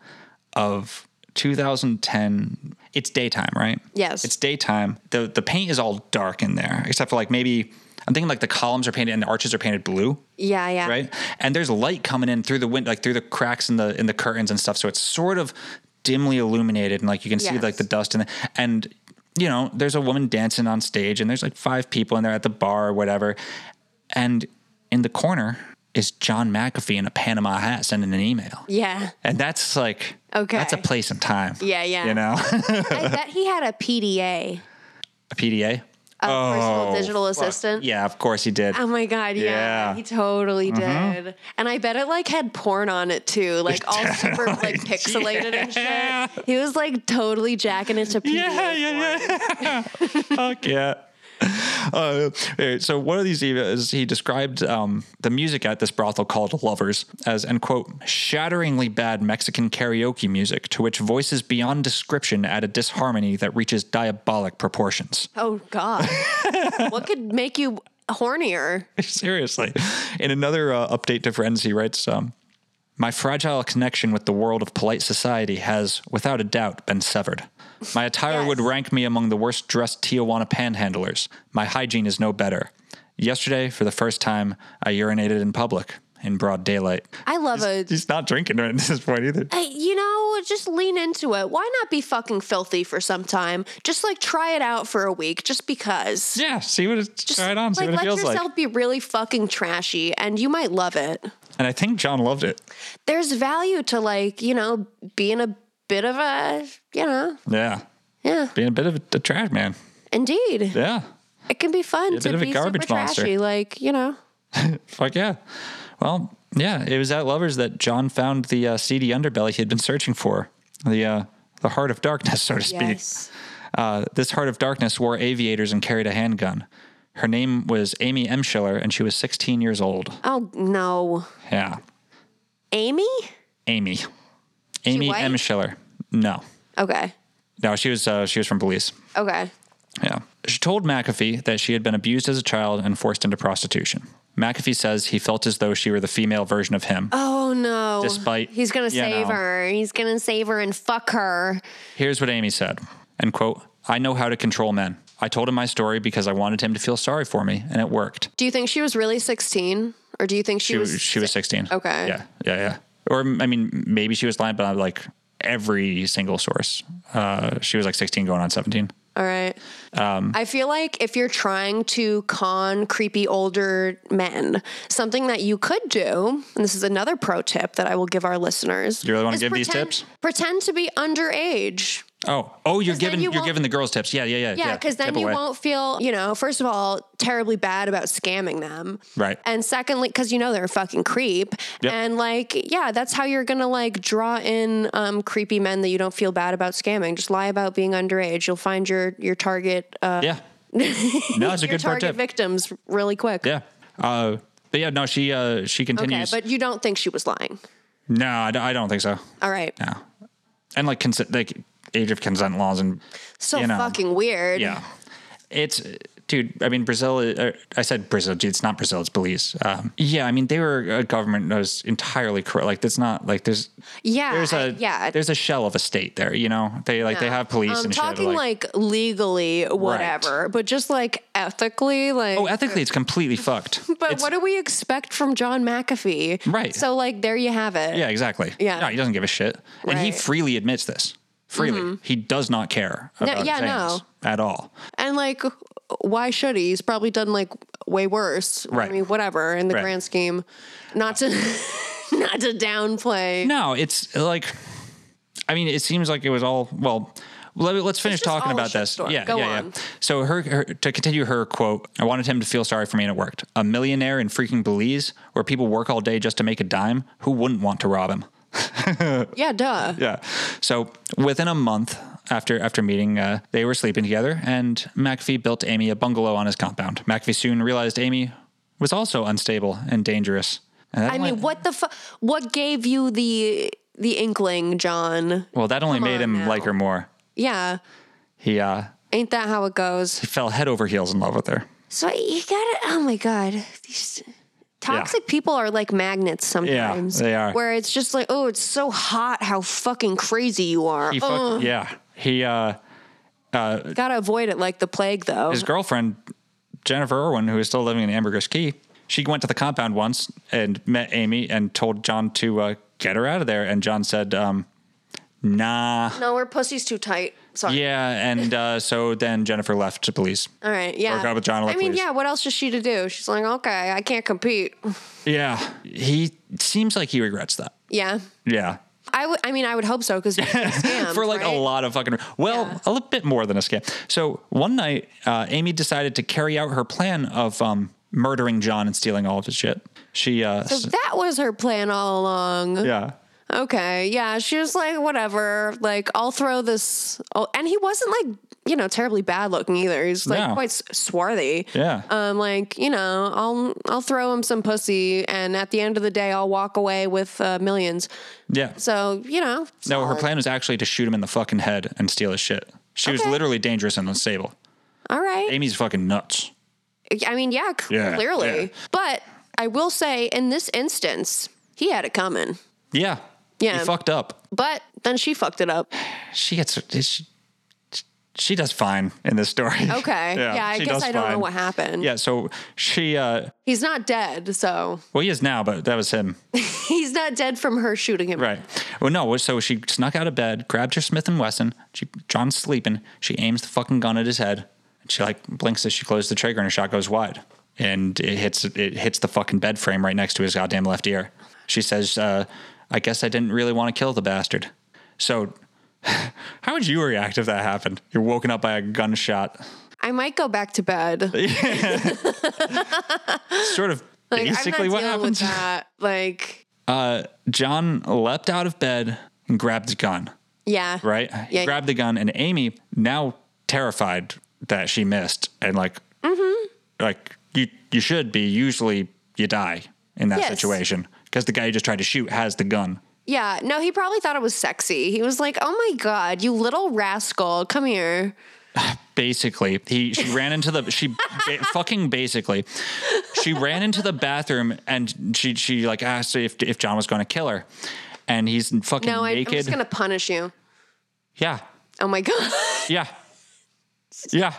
of 2010. It's daytime, right? Yes. It's daytime. The the paint is all dark in there, except for like maybe I'm thinking like the columns are painted and the arches are painted blue, yeah, yeah, right? And there's light coming in through the wind, like through the cracks in the in the curtains and stuff. So it's sort of dimly illuminated, and like you can see Yes. like the dust and the, and you know there's a woman dancing on stage, and there's like five people in there at the bar or whatever, and in the corner is John McAfee in a Panama hat sending an email. yeah. And that's like Okay. That's a place and time. Yeah, yeah. You know, I bet he had a PDA. a PDA. a personal Oh, digital fuck. assistant. Yeah, of course he did. Oh my god, yeah. Yeah. Mm-hmm. He totally did. And I bet it like had porn on it too. Like all super like pixelated Yeah. and shit. He was like totally jacking it to people. yeah, yeah, yeah. Fuck yeah. Uh, anyway, so one of these emails, he described um, the music at this brothel called Lovers as, and quote, shatteringly bad Mexican karaoke music to which voices beyond description add a disharmony that reaches diabolic proportions. Oh god. what could make you hornier? Seriously. In another uh, update to Friends, he writes, um, My fragile connection with the world of polite society has, without a doubt, been severed. My attire Yes. would rank me among the worst dressed Tijuana panhandlers. My hygiene is no better. Yesterday, for the first time, I urinated in public in broad daylight. I love a He's not drinking right at this point either. Uh, you know, just lean into it. Why not be fucking filthy for some time? Just like try it out for a week, just because. Yeah, see what it's Just try it on, see like what it let feels yourself like. be really fucking trashy, and you might love it. And I think John loved it. There's value to like you know being a bit of a you know Yeah. yeah Being a bit of a, a trash man. indeed Yeah. it can be fun A to bit of a be garbage super monster. trashy like you know Fuck yeah. Well, yeah, it was at Lovers that John found the uh, seedy underbelly he had been searching for, the uh, the heart of darkness, so to speak. Uh, this heart of darkness wore aviators and carried a handgun. Her name was Amy M. Schiller, and she was 16 years old. oh no Yeah, Amy Amy, Amy white? M. Schiller. No, okay no, she was uh, she was from Belize. okay Yeah. She told McAfee that she had been abused as a child and forced into prostitution. McAfee says he felt as though she were the female version of him. oh no Despite, he's gonna you save know. her he's gonna save her and fuck her Here's what Amy said, and quote, I know how to control men. I told him my story because I wanted him to feel sorry for me, and it worked. Do you think she was really 16 or do you think she, She was was she was 16. Okay. Yeah, yeah, yeah. Or I mean, maybe she was lying, but I'm like every single source. Uh, she was like 16 going on 17. All right. Um, I feel like if you're trying to con creepy older men, something that you could do, and this is another pro tip that I will give our listeners. You really wanna is give these pretend- tips? Pretend to be underage. Oh, oh, you're 'Cause then giving you you are won't- giving the girls tips. Yeah, yeah, yeah. Yeah, because then Tip you away. won't feel, you know, first of all, terribly bad about scamming them. Right. And secondly, because you know they're a fucking creep. Yep. And like, yeah, that's how you're going to like draw in um, creepy men that you don't feel bad about scamming. Just lie about being underage. You'll find your, your target, uh, Yeah. No, it's a your good pro target tip. victims really quick. Yeah. Uh, but yeah, no, she uh, she Okay. continues. But you don't think she was lying. no, I don't, I don't think so. All right. And like consent, like age of consent laws and So you know. fucking weird. Yeah. It's, dude, I mean, Brazil, uh, I said Brazil, dude, it's not Brazil, it's Belize. Um, yeah, I mean, they were a government that was entirely corrupt. Like, it's not like there's, Yeah. there's I- a, yeah. there's a shell of a state there, you know? They like, they have police I'm and shit. talking like, legally, whatever, but just like ethically, like oh, ethically, it's completely fucked. But It's- what do we expect from John McAfee? Right. So like there you have it. Yeah, exactly. Yeah. No, he doesn't give a shit. And he Right. Mm-hmm. freely admits this. Freely. He does not care about yeah, his hands at all. And like why should he? He's probably done like way worse. Right. I mean, whatever in the Right. grand scheme. Not to not to downplay. No, it's uh, like, I mean, it seems like it was all well. Let, us finish just talking all a about shit this. storm. Yeah, Go yeah, yeah. on. So her, her to continue her quote, I wanted him to feel sorry for me, and it worked. A millionaire in freaking Belize, where people work all day just to make a dime, who wouldn't want to rob him? Yeah, duh. Yeah. So within a month after after meeting, uh, they were sleeping together, and McAfee built Amy a bungalow on his compound. McAfee soon realized Amy was also unstable and dangerous. And that I only- mean, what the fuck what gave you the the inkling, John? Well, that only made on him now. like her more. Yeah. He uh, Ain't that how it goes? fell head over heels in love with her. So you gotta oh my god. These toxic people are like magnets sometimes. they are. Where it's just like, oh, it's so hot how fucking crazy you are. Oh, He fuck, yeah. He uh Gotta avoid it like the plague, though. his girlfriend Jennifer Irwin, who is still living in Ambergris Key, she went to the compound once and met Amy and told John to uh, get her out of there. And John said, um, "Nah, No, her pussy's too tight. Sorry. yeah." And uh, so then Jennifer left to police. All right. Yeah. Broke up with John, like, I mean, please. yeah. What else is she to do? She's like, okay, I can't compete. Yeah, he seems like he regrets that. Yeah. Yeah, I would. I mean, I would hope so because for like a lot of fucking well a little bit more than a scam so one night uh, amy decided to carry out her plan of um, murdering john and stealing all of his shit she uh, So that was her plan all along. yeah Okay. Yeah. She was like, whatever. Like, I'll throw this. Oh, and he wasn't like, you know, terribly bad looking either. He's like No. quite s- swarthy. Yeah. Um, like, you know, I'll I'll throw him some pussy, and at the end of the day, I'll walk away with uh, millions. yeah So you know. no her solid. plan was actually to shoot him in the fucking head and steal his shit she was Okay. literally dangerous and unstable All right. amy's fucking nuts I mean, yeah, c- Yeah, clearly. yeah. But I will say, in this instance, he had it coming. yeah Yeah. he fucked up But then she fucked it up. she gets she, she does fine in this story Okay. yeah, I she guess does I don't know fine. what happened. yeah so she uh He's not dead, so well he is now but that was him he's not dead from her shooting him. Right. Well, no. So she snuck out of bed, grabbed her Smith and Wesson. She, John's sleeping. She aims the fucking gun at his head. And she like blinks as she closes the trigger, and her shot goes wide, and it hits it hits the fucking bed frame right next to his goddamn left ear. She says, uh, "I guess I didn't really want to kill the bastard." So, how would you react if that happened? You're woken up by a gunshot. I might go back to bed. Sort of Like basically I'm not what dealing happens. with that. Like, Uh, John leapt out of bed and grabbed the gun. yeah. right? He Yeah. grabbed the gun, and Amy, now terrified that she missed, and like, Mm-hmm. like you, you should be. Usually, you die in that Yes. situation because the guy you just tried to shoot has the gun. Yeah. No, he probably thought it was sexy. He was like, "Oh my god, you little rascal, come here." Basically, he she ran into the she ba- fucking basically she ran into the bathroom and she she like asked if if John was going to kill her, and he's fucking No, I, I'm naked. just gonna punish you. yeah, Oh my god, yeah, yeah,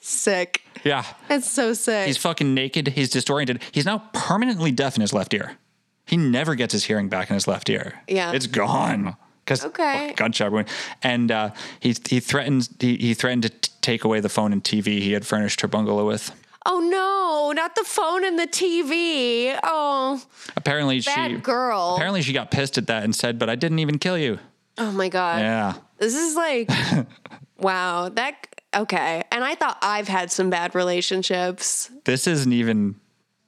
sick. yeah. That's so sick. He's fucking naked. He's disoriented. He's now permanently deaf in his left ear. He never gets his hearing back in his left ear. Yeah. it's gone because Okay. gunshot wound. And uh, he he threatens he, he threatened to t- take away the phone and TV he had furnished her bungalow with. Oh no, not the phone and the TV. Oh, Apparently she Bad girl. Apparently she got pissed at that and said, "But I didn't even kill you." oh my God. Yeah, This is like, wow, that, okay. And I thought I've had some bad relationships. this isn't even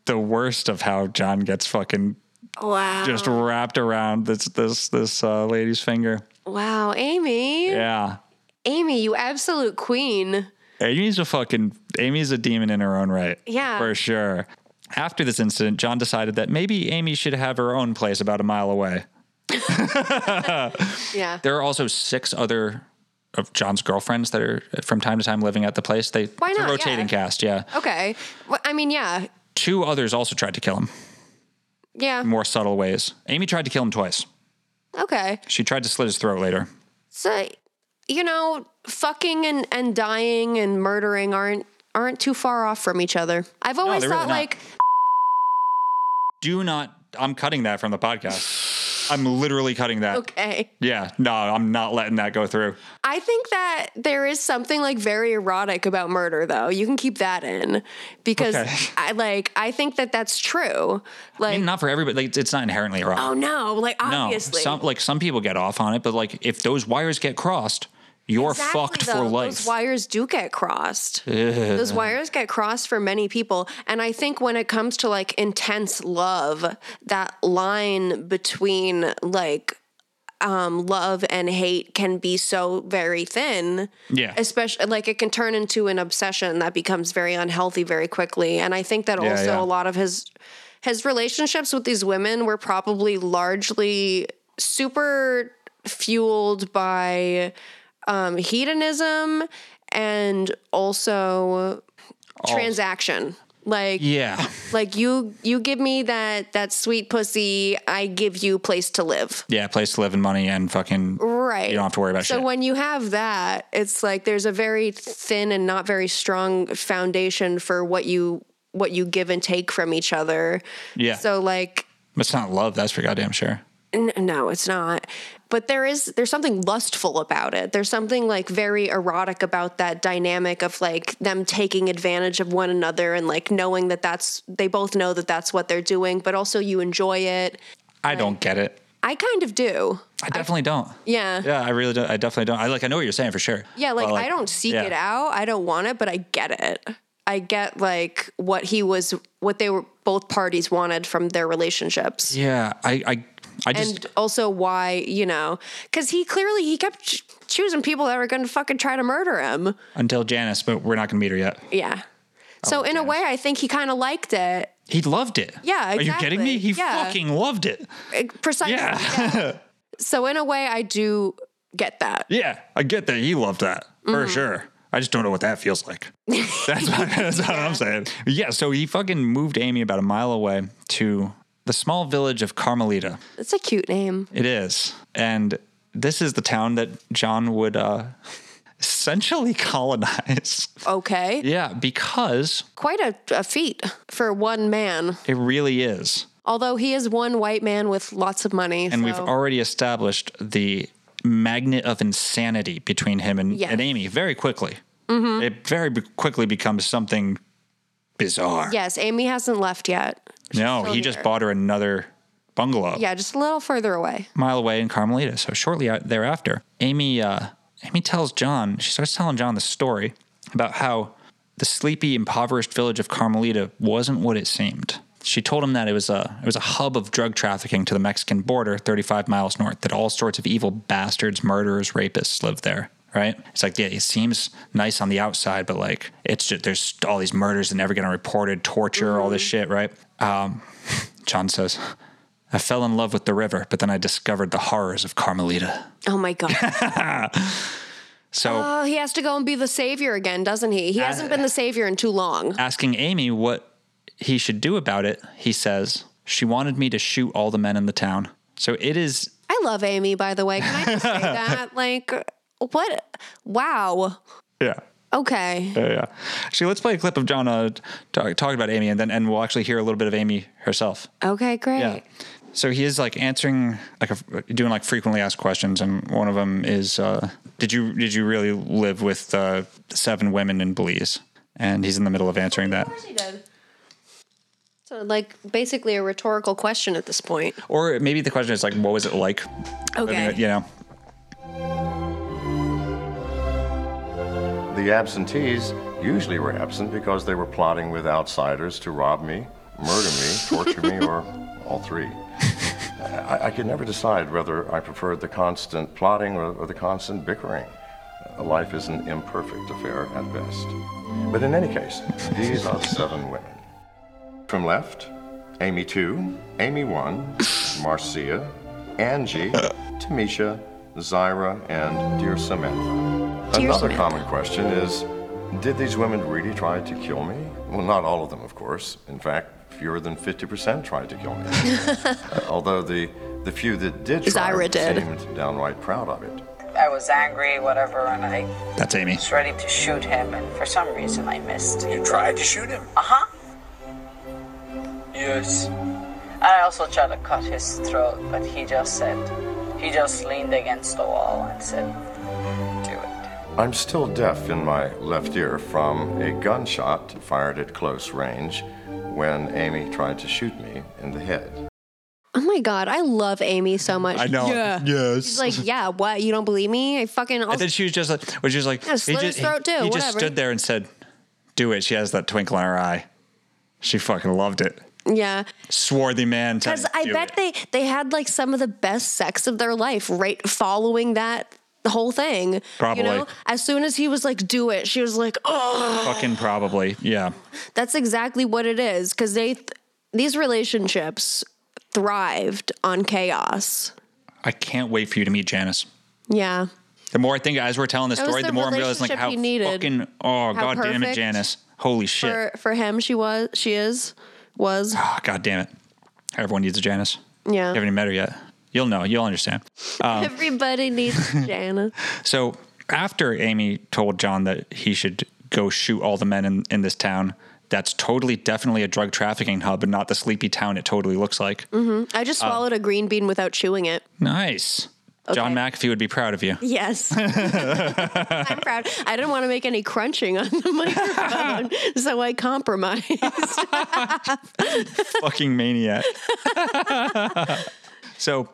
the worst of how John gets fucking Wow. just wrapped around this this this uh, lady's finger. wow, Amy. Yeah. Amy, you absolute queen. Amy's a fucking Amy's a demon in her own right. Yeah. For sure. After this incident, John decided that maybe Amy should have her own place about a mile away. Yeah. There are also six other of John's girlfriends that are from time to time living at the place. They Why it's a not? rotating Yeah. cast, yeah. okay. Well, I mean, yeah. Two others also tried to kill him Yeah. in more subtle ways. Amy tried to kill him twice. Okay. She tried to slit his throat later. So, you know, fucking and, and dying and murdering aren't aren't too far off from each other. I've always they're really thought not. like Do not I'm cutting that from the podcast. I'm literally cutting that. okay. Yeah. No, I'm not letting that go through. I think that there is something like very erotic about murder, though. You can keep that in because Okay. I like. I think that that's true. Like, I mean, not for everybody. Like, it's- it's not inherently wrong. oh no, like No, obviously, some like some people get off on it, but like if those wires get crossed, you're Exactly, fucked though. for life. Those wires do get crossed. Those wires get crossed for many people, and I think when it comes to like intense love, that line between like um, love and hate can be so very thin. yeah, especially like it can turn into an obsession that becomes very unhealthy very quickly and i think that Yeah, also yeah. a lot of his his relationships with these women were probably largely super fueled by um hedonism and also transaction like yeah, like you you give me that that sweet pussy i give you place to live yeah. Place to live and money and fucking. Right. You don't have to worry about so shit. when you have that, it's like there's a very thin and not very strong foundation for what you what you give and take from each other. Yeah. So like It's not love. That's for goddamn sure. n- no, it's not. But there is there's something lustful about it. There's something like very erotic about that dynamic of like them taking advantage of one another and like knowing that that's they both know that that's what they're doing, but also you enjoy it. I don't get it. I kind of do. I definitely don't. Yeah. Yeah, I really don't. I definitely don't. I like. I know what you're saying for sure. Yeah, like, But, I don't seek yeah. it out. I don't want it, but I get it. I get like what he was, what they were both parties wanted from their relationships, Yeah, I, I, I just. and also why you know, because he clearly he kept ch- choosing people that were going to fucking try to murder him. until Janice, but we're not gonna meet her yet. Yeah. Oh So in a way, I think he kind of liked it. He loved it. Yeah, Are you kidding me? He exactly. Yeah. fucking loved it. eh, Precisely. Yeah. So in a way, I do get that. Yeah, I get that. He loved that for sure. I just don't know what that feels like. That's what, that's what I'm saying. Yeah, so he fucking moved Amy about a mile away to the small village of Carmelita. It's a cute name. It is. And this is the town that John would uh, essentially colonize. Okay. Yeah, because Quite a, a feat for one man. it really is. Although he is one white man with lots of money. And we've already established the magnet of insanity between him and, Yes. Mm-hmm. and Amy very quickly. It very be- quickly becomes something bizarre. Yes, Amy hasn't left yet. No, still he just here. bought her another bungalow Yeah, just a little further away. a mile away in Carmelita. So shortly out- thereafter, Amy uh, Amy tells John, she starts telling John the story about how the sleepy, impoverished village of Carmelita wasn't what it seemed. She told him that it was a it was a hub of drug trafficking to the Mexican border, 35 miles north. That all sorts of evil bastards, murderers, rapists live there. Right? It's like yeah, it seems nice on the outside, but like it's just there's all these murders that never get reported, torture, all this shit. Right? Um, John says, I fell in love with the river, but then I discovered the horrors of Carmelita. Oh my God. So, oh, he has to go and be the savior again, doesn't he? He hasn't been the savior in too long. asking Amy what he should do about it, he says, She wanted me to shoot all the men in the town. So it is, I love Amy, by the way. Can I just say that? Like, what? Wow. yeah. Okay. Yeah, yeah. Actually, let's play a clip of John uh, talk, talking about Amy, and then and we'll actually hear a little bit of Amy herself. Okay, great. Yeah. So he is like answering, like a, doing like frequently asked questions, and one of them is, uh, "Did you did you really live with uh, seven women in Belize?" And he's in the middle of answering that. Of course he did. So, like, basically a rhetorical question at this point. Or maybe the question is like, what was it like? Okay. You know, The absentees usually were absent because they were plotting with outsiders to rob me, murder me, torture me, or all three. I, I could never decide whether I preferred the constant plotting or, or the constant bickering. Uh, Life is an imperfect affair at best. But in any case, these are the seven women. From left, Amy 2, Amy 1, Marcia, Angie, Tamisha, Zyra, and dear Samantha. Dear Another Samantha. common question is Did these women really try to kill me? Well, not all of them, of course. In fact, fewer than 50% tried to kill me. Uh, Although the, the few that did try Zyra did. seemed downright proud of it. I was angry, whatever, and I that's Amy. was ready to shoot him, and for some reason I missed. You tried to shoot him? Uh huh. Yes. And I also tried to cut his throat, but he just said, he just leaned against the wall and said, do it. I'm still deaf in my left ear from a gunshot fired at close range when Amy tried to shoot me in the head. Oh my God. I love Amy so much. I know. Yeah. Yes. She's like, yeah, what? You don't believe me? I fucking. and then she was just like, was just like, Yeah, slit he his just, throat too, he, he just whatever. stood there and said, "Do it." She has that twinkle in her eye. She fucking loved it. yeah. Swarthy man. Because I bet they they had like some of the best sex of their life right following that whole thing. Probably. You know? As soon as he was like, do it, she was like, oh, fucking probably. Yeah. that's exactly what it is. Because they, th- these relationships thrived on chaos. I can't wait for you to meet Janice. Yeah. The more I think as we're telling this That was story, the, the more I'm realizing like relationship how he needed. fucking oh How god damn it, perfect Janice. Holy shit. For, for him, she was, she is, was. Oh, god damn it. Everyone needs a Janice. You Yeah. haven't even met her yet. You'll know. You'll understand. Everybody needs Janice. So after Amy told John that he should go shoot all the men in, in this town, that's totally definitely a drug trafficking hub and not the sleepy town it totally looks like. I just swallowed a green bean without chewing it. Nice. John McAfee would be proud of you. Yes. I'm proud. I didn't want to make any crunching on the microphone, so I compromised. Fucking maniac. so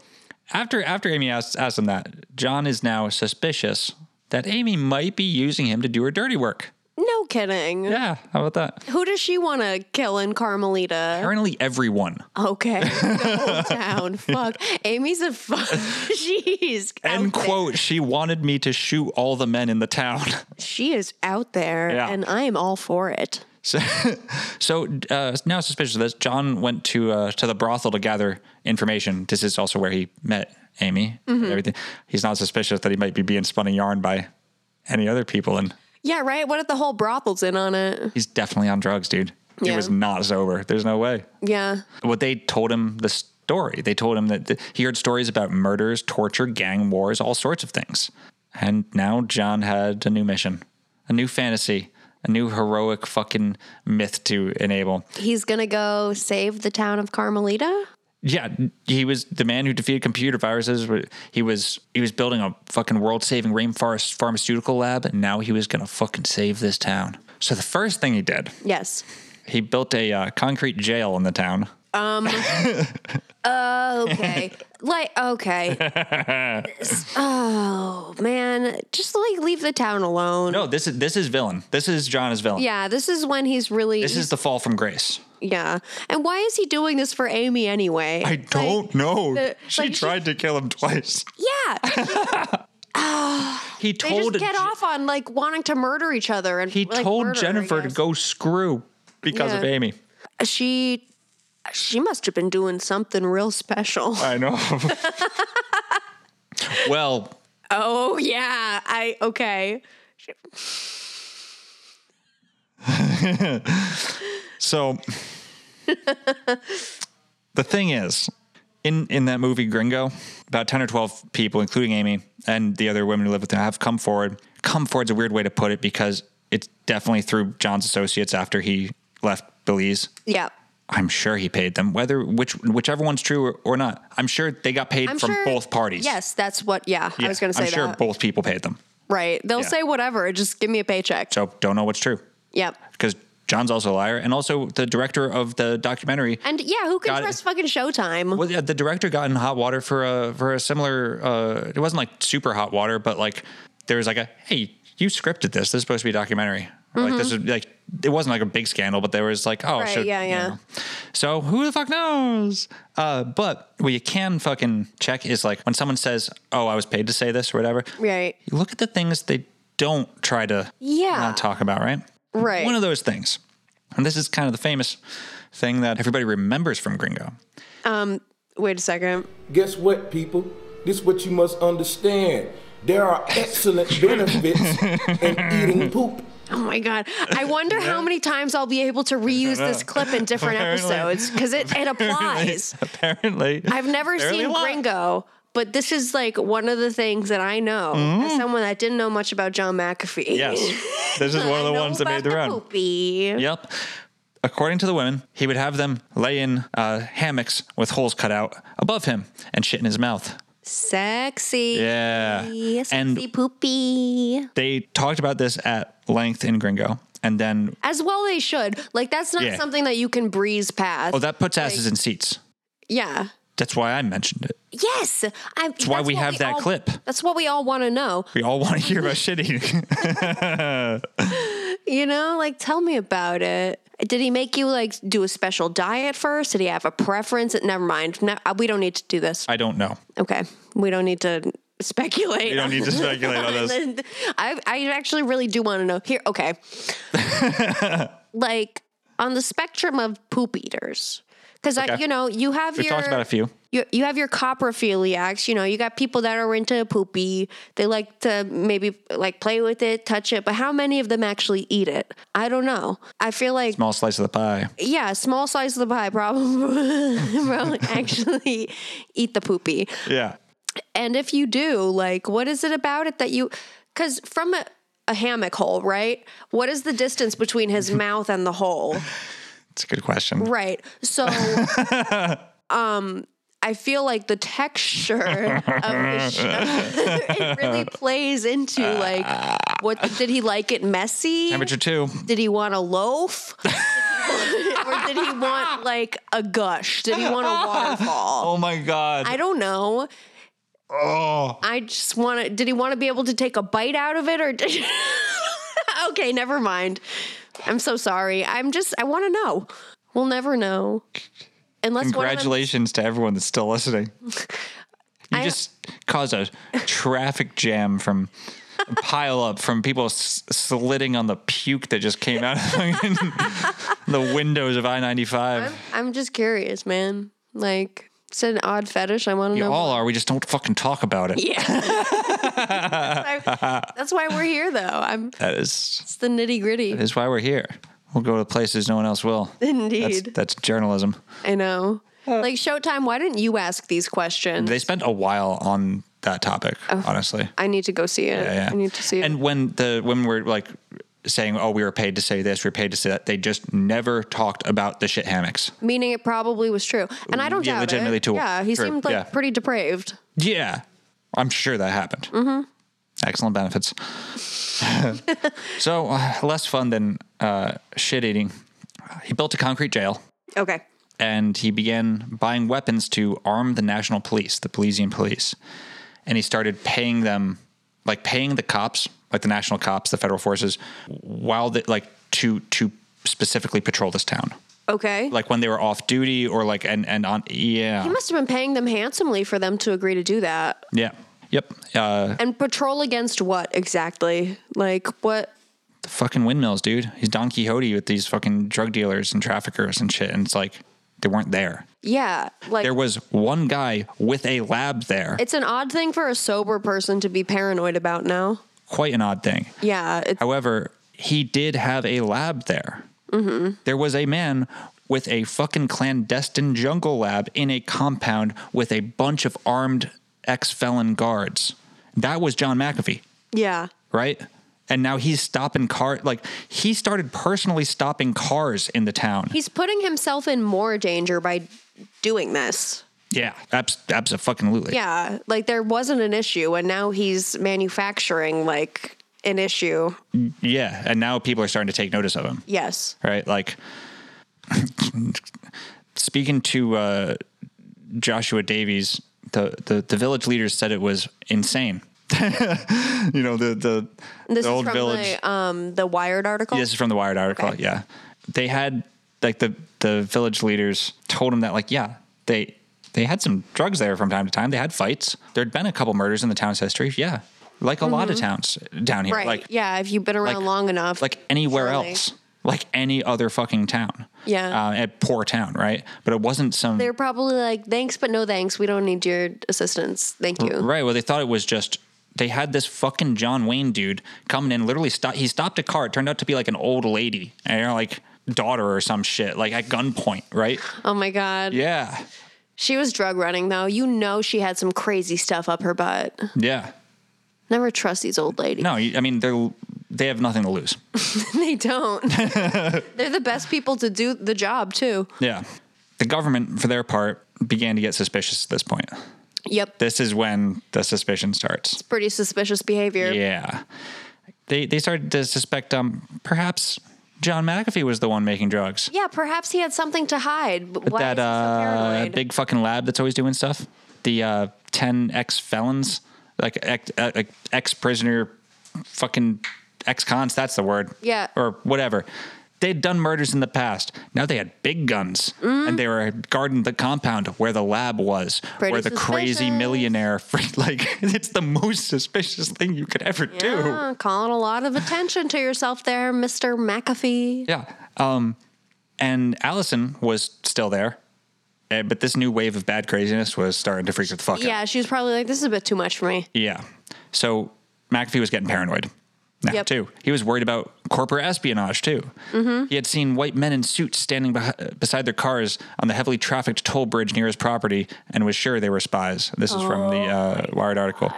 After after Amy asks, asks him that, John is now suspicious that Amy might be using him to do her dirty work. No kidding. Yeah, how about that? Who does she want to kill in Carmelita? Apparently, everyone. Okay, the whole town. Fuck, Amy's a fuck. Jeez. End quote. She wanted me to shoot all the men in the town. She is out there, Yeah. and I am all for it. So, so uh, now suspicious of this, John went to uh, to the brothel to gather information. This is also where he met Amy. and Mhm. Everything. He's not suspicious that he might be being spun a yarn by any other people, and Yeah, right. What if the whole brothel's in on it? he's definitely on drugs, dude. He Yeah. was not sober. There's no way. Yeah. What they told him the story. They told him that th- he heard stories about murders, torture, gang wars, all sorts of things. And now John had a new mission, a new fantasy, a new heroic fucking myth to enable. He's gonna go save the town of Carmelita. Yeah, he was the man who defeated computer viruses. He was he was building a fucking world-saving rainforest pharmaceutical lab, and now he was gonna fucking save this town. So the first thing he did, Yes. he built a uh, concrete jail in the town. Um. okay. Like okay. Oh man, just like leave the town alone. no, this is this is villain. This is John as villain. Yeah, this is when he's really. This is the fall from grace. yeah. And why is he doing this for Amy anyway? I don't know. the- she like, she- tried to kill him twice. yeah. He They told just get off on like wanting to murder each other and he like, told murder, I Jennifer to guess. go screw because of Yeah. Amy. She she must have been doing something real special. I know. well, Oh yeah. I okay. So the thing is, in in that movie Gringo, about ten or twelve people, including Amy and the other women who live with him, have come forward. Come forward's a weird way to put it because it's definitely through John's associates after he left Belize. Yeah. I'm sure he paid them, whether which whichever one's true or, or not. I'm sure they got paid I'm from sure- both parties. Yes, that's what yeah, I Yeah, was gonna say I'm sure that. both people paid them. right. They'll Yeah. say whatever, just give me a paycheck. So don't know what's true Yep. because John's also a liar, and also the director of the documentary And yeah, who can Got it. trust fucking Showtime? Well, yeah, the director got in hot water for a for a similar. Uh, it wasn't like super hot water, but like there was like a hey, you scripted this. This is supposed to be a documentary. Or, Like this is like it wasn't like a big scandal, but there was like oh Mm-hmm. Right, so, yeah, you yeah. know. So who the fuck knows? Uh, but what you can fucking check is like when someone says oh I was paid to say this or whatever. Right. You look at the things they don't try to Yeah. not talk about, right? Right. One of those things. And this is kind of the famous thing that everybody remembers from Gringo. Um, wait a second. Guess what, people? This is what you must understand. There are excellent benefits in eating poop. Oh my god! I wonder how many times I'll be able to reuse this clip in different Apparently. episodes because it, it applies. Apparently. I've never Apparently a seen lot. Gringo, but this is like one of the things that I know as someone that didn't know much about John McAfee. Mm. Yes. This is one of the ones that made the run. Poopy. Yep. According to the women, he would have them lay in uh, hammocks with holes cut out above him and shit in his mouth. Sexy. Yeah. Sexy And- poopy. They talked about this at length in Gringo. And then, As well, they should. Like that's not Yeah. something that you can breeze past. oh, that puts asses in seats. yeah. That's why I mentioned it. Yes, I, that's why we what have that all- clip. That's what we all want to know. We all want to hear about shit eating. You know, like tell me about it. Did he make you like do a special diet first? Did he have a preference? Never mind. No, uh, we don't need to do this. I don't know. Okay, we don't need to speculate. We don't need to speculate on this. I I actually really do want to know here. Okay, like on the spectrum of poop eaters, because I Okay. you know you have We've your talked about a few. you, you have your coprophiliacs you know you got people that are into poopy they like to maybe like play with it touch it but how many of them actually eat it i don't know i feel like Small slice of the pie. yeah small slice of the pie probably, probably actually eat the poopy Yeah. and if you do like what is it about it that you because from a, a hammock hole right what is the distance between his mouth and the hole It's a good question. Right. So um I feel like the texture of the show it really plays into like what did he like it messy? Temperature two. Did he want a loaf? Did he want- or did he want like a gush? Did he want a waterfall? Oh my God. I don't know. Oh. I just want to. Did he want to be able to take a bite out of it or? Did, okay, never mind. I'm so sorry. I'm just. I want to know. We'll never know. Unless one of them- Congratulations to everyone that's still listening. You I- just caused a traffic jam from a pile up from people s- slitting on the puke that just came out of the windows of I 95. I'm just curious, man. Like it's an odd fetish. I want to You know. all are. We just don't fucking talk about it. yeah, that's why we're here, though. I'm. that is It's the nitty that gritty. is why we're here. We'll go to places no one else will. That's, Indeed, that's journalism. I know. Like Showtime, why didn't you ask these questions? They spent a while on that topic, Oh. honestly. I need to go see it. Yeah, yeah. I need to see it. And when the when we're like saying, "Oh, we were paid to say this, we were paid to say that," they just never talked about the shit hammocks. Meaning it probably was true, and I don't Yeah, doubt legitimately it. true. Yeah, he True. seemed like Yeah. pretty depraved. Yeah, I'm sure that happened. Mm-hmm. Excellent benefits. so uh, less fun than uh, shit eating. He built a concrete jail. Okay. and he began buying weapons to arm the national police, the Belizean police. And he started paying them, like paying the cops, like the national cops, the federal forces, while they, like to to specifically patrol this town, Okay. like when they were off duty or like and and on yeah he must have been paying them handsomely for them to agree to do that. yeah yep uh, And patrol against what exactly? Like what? the fucking windmills, dude. He's Don Quixote with these fucking drug dealers and traffickers and shit, and it's like they weren't there. Yeah, like there was one guy with a lab there. It's an odd thing for a sober person to be paranoid about now. Quite an odd thing. Yeah, it's However, he did have a lab there. hmm There was a man with a fucking clandestine jungle lab in a compound with a bunch of armed ex felon guards. That was John McAfee, yeah. right? And now he's stopping car like he started personally stopping cars in the town. He's putting himself in more danger by doing this. Yeah, abs- absolutely. Yeah, like there wasn't an issue, and now he's manufacturing like an issue. Yeah, and now people are starting to take notice of him. Yes. right? Like speaking to uh, Joshua Davies, the, the the village leaders said it was insane. you know the the, This the is old from village. the um the Wired article. This is from the Wired article. Okay. Yeah, they had like the the village leaders told him that like yeah they they had some drugs there from time to time. They had fights. There'd been a couple murders in the town's history. Yeah, like a lot of Mhm. towns down here. right. Like yeah, if you've been around long enough. like anywhere Surely. else, like any other fucking town. Yeah. Uh, a poor town, right? But it wasn't some. They're probably like, thanks, but no thanks. We don't need your assistance. Thank you. Right. Well, they thought it was just. They had this fucking John Wayne dude coming in, literally stop. He stopped a car. It turned out to be like an old lady, and you know, like daughter or some shit, like at gunpoint, right? Oh my God. Yeah. She was drug running, though. You know, she had some crazy stuff up her butt. Yeah. Never trust these old ladies. No, you- I mean they're they have nothing to lose. they don't. They're the best people to do the job, too. Yeah. The government, for their part, began to get suspicious at this point. Yep. This is when the suspicion starts. Pretty suspicious behavior. Yeah. They they started to suspect um perhaps John McAfee was the one making drugs. Yeah, perhaps he had something to hide. But why that is he so uh, paranoid? big fucking lab that's always doing stuff. The uh, 10 ex felons, like ex uh, like ex prisoner, fucking ex cons. That's the word. Yeah. Or whatever. They'd done murders in the past. Now they had big guns, Mm. and they were guarding the compound where the lab was, Pretty where the crazy suspicious. millionaire. Like it's the most suspicious thing you could ever do. Ah, calling a lot of attention to yourself there, Mr. McAfee. Yeah. Um, and Allison was still there, eh, but this new wave of bad craziness was starting to freak her the fuck out. Yeah, she was probably like, this is a bit too much for me. Yeah. So McAfee was getting paranoid now Yep. too. He was worried about corporate espionage too. Mhm. He had seen white men in suits standing beh- beside their cars on the heavily trafficked toll bridge near his property and was sure they were spies. This is from Oh, the uh, Wired article.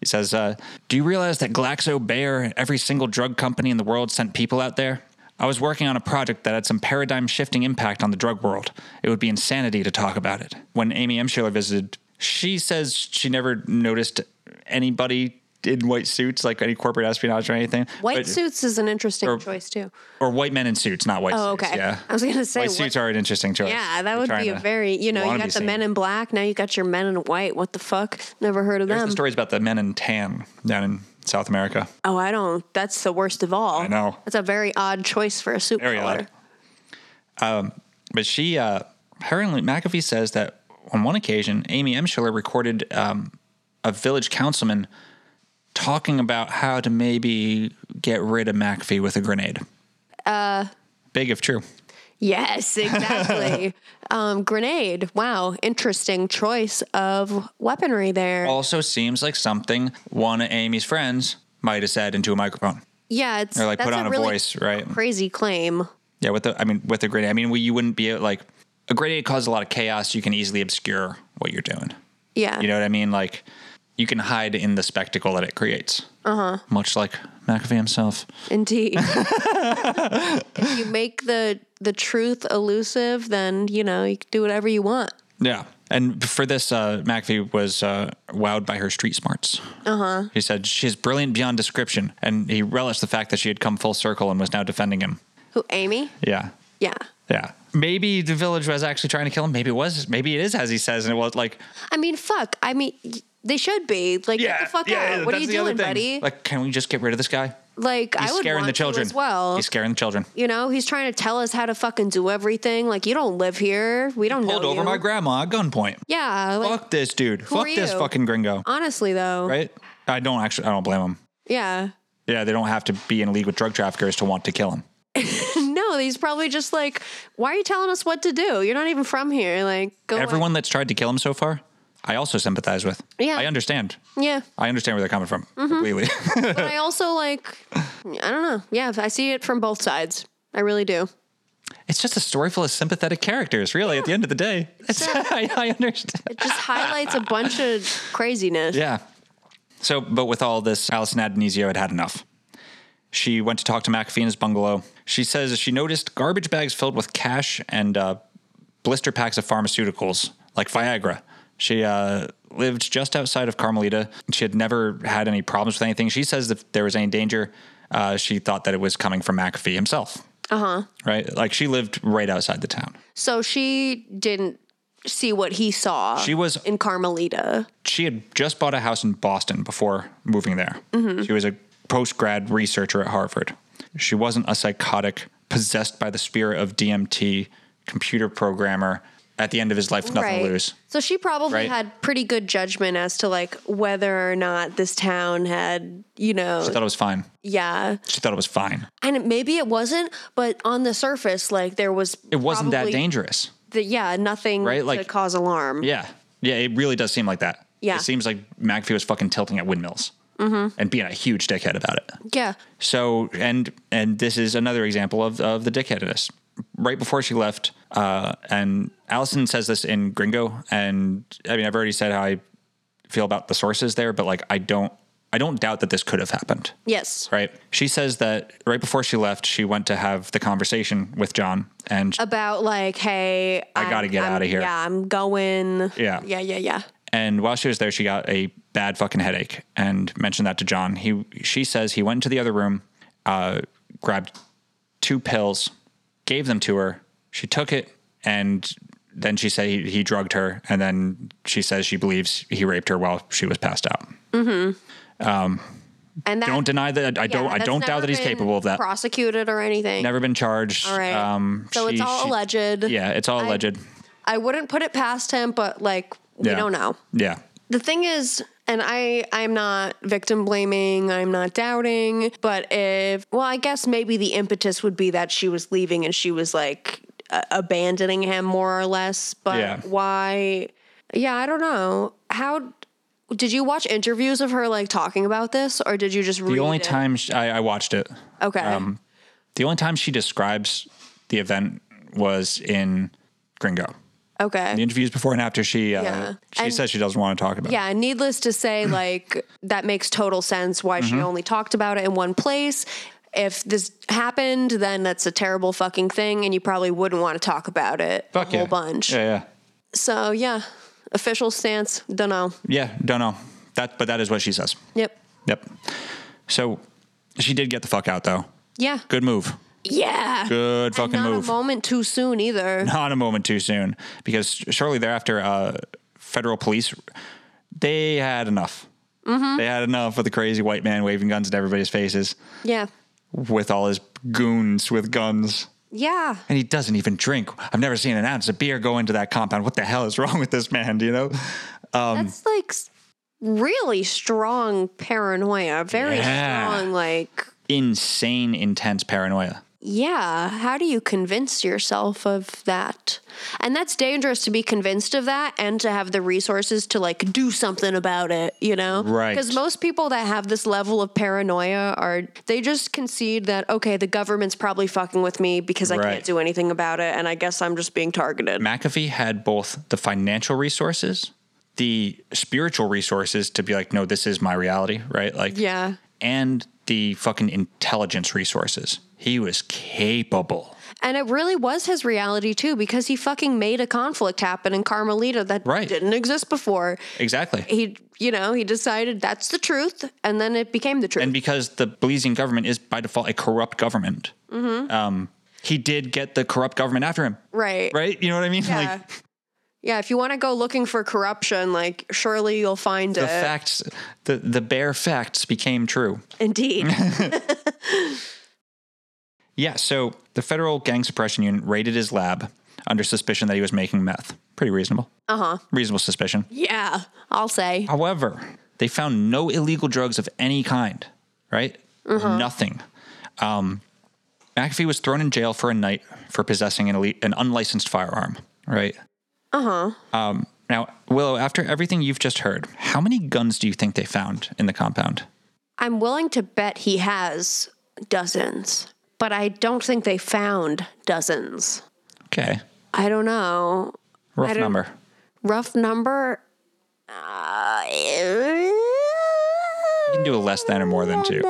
He says, uh, Do you realize that Glaxo Bayer and every single drug company in the world sent people out there? I was working on a project that had some paradigm shifting impact on the drug world. It would be insanity to talk about it. When Amy M. Schiller visited, she says she never noticed anybody in white suits, like any corporate espionage or anything. White But- suits is an interesting or- choice too. or white men in suits, not white Oh, suits. okay. Yeah, I was gonna say, white what- suits are an interesting choice. Yeah, that We're would trying be a to- very you know wanna you be got the seen. men in black. Now you got your men in white. What the fuck? Never heard of There's them. the stories about the men in tan down in South America. Oh, I don't. That's the worst of all. I know. That's a very odd choice for a soup Very color. odd. Um, but she, uh, apparently, McAfee says that on one occasion, Amy M. Schiller recorded um, a village councilman talking about how to maybe get rid of McAfee with a grenade. Uh, Big if true. yes, exactly. um, grenade. Wow, interesting choice of weaponry there. Also seems like something one of Amy's friends might have said into a microphone. yeah, it's or like put that's on a really voice, right? Crazy claim. Yeah, with the I mean with a grenade. I mean, we, you wouldn't be like a grenade causes a lot of chaos. You can easily obscure what you're doing. Yeah. You know what I mean? Like you can hide in the spectacle that it creates. Uh huh. Much like McAfee himself. Indeed. if you make the the truth elusive, then you know you can do whatever you want. Yeah. And for this, uh, McAfee was uh, wowed by her street smarts. Uh huh. He said, She is brilliant beyond description. And he relished the fact that she had come full circle and was now defending him. Who? Amy? Yeah. Yeah. Yeah. Maybe the village was actually trying to kill him. Maybe it was. Maybe it is as he says. And it was like, I mean, fuck. I mean, y- they should be like, get the fuck out. What are that's you the other doing, thing. buddy? Like, Like, can we just get rid of this guy? He's I would scaring want the to children. as well. He's scaring the children. you know, he's trying to tell us how to fucking do everything. Like, you don't live here. We don't Pulled know over you. my grandma at gunpoint. yeah. Like, Fuck this dude. who Fuck are this you? Oh. fucking gringo. Honestly, though. Right? I don't actually. I don't blame him. Yeah. Yeah, they don't have to be in league with drug traffickers to want to kill him. no, he's probably just like, why are you telling us what to do? You're not even from here. Like, go. away." Everyone that's tried to kill him so far, I also sympathize with. Yeah. I understand. Yeah. I understand where they're coming from Mhm. completely. but I also like, I don't know. Yeah, I see it from both sides. I really do. it's just a story full of sympathetic characters, really, at the end of the day. It's- I, I understand. It just highlights a bunch of craziness. Yeah. So, but with all this, Allison Adonisio had had enough. She went to talk to McAfee in his bungalow. She says she noticed garbage bags filled with cash and uh, blister packs of pharmaceuticals, like Viagra. She uh, lived just outside of Carmelita. She had never had any problems with anything. She says if there was any danger, uh, she thought that it was coming from McAfee himself, Uh huh. right? Like she lived right outside the town. So she didn't see what he saw. She was- in Carmelita. She had just bought a house in Boston before moving there. Mhm. She was a post grad researcher at Harvard. She wasn't a psychotic possessed by the spirit of DMT computer programmer at the end of his life with nothing to lose. So she probably Right. had pretty good judgment as to like whether or not this town had, you know, She thought it was fine. yeah. She thought it was fine. And it- maybe it wasn't, but on the surface, like there was. It wasn't probably that dangerous. The, yeah, nothing Right, to like- cause alarm. Yeah. Yeah, it really does seem like that. Yeah. It seems like McAfee was fucking tilting at windmills Mm-hmm. and being a huge dickhead about it. Yeah. So and and this is another example of of the dickheadedness. Right before she left, uh, and Allison says this in Gringo, and I mean I've already said how I feel about the sources there, but like I don't I don't doubt that this could have happened. Yes. Right. She says that right before she left, she went to have the conversation with John, and About like, hey, I gotta get I'm- outta here. Yeah, I'm going. Yeah. Yeah. Yeah. Yeah. And while she was there, she got a bad fucking headache and mentioned that to John. He she says he went into the other room, uh, grabbed two pills, gave them to her. She took it, and then she said he, he drugged her. And then she says she believes he raped her while she was passed out. Mm-hmm. Um, And that, don't deny that. I don't. yeah, I that's don't doubt never that he's been capable of that. Prosecuted or anything. Never been charged. All right. Um, So it's she- all she- alleged. Yeah, it's all I- alleged. I wouldn't put it past him, but like we Yeah. don't know. Yeah. The thing is, and I I'm not victim blaming, I'm not doubting, but if well, I guess maybe the impetus would be that she was leaving and she was like a- abandoning him more or less, but Yeah. why Yeah, I don't know. How did you watch interviews of her like talking about this or did you just read The only it? time sh I, I watched it. Okay. Um, the only time she describes the event was in Gringo. okay. The interviews before and after she uh, Yeah. she And- says she doesn't want to talk about. it. Yeah, and needless to say, like that makes total sense why she Mhm. only talked about it in one place. If this happened, then that's a terrible fucking thing, and you probably wouldn't want to talk about it Fuck a whole yeah. bunch. Yeah, yeah, So yeah, official stance, don't know. yeah. Don't know that, but that is what she says. Yep. Yep. So she did get the fuck out though. Yeah. Good move. Yeah. Good fucking Not move. a moment too soon either. Not a moment too soon, because shortly thereafter, uh, federal police they had enough. Mhm. They had enough with the crazy white man waving guns at everybody's faces Yeah. with all his goons with guns. Yeah. And he doesn't even drink. I've never seen an ounce of beer go into that compound. What the hell is wrong with this man? You know, um, It's like s- really strong paranoia. Very Yeah. strong, like, insane, intense paranoia. yeah. How do you convince yourself of that? And that's dangerous to be convinced of that and to have the resources to, like, do something about it, you know? Right. Because most people that have this level of paranoia are, they just concede that, okay, the government's probably fucking with me because I Right. can't do anything about it. And I guess I'm just being targeted. McAfee had both the financial resources, the spiritual resources to be like, no, this is my reality, right? Like, Yeah. and the fucking intelligence resources. He was capable. And it really was his reality too, because he fucking made a conflict happen in Carmelita that didn't exist before. Exactly. He, you know, he decided that's the truth, and then it became the truth. And because the Belizean government is by default a corrupt government, hmm um, he did get the corrupt government after him. Right. Right? You know what I mean? Yeah. Like yeah. If you want to go looking for corruption, like surely you'll find the it. facts, the, the bare facts became true. Indeed. Yeah, so the federal gang suppression unit raided his lab under suspicion that he was making meth. Pretty reasonable. uh huh. Reasonable suspicion. Yeah. I'll say. However, they found no illegal drugs of any kind, right? Mhm. Nothing. Um, McAfee was thrown in jail for a night for possessing an, elite, an unlicensed firearm, right? Uh huh. Um, now, Willow, after everything you've just heard, how many guns do you think they found in the compound? I'm willing to bet he has dozens, but I don't think they found dozens. Okay, I don't know. I rough don't- number. Rough number. Uh, You can do a less than or more than two.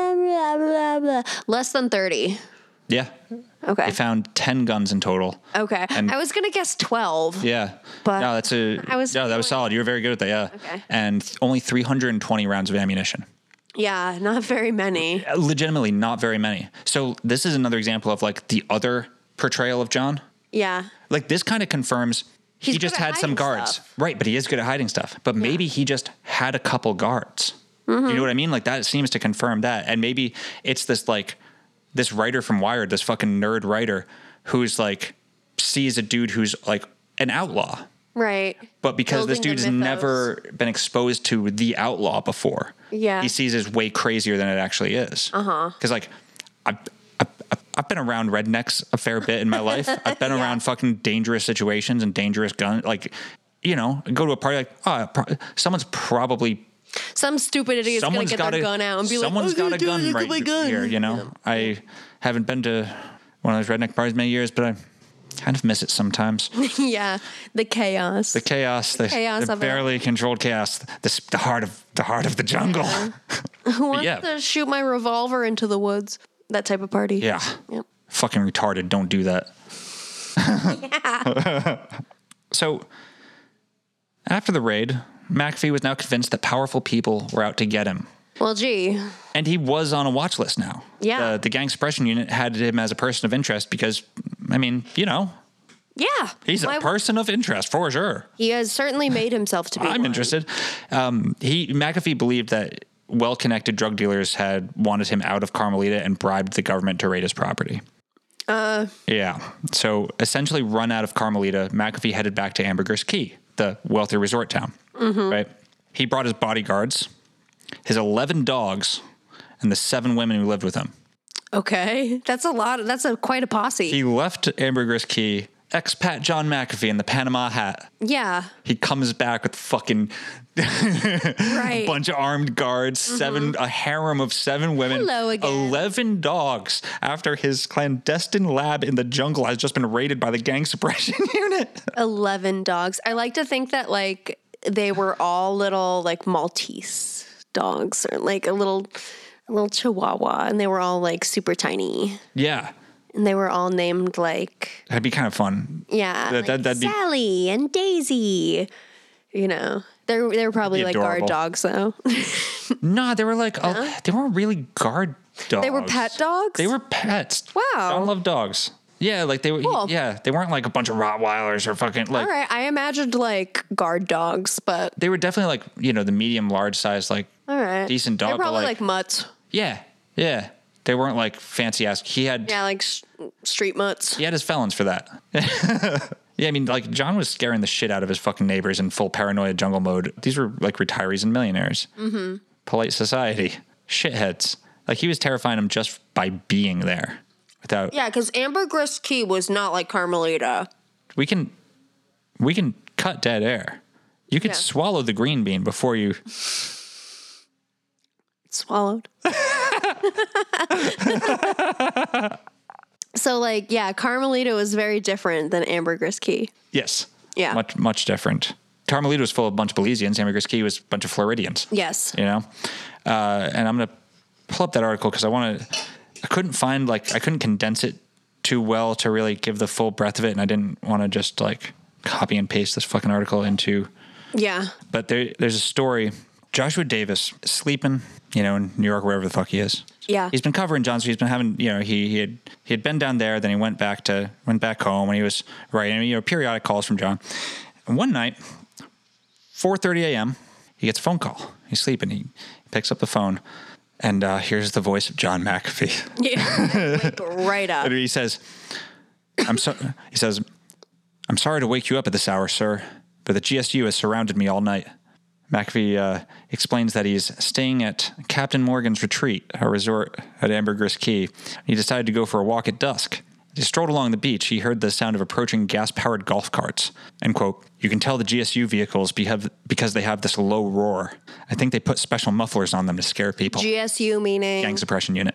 Less than 30. Yeah. Okay. They found 10 guns in total. Okay. And- I was going to guess 12. Yeah. Oh, But no, that's a I was no, that was solid. You were very good at that. Yeah. Okay. And only 320 rounds of ammunition. Uh, Yeah, not very many. Legitimately, not very many. So this is another example of like the other portrayal of John. Yeah. Like this kind of confirms He's he good just at had some hiding guards, stuff. right? But he is good at hiding stuff. But maybe he just had a couple guards. You Mhm. know what I mean? Like that seems to confirm that. And maybe it's this like this writer from Wired, this fucking nerd writer, who's like sees a dude who's like an outlaw. Right. But because this Building the dude's mythos. never been exposed to the outlaw before, Yeah. he sees is way crazier than it actually is. Uh huh. Because like, I've, I've, I've- I've been around rednecks a fair bit in my life. I've been around fucking dangerous situations and dangerous guns. Like, you know, go to a party like, oh, pro- someone's probably Some stupid idiot is going someone's to get got their a gun out and be like, "Oh, someone's "Someone's got a gun right here. You know, I haven't been to one of those redneck parties in many years, but I kind of miss it sometimes. yeah. The chaos. The chaos, the, chaos the of it. barely controlled chaos, the, s- the heart of the heart of the jungle. Who wants yeah. to shoot my revolver into the woods? That type of party. Yeah. Yep. Fucking retarded. Don't do that. so after the raid, McAfee was now convinced that powerful people were out to get him. Well, gee. And he was on a watch list now. Yeah. The, the gang suppression unit had him as a person of interest because, I mean, you know, Yeah. he's a Why- person of interest for sure. He has certainly made himself to be. I'm interested. Um, he McAfee believed that well-connected drug dealers had wanted him out of Carmelita and bribed the government to raid his property. Uh, Yeah. So essentially, run out of Carmelita, McAfee headed back to Ambergris Key, the wealthy resort town. Right. He brought his bodyguards, his 11 dogs, and the seven women who lived with him. okay. That's a lot. That's a quite a posse. He left Ambergris Key, expat John McAfee in the Panama hat. yeah. He comes back with fucking Right. Mm-hmm. bunch of armed guards, seven a harem of seven women, Hello again. eleven dogs. After his clandestine lab in the jungle has just been raided by the gang suppression unit. 11 dogs. I like to think that like they were all little like Maltese dogs or like a little a little chihuahua and they were all like super tiny Yeah, and they were all named like that'd be kind of fun. yeah That- that- like that'd be- Sally and Daisy you know They're they were probably be like guard adorable. dogs though. nah, they were like oh, they weren't really guard dogs. They were pet dogs? They were pets. Wow. I love dogs. Yeah, like they were. Cool. Yeah, they weren't like a bunch of Rottweilers or fucking like. All right, I imagined like guard dogs, but They were definitely like you know the medium large size like all right, decent dog. They're but, probably like, like, mutts. yeah, yeah. They weren't like fancy ass. He had Yeah, like s street mutts. he had his felons for that. yeah, I mean like John was scaring the shit out of his fucking neighbors in full paranoia jungle mode. These were like retirees and millionaires. Mm-hmm. polite society, shitheads. Like he was terrifying them just by being there. Without Yeah, because Ambergris Key was not like Carmelita. we can, we can cut dead air. You could Yeah. swallow the green bean before you. swallowed. so like yeah, Carmelita was very different than Ambergris Key. Yes. Yeah. Much much different. Carmelita was full of a bunch of Belizeans. Ambergris Key was a bunch of Floridians. Yes. You know, uh, and I'm gonna pull up that article because I want to. I couldn't find like I couldn't condense it too well to really give the full breadth of it, and I didn't want to just like copy and paste this fucking article into Yeah. But there, there's a story. Joshua Davis sleeping, you know, in New York, wherever the fuck he is. Yeah. He's been covering John. So he's been having, you know, he he had he had been down there, then he went back to went back home, and he was writing, you know, periodic calls from John. And one night, 4:30 a.m., he gets a phone call. He's sleeping. He picks up the phone, and uh, here's the voice of John McAfee. Yeah. Like, right up. And he says, "I'm so." He says, "I'm sorry to wake you up at this hour, sir, but the GSU has surrounded me all night." McAfee uh, explains that he's staying at Captain Morgan's retreat, a resort at Ambergris Key. He decided to go for a walk at dusk. As he strolled along the beach, he heard the sound of approaching gas-powered golf carts. End quote. You can tell the GSU vehicles behave because they have this low roar. I think they put special mufflers on them to scare people. GSU meaning Gang suppression unit.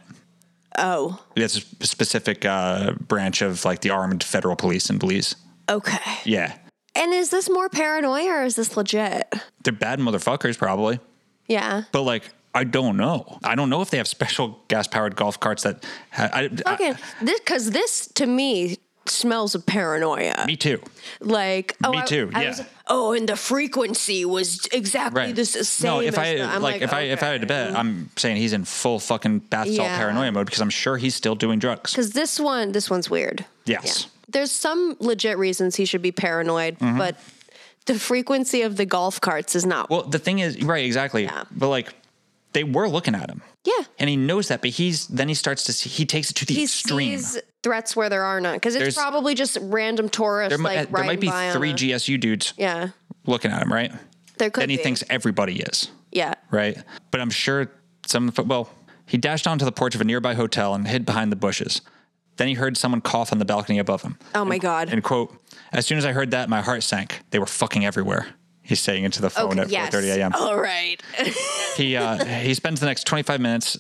Oh, That's a specific uh, branch of like the armed federal police in Belize. okay. Yeah. And is this more paranoia or is this legit? They're bad motherfuckers, probably. Yeah. But like, I don't know. I don't know if they have special gas powered golf carts that. Ha- I, I- Okay. This because this to me smells of paranoia. me too. Like oh, Me I- too, I yeah. was- oh, and the frequency was exactly Right. the s- same. no, if as I the- like, I'm if I if I had to bet, I'm saying he's in full fucking bath salt Yeah. paranoia mode because I'm sure he's still doing drugs. because this one this one's weird. Yes. There's some legit reasons he should be paranoid, Mhm. but the frequency of the golf carts is not. Well, the thing is, right, exactly. But like, they were looking at him. Yeah. And he knows that, but he's then he starts to see. He takes it to the he extreme. sees threats where there are none because it's There's- probably just random tourists There, mi- there like might riding be by on three a- GSU dudes Yeah, looking at him, right? there could then he be. thinks everybody is, yeah, right? But I'm sure some, well, he dashed onto the porch of a nearby hotel and hid behind the bushes. Then he heard someone cough on the balcony above him. Oh my God. And quote, as soon as I heard that, my heart sank. They were fucking everywhere. He's saying into the phone Okay, at yes. Oh, 4.30 a.m. All right. He, uh, he spends the next 25 minutes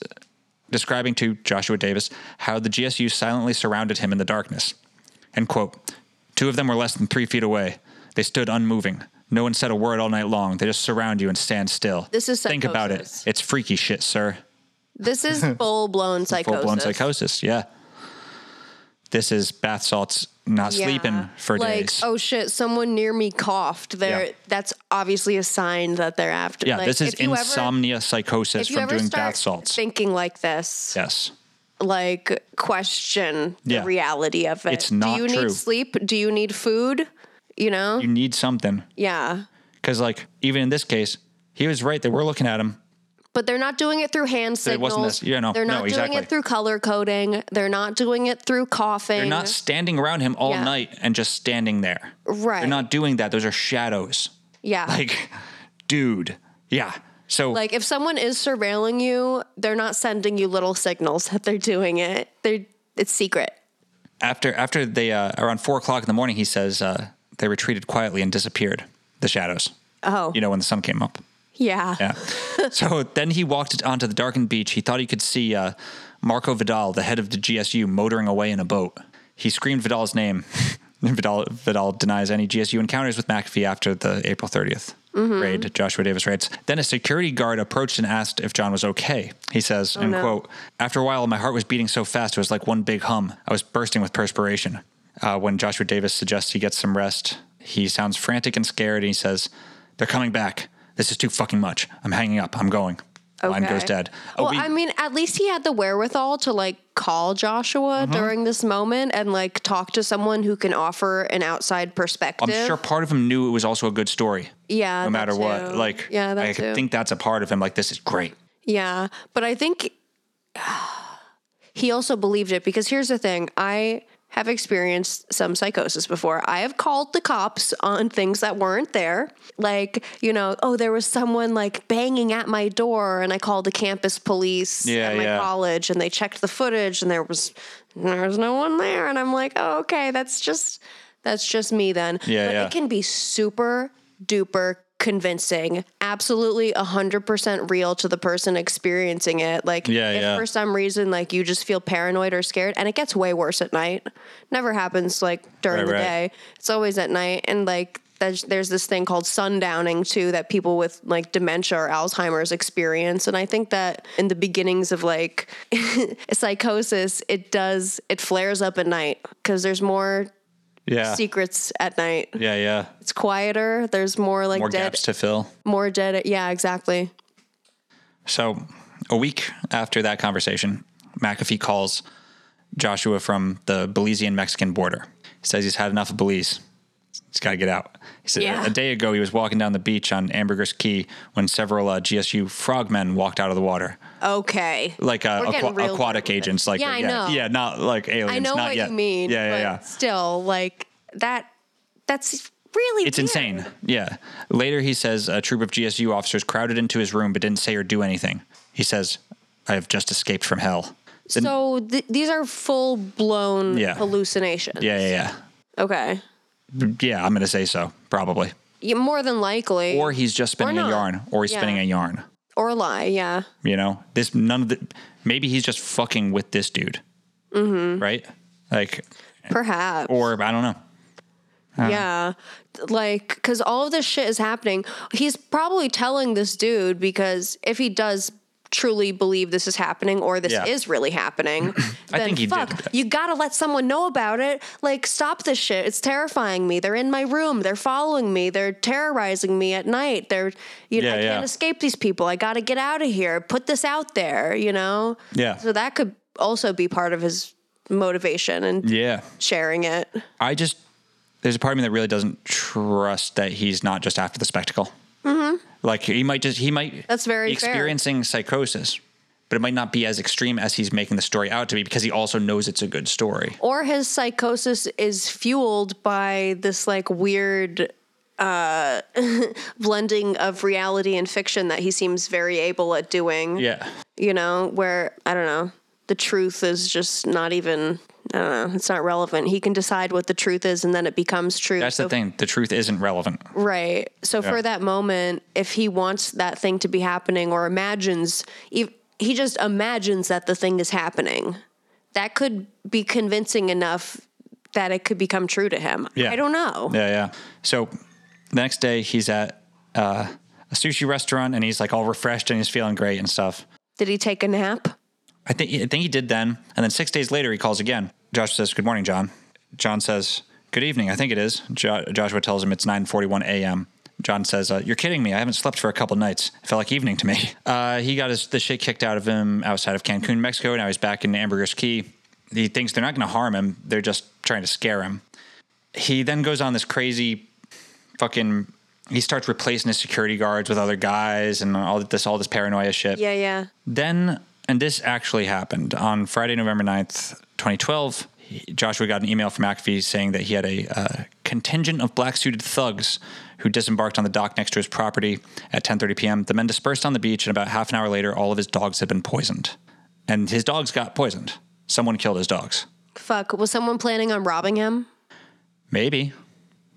describing to Joshua Davis how the GSU silently surrounded him in the darkness. End quote. Two of them were less than three feet away. They stood unmoving. No one said a word all night long. They just surround you and stand still. This is Think about it. It's freaky shit, sir. This is full blown psychosis. Full blown psychosis. Yeah. This is bath salts not Yeah. sleeping for like, days. oh shit, someone near me coughed. There, Yeah. that's obviously a sign that they're after. yeah, like, this is if you ever- insomnia If psychosis you from ever doing start bath salts. Thinking like this, yes. like question Yeah. the reality of it. It's not Do you true. need sleep? Do you need food? You know? You need something. yeah. Because, like, even in this case, he was right. They were looking at him. But they're not doing it through hand So it signals. wasn't this- yeah, no, they're no, not doing exactly. it through color coding. They're not doing it through coughing. They're not standing around him all Yeah. night and just standing there. Right. They're not doing that. Those are shadows. yeah. Like, dude. Yeah. So Like if someone is surveilling you, they're not sending you little signals that they're doing it. They're it's secret. after after they uh, around four o'clock in the morning, he says uh, they retreated quietly and disappeared. The shadows. Oh. You know when the sun came up. Yeah. Yeah. so then he walked onto the darkened beach. He thought he could see uh, Marco Vidal, the head of the GSU, motoring away in a boat. He screamed Vidal's name. Vidal, Vidal denies any GSU encounters with McAfee after the April 30th Mhm. raid, Joshua Davis raids. Then a security guard approached and asked if John was okay. He says, Oh, end no. quote, After a while, my heart was beating so fast it was like one big hum. I was bursting with perspiration. Uh, when Joshua Davis suggests he gets some rest, he sounds frantic and scared and he says, They're coming back. This is too fucking much. I'm hanging up. I'm going. Line Okay. goes dead. A Well, week- I mean, at least he had the wherewithal to like call Joshua Mm-hmm. during this moment and like talk to someone who can offer an outside perspective. I'm sure part of him knew it was also a good story. Yeah, No that matter what. too. Like, Yeah, that I could too. think that's a part of him. Like, this is great. Yeah, but I think he also believed it because here's the thing I have experienced some psychosis before. I have called the cops on things that weren't there. Like, you know, oh, there was someone like banging at my door, and I called the campus police Yeah, at my yeah. college, and they checked the footage, and there was there was no one there, and I'm like, oh, okay, that's just that's just me then. Yeah, but yeah. it can be super duper convincing, absolutely 100% real to the person experiencing it. Like, Yeah, if yeah. for some reason, like, you just feel paranoid or scared, and it gets way worse at night. Never happens, like, during Right, the right. day. It's always at night. And, like, there's, there's this thing called sundowning, too, that people with, like, dementia or Alzheimer's experience. And I think that in the beginnings of, like, psychosis, it does, it flares up at night because there's more Yeah. secrets at night. Yeah, yeah. It's quieter. There's more like More dead, gaps to fill. more dead. Yeah, exactly. So, a week after that conversation, McAfee calls Joshua from the Belizean Mexican border. He says he's had enough of Belize. He's got to get out. He said Yeah. a day ago he was walking down the beach on Ambergris Key when several uh, GSU frogmen walked out of the water, Okay. like uh, We're getting aqua- real aquatic agents. Like Yeah, I know. yeah, not like aliens. I know not what yet. you mean. Yeah, yeah, but yeah. Still, like that. That's really. It's insane. Yeah. Later, he says a troop of GSU officers crowded into his room but didn't say or do anything. He says, "I have just escaped from hell." The- so th- these are full blown Yeah. hallucinations. yeah, yeah, Okay. yeah. Yeah, I'm gonna say so, probably. Yeah, more than likely. Or he's just spinning a not. yarn, or he's Yeah. spinning a yarn. Or lie. Yeah. You know, this none of the. Maybe he's just fucking with this dude, Mm-hmm. right? Like, Perhaps. or I don't know. I don't know. Yeah. Like, because all of this shit is happening. He's probably telling this dude because if he does truly believe this is happening or this Yeah. is really happening, I then think he did. fuck, you gotta let someone know about it. Like, stop this shit. It's terrifying me. They're in my room. They're following me. They're terrorizing me at night. They're, you know, Yeah, I yeah. can't escape these people. I gotta get out of here. Put this out there, you know? Yeah. So that could also be part of his motivation and Yeah. sharing it. I just there's a part of me that really doesn't trust that he's not just after the spectacle. hmm. Like he might just he might That's very be fair. experiencing psychosis, but it might not be as extreme as he's making the story out to be because he also knows it's a good story. or his psychosis is fueled by this like weird uh blending of reality and fiction that he seems very able at doing Yeah. you know where i don't know the truth is just not even i don't know it's not relevant he can decide what the truth is and then it becomes true That's the So- thing. The truth isn't relevant. Right. So Yeah. for that moment, if he wants that thing to be happening or imagines, if he just imagines that the thing is happening, that could be convincing enough that it could become true to him. Yeah. I don't know. Yeah, yeah. So the next day he's at uh, a sushi restaurant and he's like all refreshed and he's feeling great and stuff. Did he take a nap? I think I think he did then. And then six days later, he calls again. Josh says, "Good morning, John." John says, "Good evening." I think it is. Jo- Joshua tells him it's 9:41 a.m. John says, uh, "You're kidding me. I haven't slept for a couple nights. It felt like evening to me." Uh, he got his the shit kicked out of him outside of Cancun, Mexico. Now he's back in Ambergris Key. He thinks they're not going to harm him. They're just trying to scare him. He then goes on this crazy fucking. He starts replacing his security guards with other guys and all this all this paranoia shit. Yeah, yeah. Then, and this actually happened on Friday, November 9th, 2012. he- Joshua got an email from McAfee saying that he had a uh, contingent of black suited thugs who disembarked on the dock next to his property at 10:30 p.m. The men dispersed on the beach, and about half an hour later, all of his dogs had been poisoned, and his dogs got poisoned. Someone killed his dogs. Fuck. Was someone planning on robbing him? Maybe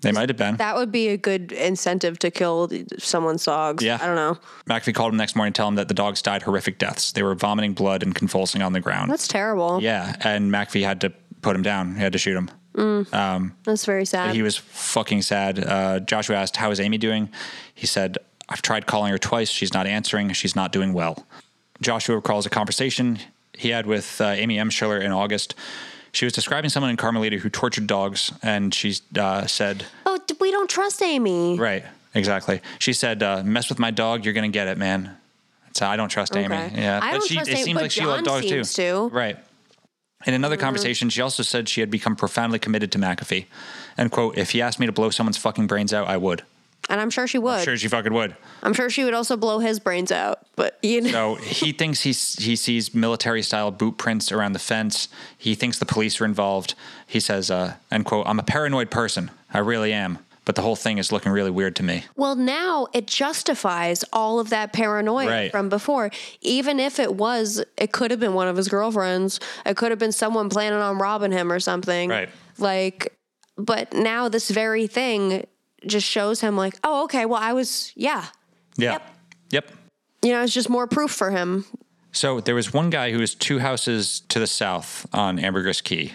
they might have been. That would be a good incentive to kill th- someone's dogs. Yeah. I don't know. McAfee called him next morning to tell him that the dogs died horrific deaths. They were vomiting blood and convulsing on the ground. That's terrible. yeah, and McAfee had to put him down. He had to shoot him. Mm, Um, that's very And sad. He was fucking sad. Uh, Joshua asked, How is Amy doing? He said, I've tried calling her twice. She's not answering. She's not doing well. Joshua recalls a conversation he had with uh, Amy M. Schiller in August. She was describing someone in Carmelita who tortured dogs, and she uh, said, oh, d- we don't trust Amy. Right. Exactly. She said, uh, "Mess with my dog, you're gonna get it, man." So I don't trust Amy. Okay. Yeah, I don't she, trust it Amy, seems but like she John loved dogs seems too. Right. In another Mhm. conversation, she also said she had become profoundly committed to McAfee, and quote, "If he asked me to blow someone's fucking brains out, I would." And I'm sure she would. Sure, she fucking would. I'm sure she would also blow his brains out, but you know. So he thinks he he sees military style boot prints around the fence. He thinks the police are involved. He says, uh, "End quote." I'm a paranoid person. I really am. But the whole thing is looking really weird to me. Well, now it justifies all of that paranoia Right. from before. Even if it was, it could have been one of his girlfriends. It could have been someone planning on robbing him or something. Right. Like, but now this very thing just shows him, like, oh, okay, well, I was, yeah. Yeah. Yep. You know, it's just more proof for him. So there was one guy who was two houses to the south on Ambergris Key.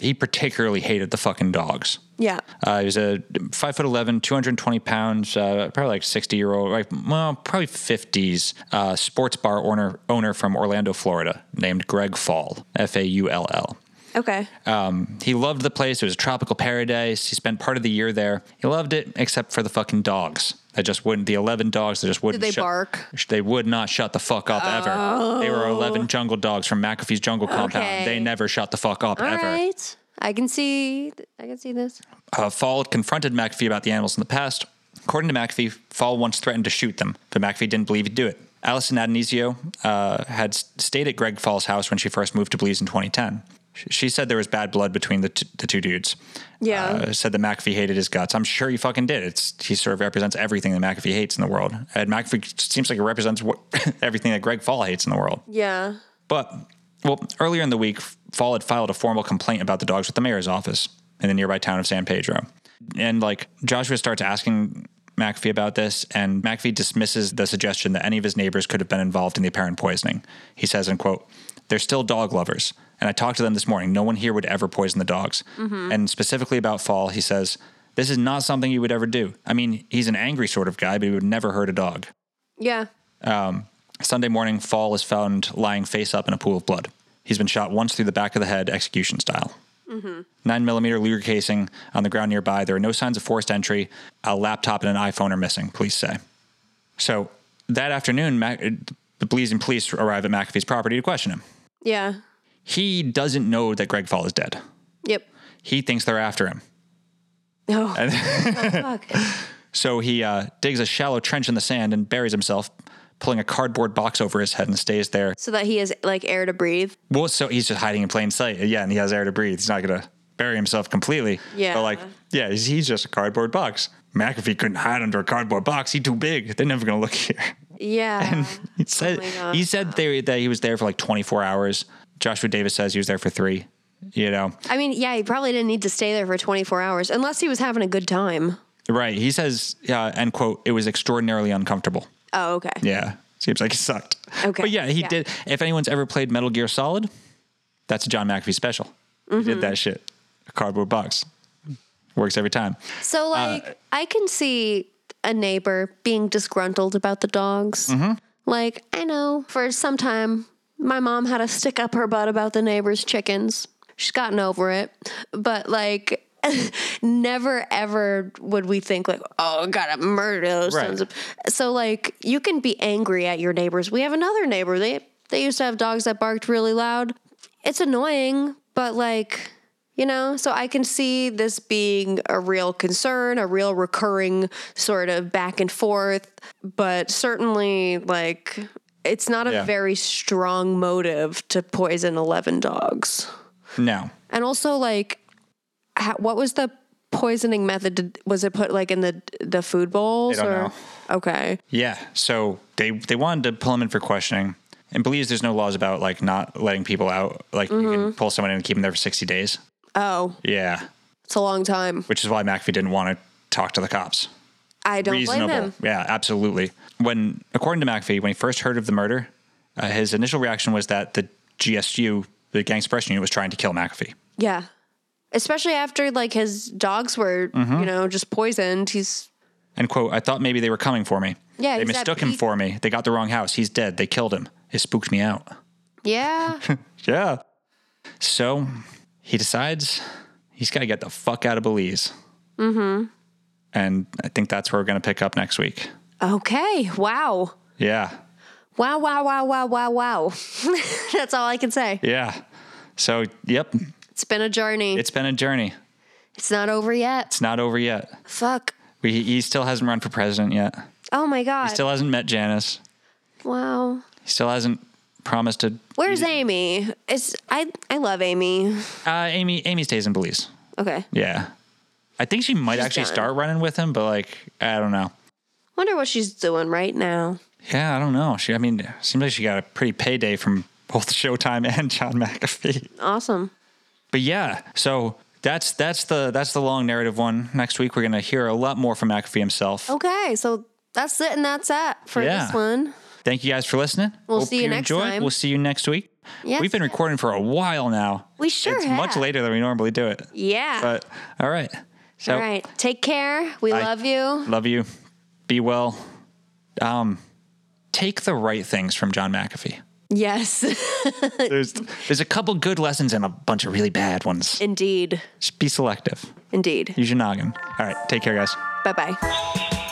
He particularly hated the fucking dogs. Yeah. Uh, he was a five foot eleven, two hundred twenty pounds, uh, probably like sixty year old, like well, probably fifties, uh, sports bar owner owner from Orlando, Florida, named Greg Fall, F A U L L. Okay. Um, he loved the place. It was a tropical paradise. He spent part of the year there. He loved it, except for the fucking dogs. That just wouldn't. The eleven dogs that just wouldn't. they shut, bark? Oh. They would not shut the fuck up ever. They were eleven jungle dogs from McAfee's Jungle Okay. Compound. They never shut the fuck up All ever. right. I can see, I can see this. Uh, Fall had confronted McAfee about the animals in the past. According to McAfee, Fall once threatened to shoot them, but McAfee didn't believe he'd do it. Allison Adonisio uh, had s- stayed at Greg Fall's house when she first moved to Belize in 2010. Sh- She said there was bad blood between the, t- the two dudes. Yeah. Uh, said that McAfee hated his guts. I'm sure he fucking did. It's he sort of represents everything that McAfee hates in the world. And McAfee seems like he represents what, everything that Greg Fall hates in the world. yeah. But, well, earlier in the week, Fall had filed a formal complaint about the dogs with the mayor's office in the nearby town of San Pedro. And, like, Joshua starts asking McAfee about this, and McAfee dismisses the suggestion that any of his neighbors could have been involved in the apparent poisoning. He says, and quote, they're still dog lovers. And I talked to them this morning. No one here would ever poison the dogs. Mhm. And specifically about Fall, he says, this is not something you would ever do. I mean, he's an angry sort of guy, but he would never hurt a dog. Yeah. Um, Sunday morning, Fall is found lying face up in a pool of blood. He's been shot once through the back of the head, execution style. Mm-hmm. Nine millimeter Luger casing on the ground nearby. There are no signs of forced entry. A laptop and an iPhone are missing. Police say. So that afternoon, Mac- uh, the Belizean police arrive at McAfee's property to question him. Yeah. He doesn't know that Greg Fall is dead. Yep. He thinks they're after him. Oh. And- oh fuck. So he uh, digs a shallow trench in the sand and buries himself, pulling a cardboard box over his head and stays there So that he has like air to breathe. Well, so he's just hiding in plain sight. Yeah, and he has air to breathe. He's not going to bury himself completely. Yeah. But like, yeah, he's, he's just a cardboard box. McAfee couldn't hide under a cardboard box. He's too big. They're never going to look here. Yeah. He said God. he said they, that he was there for like 24 hours. Joshua Davis says he was there for three. You know, I mean, yeah, he probably didn't need to stay there for 24 hours unless he was having a good time. right? He says, uh, end quote. It was extraordinarily uncomfortable. Oh, okay. Yeah, seems like he sucked. Okay. But yeah, he Yeah. did. If anyone's ever played Metal Gear Solid, that's a John McAfee special. He Mhm. did that shit. A cardboard box. Works every time. So, like, I can see a neighbor being disgruntled about the dogs. Like, I know for some time my mom had to stick up her butt about the neighbor's chickens. She's gotten over it. But, like, never ever would we think, like, oh, gotta murder those Right. sons of. So, like, you can be angry at your neighbors. We have another neighbor. They, they used to have dogs that barked really loud. It's annoying, but, like, you know, so I can see this being a real concern, a real recurring sort of back and forth, but certainly like it's not a Yeah. very strong motive to poison 11 dogs. No. And also like ha what was the poisoning method? Did, was it put like in the the food bowls don't or know. Okay. Yeah. So they they wanted to pull him in for questioning. And Belize, there's no laws about like not letting people out. Like you Mm-hmm. can pull someone in and keep them there for 60 days. Oh, Yeah. it's a long time. Which is why McAfee didn't want to talk to the cops. I don't reasonable. blame him. Yeah, absolutely. When, according to McAfee, when he first heard of the murder, uh, his initial reaction was that the GSU, the Gang Suppression Unit, was trying to kill McAfee. Yeah. Especially after like his dogs were, Mhm. you know, just poisoned. He's And quote, I thought maybe they were coming for me. Yeah, they he's at mistook him peak- for me. They got the wrong house. He's dead. They killed him. It spooked me out. yeah. yeah. So he decides he's got to get the fuck out of Belize. mm-hmm. And I think that's where we're going to pick up next week. Okay. Wow. Yeah. Wow, wow, wow, wow, wow, wow. That's all I can say. Yeah. So, yep. It's been a journey. It's been a journey. It's not over yet. It's not over yet. Fuck. We, he still hasn't run for president yet. Oh my God. He still hasn't met Janice. wow. He still hasn't promised to. Where's Amy? It's I I love Amy. Uh, Amy. Amy stays in Belize. Okay. Yeah. I think she might She's actually done. start running with him, but like, I don't know. Wonder what she's doing right now. Yeah, I don't know. She, I mean, seems like she got a pretty payday from both Showtime and John McAfee. Awesome. But yeah, so that's that's the that's the long narrative one. Next week we're gonna hear a lot more from McAfee himself. Okay, so that's it and that's it for Yeah. this one. Thank you guys for listening. We'll see you next enjoyed. time. We'll see you next week. Yes. We've been recording for a while now. We sure it's have. much later than we normally do it. Yeah. But all right. So Uh, All right. Take care. We I- love you. love you. Be well. Um, take the right things from John McAfee. Yes. There's there's a couple good lessons and a bunch of really bad ones. Indeed. Just be selective. Indeed. Use your noggin. All right. Take care, guys. Bye bye.